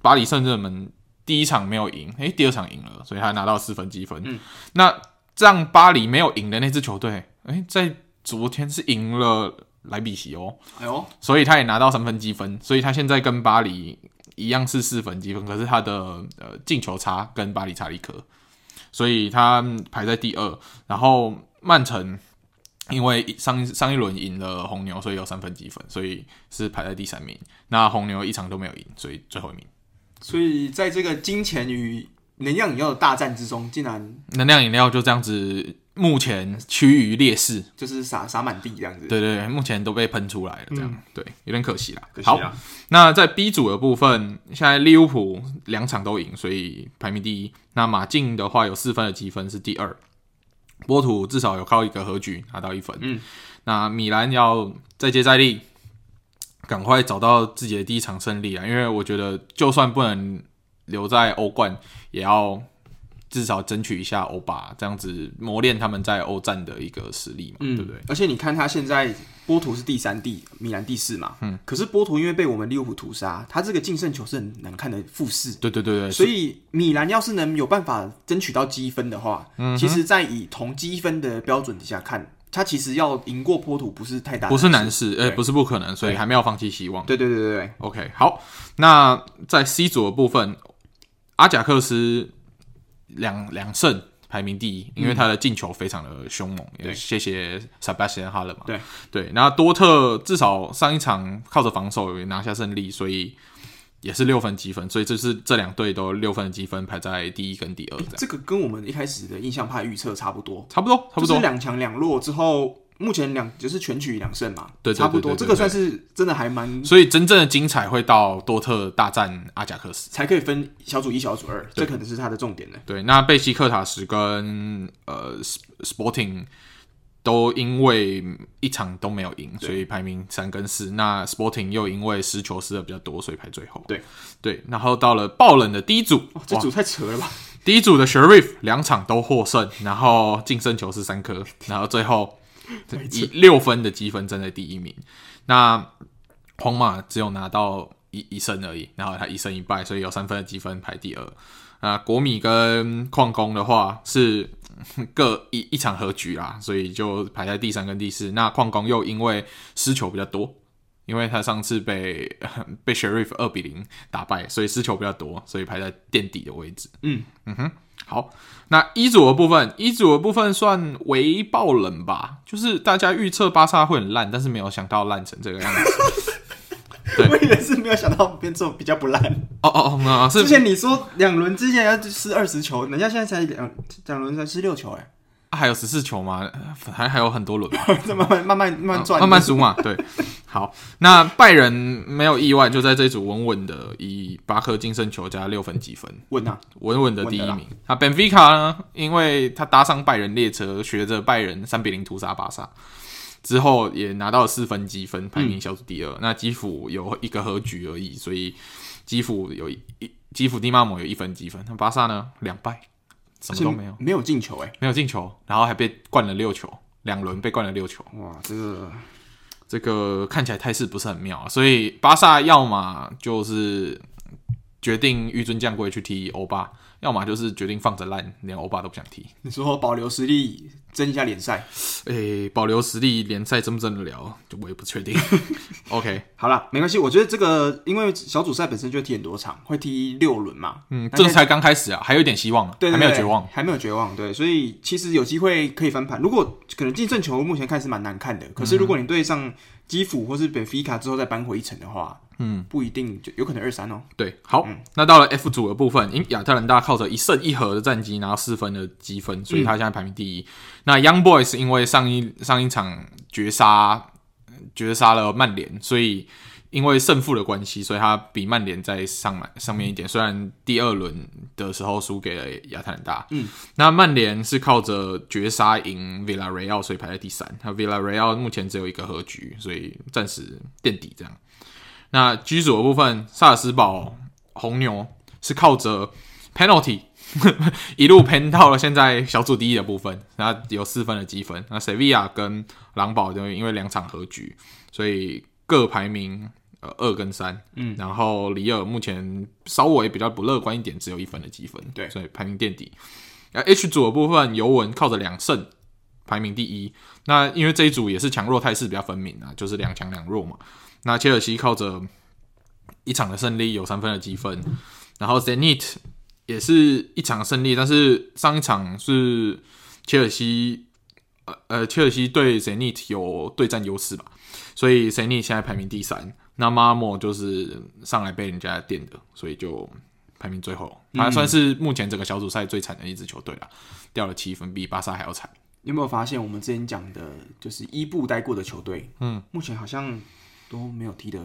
S2: 巴黎圣日耳门第一场没有赢，诶，第二场赢了，所以他拿到四分积分。
S1: 嗯
S2: 那让巴黎没有赢的那支球队，诶，在昨天是赢了莱比锡哦，
S1: 哎呦，
S2: 所以他也拿到三分积分，所以他现在跟巴黎一样是四分积分，可是他的呃进球差跟巴黎差了一颗，所以他排在第二。然后曼城因为上上一轮赢了红牛，所以有三分积分，所以是排在第三名。那红牛一场都没有赢，所以最后一名。
S1: 所以在这个金钱与能量饮料的大战之中，竟然
S2: 能量饮料就这样子，目前趋于劣势。
S1: 就是撒撒满地这样子。
S2: 对对对，目前都被喷出来了，这样、对，有点可惜啦。
S1: 嗯可惜
S2: 好
S1: 啊，
S2: 那在 B 组的部分，现在利物浦两场都赢，所以排名第一。那马竞的话有四分的积分是第二，波图至少有靠一个和局拿到一分。
S1: 嗯，
S2: 那米兰要再接再厉，赶快找到自己的第一场胜利啊！因为我觉得就算不能留在欧冠，也要。至少争取一下欧霸，这样子磨练他们在欧战的一个实力嘛，
S1: 嗯，
S2: 对不对？？
S1: 而且你看他现在波图是第三第，米兰第四嘛。嗯。可是波图因为被我们利物浦屠杀，他这个净胜球是很难看的复式。
S2: 对对对对，
S1: 所以米兰要是能有办法争取到积分的话，嗯、其实，在以同积分的标准底下看，他其实要赢过波图不是太大，
S2: 不是难。事，呃，
S1: 对
S2: 不是不可能，所以还没有放弃希望。
S1: 对对对对对，
S2: OK，好，那在 C 组的部分，阿贾克斯两两胜排名第一，因为他的进球非常的凶猛，也
S1: 嗯对
S2: 谢谢 Sebastian h a l l 嘛。
S1: 对
S2: 对，那多特至少上一场靠着防守也拿下胜利，所以也是六分积分，所以这是这两队都六分的积分排在第一跟第二这样，
S1: 这个跟我们一开始的印象派预测差不多，
S2: 差不多，差不
S1: 就是
S2: 多。
S1: 两强两弱之后，目前两就是全取两胜嘛，
S2: 对对对
S1: 差不多，
S2: 对对
S1: 这个算是真的还蛮
S2: 所以真正的精彩会到多特大战阿贾克斯。
S1: 才可以分小组一、小组二，这可能是他的重点呢。
S2: 对，那贝西克塔什跟呃，Sp- Sporting 都因为一场都没有赢，所以排名三跟四。那 Sporting 又因为失球失的比较多，所以排最后。
S1: 对
S2: 对，然后到了爆冷的第一组，
S1: 哇，这
S2: 哇
S1: 组太扯了吧！
S2: 第一组的 Sheriff 两场都获胜，然后净胜球是三颗，然后最后以六分的积分站在第一名。那皇马只有拿到一一胜而已，然后他一胜一败，所以有三分的积分排第二。那国米跟矿工的话是嗯各一一场和局啦，所以就排在第三跟第四。那矿工又因为失球比较多，因为他上次被被 Sheriff 二比零打败，所以失球比较多，所以排在垫底的位置。
S1: 嗯
S2: 嗯哼，好，那一组的部分，一组的部分算微爆冷吧，就是大家预测巴萨会很烂，但是没有想到烂成这个样子。对
S1: 我也是没有想到变这种比较不烂。
S2: 哦哦哦，那
S1: 之
S2: 是
S1: 前你说两轮之前要失二十球，人家现在才两两轮才失六球，哎，
S2: 啊还有十四球吗？呃还还有很多轮吧。
S1: 这慢慢慢慢慢慢赚，
S2: 哦慢慢输嘛。对，好，那拜仁没有意外，就在这一组稳稳的以八颗净胜球加六分积分，
S1: 稳啊！
S2: 稳稳的第一
S1: 稳的
S2: 名。那 Benfica 呢，因为他搭上拜仁列车，学着拜仁三比零屠杀巴萨。之后也拿到了四分积分，排名小组第二。
S1: 嗯
S2: 那基辅有一个和局而已，所以基辅有一一基辅蒂马姆有一分积分。那巴萨呢，两败，
S1: 而
S2: 什么
S1: 且
S2: 都没有，
S1: 没有进球，哎，
S2: 没有进球，然后还被灌了六球，两轮被灌了六球。
S1: 哇，这个
S2: 这个看起来态势不是很妙、啊，所以巴萨要么就是决定纡尊降贵去踢欧巴，要么就是决定放着烂，连欧巴都不想踢。
S1: 你说保留实力争一下联赛，
S2: 诶、保留实力，联赛争不争得了，就我也不确 定。OK，
S1: 好啦，没关系，我觉得这个因为小组赛本身就会踢很多场，会踢六轮嘛，
S2: 嗯，
S1: 那
S2: 这才刚开始啊，还有一点希望啊，
S1: 对对
S2: 还没有绝望
S1: 对。还没有绝望，对，所以其实有机会可以翻盘。如果可能进正嗯球，目前看是蛮难看的，可是如果你对上基辅或是本菲卡之后再扳回一城的话，嗯，不一定就有可能二三哦。
S2: 对，好，那到了 F 组的部分，因亚特兰大靠着一胜一和的战绩拿到四分的积分，所以他现在排名第一。那 Young Boys 因为上一上一场绝杀绝杀了曼联，所以因为胜负的关系，所以他比曼联在上满上面一点。虽然第二轮的时候输给了亚特兰大，嗯，那曼联是靠着绝杀赢 Villarreal，所以排在第三。那 Villarreal 目前只有一个和局，所以暂时垫底这样。那 G 组的部分，萨尔斯堡红牛是靠着 penalty 一路 pen 到了现在小组第一的部分，那有四分的积分。那 Sevilla 跟狼堡就因为两场和局，所以各排名呃二跟三。嗯，然后里尔目前稍微比较不乐观一点，只有一分的积分，
S1: 对
S2: 所以排名垫底。那 H 组的部分，尤文靠着两胜排名第一。那因为这一组也是强弱态势比较分明啊，就是两强两弱嘛。那切尔西靠着一场的胜利有三分的积分，然后 Zenit 也是一场胜利，但是上一场是切尔西，呃呃，切尔西对 Zenit 有对战优势吧，所以 Zenit 现在排名第三，那 Marmo 就是上来被人家垫的，所以就排名最后，他算是目前整个小组赛最惨的一支球队了，掉了七分，比巴萨还要惨。
S1: 你有没有发现我们之前讲的，就是伊布待过的球队，嗯，目前好像都没有踢得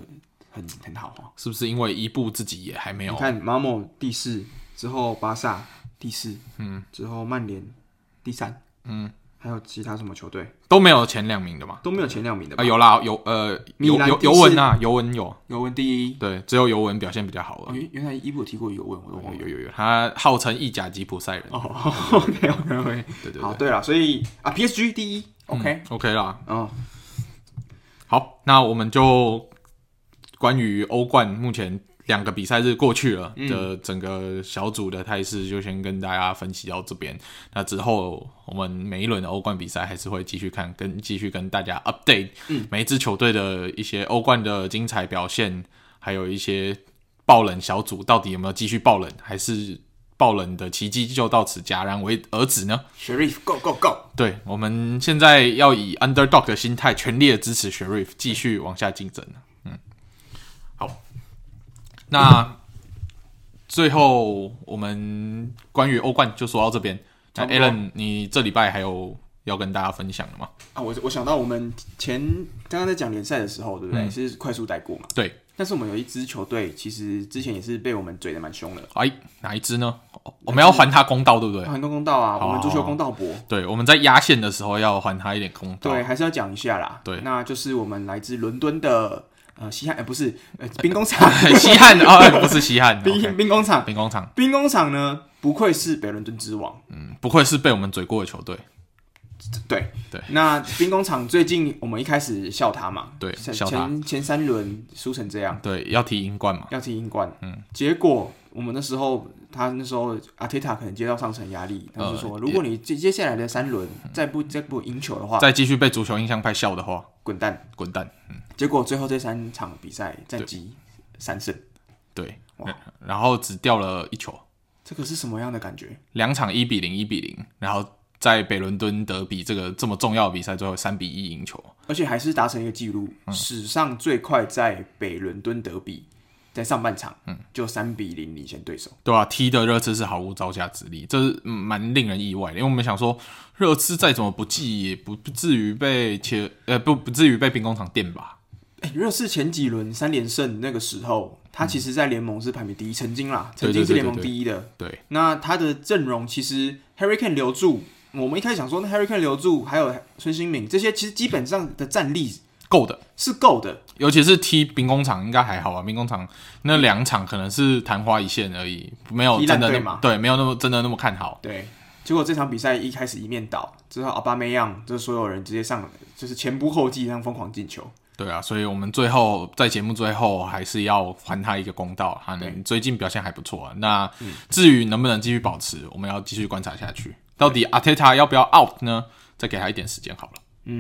S1: 很很好哦。
S2: 是不是因为伊布自己也还没有
S1: 你看马某第四，之后巴萨第四，嗯，之后曼联第三，嗯，还有其他什么球队
S2: 都没有前两名的嘛？
S1: 都没有前两名的吧
S2: 啊，？有啦，有呃，
S1: 米
S2: 尤
S1: 兰
S2: 尤
S1: 第
S2: 尤
S1: 四
S2: 文啊，尤文有，
S1: 尤文第一，
S2: 对，只有尤文表现比较好
S1: 哦，
S2: 而已。
S1: 原原来伊布有踢过尤文，我都忘了。
S2: 有有有，他号称意甲吉普赛人。
S1: 哦 ，OK OK OK，
S2: 对嗯对
S1: 好，对了，所以啊，PSG 第一，OK，
S2: ，OK 啦。
S1: 哦，
S2: 好，那我们就关于欧冠目前两个比赛日过去了的整个小组的态势，就先跟大家分析到这边。那之后我们每一轮的欧冠比赛还是会继续看，跟继续跟大家 update 每一支球队的一些欧冠的精彩表现，还有一些爆冷小组到底有没有继续爆冷，还是爆冷的奇迹就到此戛然为而止呢？
S1: Sharif Go Go Go，
S2: 对，我们现在要以 underdog 的心态，全力的支持 Sharif 继续往下竞争。嗯，好，那最后我们关于欧冠就说到这边。那
S1: 差不多
S2: Alan，你这礼拜还有要跟大家分享的吗？
S1: 啊，我我想到我们前刚刚在讲联赛的时候，对不对？是快速带过嘛？
S2: 嗯对，
S1: 但是我们有一支球队，其实之前也是被我们嘴的蛮凶的，
S2: 哎，哪一支呢？哦我们要还他公道，对不对？
S1: 环工公道啊，我们足球公道博，
S2: 对，我们在压线的时候要还他一点公道。
S1: 对，还是要讲一下啦。
S2: 对
S1: 那就是我们来自伦敦的呃西汉，呃不是 呃兵工厂，
S2: 西汉哦，哎不是西汉，
S1: 兵
S2: OK，
S1: 兵工厂，
S2: 兵工厂，
S1: 兵工厂呢不愧是北伦敦之王。
S2: 嗯不愧是被我们嘴过的球队。
S1: 对
S2: 对
S1: 那兵工厂最近我们一开始笑他嘛，
S2: 对
S1: 前
S2: 笑他
S1: 前前三轮输成这样，
S2: 对，要踢英冠嘛。
S1: 要踢英冠，嗯，结果我们那时候他那时候阿铁塔可能接到上层压力，他就说，
S2: 呃嗯
S1: 如果你接接下来的三轮再不再不赢球的话，
S2: 再继续被足球印象派笑的话，
S1: 滚蛋。
S2: 滚蛋！
S1: 结果最后这三场比赛战绩三胜，
S2: 对
S1: 哇，
S2: 然后只掉了一球，
S1: 这个是什么样的感觉？
S2: 两场一比零，一比零，然后在北伦敦德比这个这么重要的比赛，最后三比一赢球。
S1: 而且还是达成一个记录，
S2: 嗯
S1: 史上最快在北伦敦德比在上半场
S2: 嗯
S1: 就三比零领先对手。
S2: 对啊，踢的热刺是毫无招架之力，这是嗯蛮令人意外的。因为我们想说，热刺再怎么不济，也不不至于被切呃不不至于被兵工厂垫吧？
S1: 哎，热刺前几轮三连胜那个时候，他其实在联盟是排名第一，曾经啦，
S2: 嗯对
S1: 曾
S2: 对
S1: 经是
S2: 对
S1: 联
S2: 对
S1: 盟
S2: 对
S1: 第一的。
S2: 对
S1: 那他的阵容其实 Harry Kane 留住，我们一开始想说那 Harry Kane 留住，还有孙兴敏这些，其实基本上的战力
S2: 够的，
S1: 是够的。
S2: 尤其是踢兵工厂应该还好吧？兵工厂那两场可能是昙花一现而已，没有
S1: 踢
S2: 真
S1: 烂
S2: 的那
S1: 队嘛
S2: 对，没有那么真的那么看好。
S1: 对，结果这场比赛一开始一面倒，之后奥巴梅扬就是所有人直接上，就是前仆后继这样疯狂进球。
S2: 对啊，所以我们最后在节目最后还是要还他一个公道，他能最近表现还不错、啊。那
S1: 嗯
S2: 至于能不能继续保持，我们要继续观察下去。到底阿泰塔要不要 out 呢？再给他一点时间好了。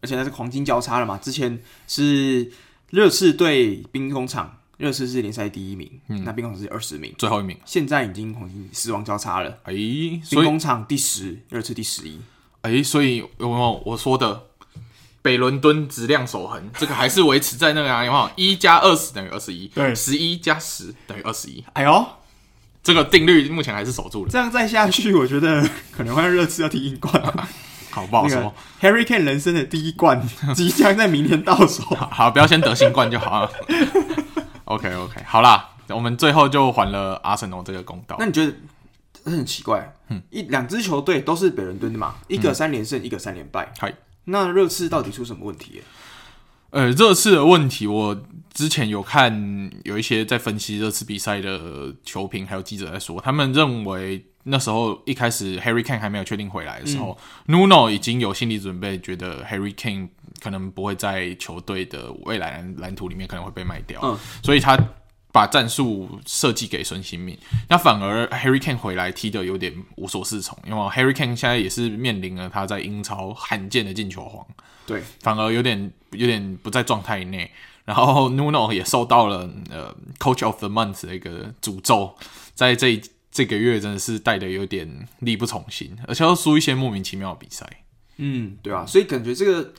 S1: 而且那是黄金交叉了嘛，之前是热刺对兵工厂，热刺是联赛第一名，
S2: 嗯
S1: 那兵工厂是二十名，
S2: 最后一名，
S1: 现在已经黄金死亡交叉了。
S2: 诶、
S1: 兵
S2: 所以哎
S1: 工厂第十，热刺第十一，
S2: 诶、所以有没有我说的北伦敦质量守恒，这个还是维持在那个啊，有没有？一加二十等于二十一，
S1: 对
S2: 十一加十等于二十一，
S1: 哎呦，
S2: 这个定律目前还是守住了，
S1: 这样再下去，我觉得 可能会让热刺要踢英 冠。
S2: 好不好
S1: 那
S2: 说？
S1: 个 Harry Kane 人生的第一 冠即将在明年到手。
S2: 好好，不要先得新冠就好了。OK OK，好啦，我们最后就还了阿森纳这个公道
S1: 那。你觉得这很奇怪？一两支球队都是北伦敦的嘛，一个三连胜，一个三连败。
S2: 嗨，
S1: 那热刺到底出什么问题？
S2: 呃，热刺的问题，我之前有看有一些在分析热刺比赛的球评，还有记者在说，他们认为那时候一开始 Harry Kane 还没有确定回来的时候、n u n o 已经有心理准备，觉得 Harry Kane 可能不会在球队的未来蓝蓝图里面可能会被卖掉，
S1: 嗯
S2: 所以他。把战术设计给孙兴慜，那反而 Harry Kane 回来踢的有点无所适从，因为 Harry Kane 现在也是面临了他在英超罕见的进球荒，
S1: 对，
S2: 反而有点有点不在状态内。然后 Nuno 也受到了呃 Coach of the Month 的一个诅咒，在这一这个月真的是带的有点力不从心，而且要输一些莫名其妙的比赛。
S1: 嗯，对啊，所以感觉这个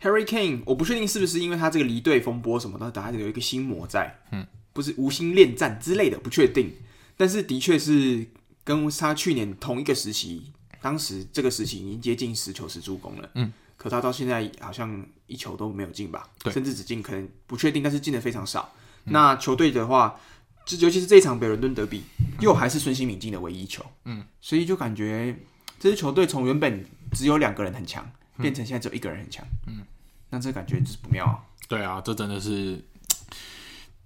S1: Harry Kane，我不确定是不是因为他这个离队风波什么的，打有一个心魔在，嗯，不是无心恋战之类的，不确定。但是的确是跟他去年同一个时期，当时这个时期已经接近十球十助攻了，嗯，可他到现在好像一球都没有进吧，
S2: 对
S1: 甚至只进可能不确定，但是进的非常少。那球队的话，就尤其是这一场北伦敦德比，又还是孙兴敏进的唯一球，嗯，所以就感觉这支球队从原本只有两个人很强，变成现在只有一个人很强，嗯，那这感觉就是不妙、啊。
S2: 对啊，这真的是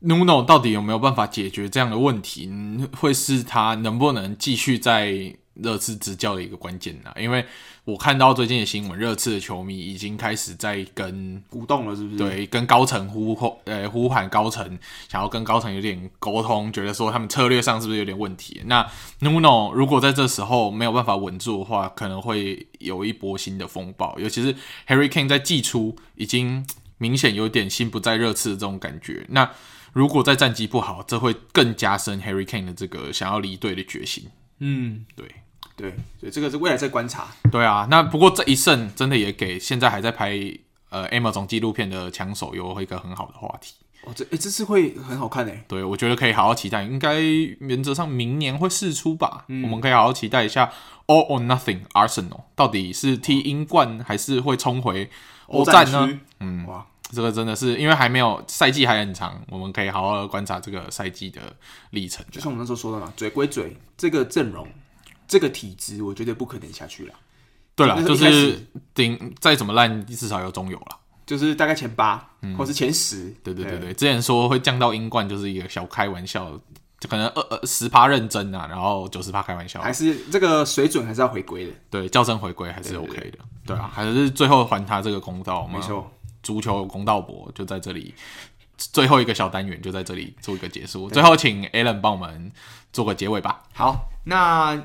S2: Nuno 到底有没有办法解决这样的问题，嗯会是他能不能继续在热刺执教的一个关键呢、因为我看到最近的新闻，热刺的球迷已经开始在跟
S1: 鼓动了是不是？，
S2: 对，跟高层呼吼，呃，呼喊高层，想要跟高层有点沟通，觉得说他们策略上是不是有点问题？那 Nuno 如果在这时候没有办法稳住的话，可能会有一波新的风暴，尤其是 Harry Kane 在季初已经明显有点心不在热刺的这种感觉。那如果在战绩不好，这会更加深 Harry Kane 的这个想要离队的决心。
S1: 嗯，
S2: 对，
S1: 对，所以这个是未来在观察。
S2: 对啊，那不过这一胜真的也给现在还在拍呃 Emma 总纪录片的枪手有一个很好的话题。
S1: 哦，这诶，这次会很好看欸诶。
S2: 对，我觉得可以好好期待，应该原则上明年会试出吧。
S1: 嗯
S2: 我们可以好好期待一下 All or Nothing Arsenal 到底是
S1: 哦
S2: 踢英冠还是会冲回欧战呢？
S1: 区，嗯，哇，
S2: 这个真的是因为还没有赛季还很长，我们可以好好地观察这个赛季的历程。
S1: 就像我们那时候说的嘛，嘴归嘴，这个阵容，这个体质，我觉得不可能下去了，
S2: 对了，
S1: 那
S2: 就
S1: 一开始
S2: 是顶再怎么烂，至少有中游了。
S1: 就是大概前八、或是前十。
S2: 嗯对对对对，之前说会降到英冠就是一个小开玩笑，就可能二二十趴认真啊，然后九十趴开玩笑，
S1: 还是这个水准还是要回归的，
S2: 对，校正回归还是
S1: 对
S2: OK
S1: 对
S2: 的，对啊，还是最后还他这个公道嘛。
S1: 没，错。
S2: 足球公道博就在这里，最后一个小单元就在这里做一个结束。最后请 Alan 帮我们做个结尾吧。
S1: 好，那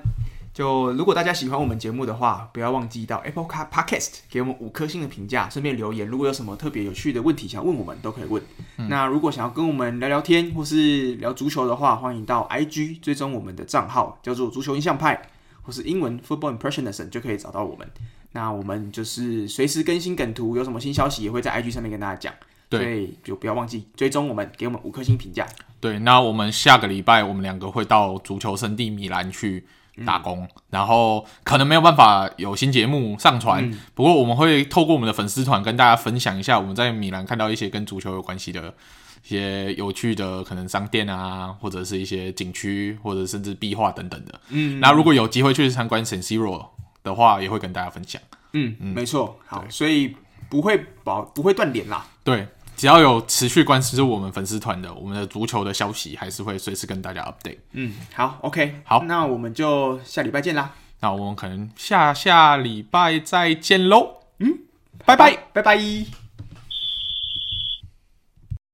S1: 就如果大家喜欢我们节目的话，不要忘记到 Apple Car Podcast 给我们五颗星的评价，顺便留言。如果有什么特别有趣的问题想问我们，都可以问。那如果想要跟我们聊聊天或是聊足球的话，欢迎到 IG 追踪我们的账号，叫做足球印象派，或是英文 Football Impressionism 就可以找到我们。那我们就是随时更新梗图，有什么新消息也会在 IG 上面跟大家讲。
S2: 对
S1: 所以就不要忘记追踪我们，给我们五颗星评价。
S2: 对，那我们下个礼拜我们两个会到足球圣地米兰去打工，然后可能没有办法有新节目上传，不过我们会透过我们的粉丝团跟大家分享一下我们在米兰看到一些跟足球有关系的一些有趣的可能商店啊，或者是一些景区，或者甚至壁画等等的。嗯，那如果有机会去参观 San Siro 的话，也会跟大家分享。
S1: 嗯，没错。好，所以不会保不会断联啦。
S2: 对，只要有持续关注我们粉丝团的，我们的足球的消息还是会随时跟大家 update。
S1: 嗯，好，OK，
S2: 好
S1: 那我们就下礼拜见啦，
S2: 那我们可能下下礼拜再见喽。嗯，拜拜。
S1: 拜拜。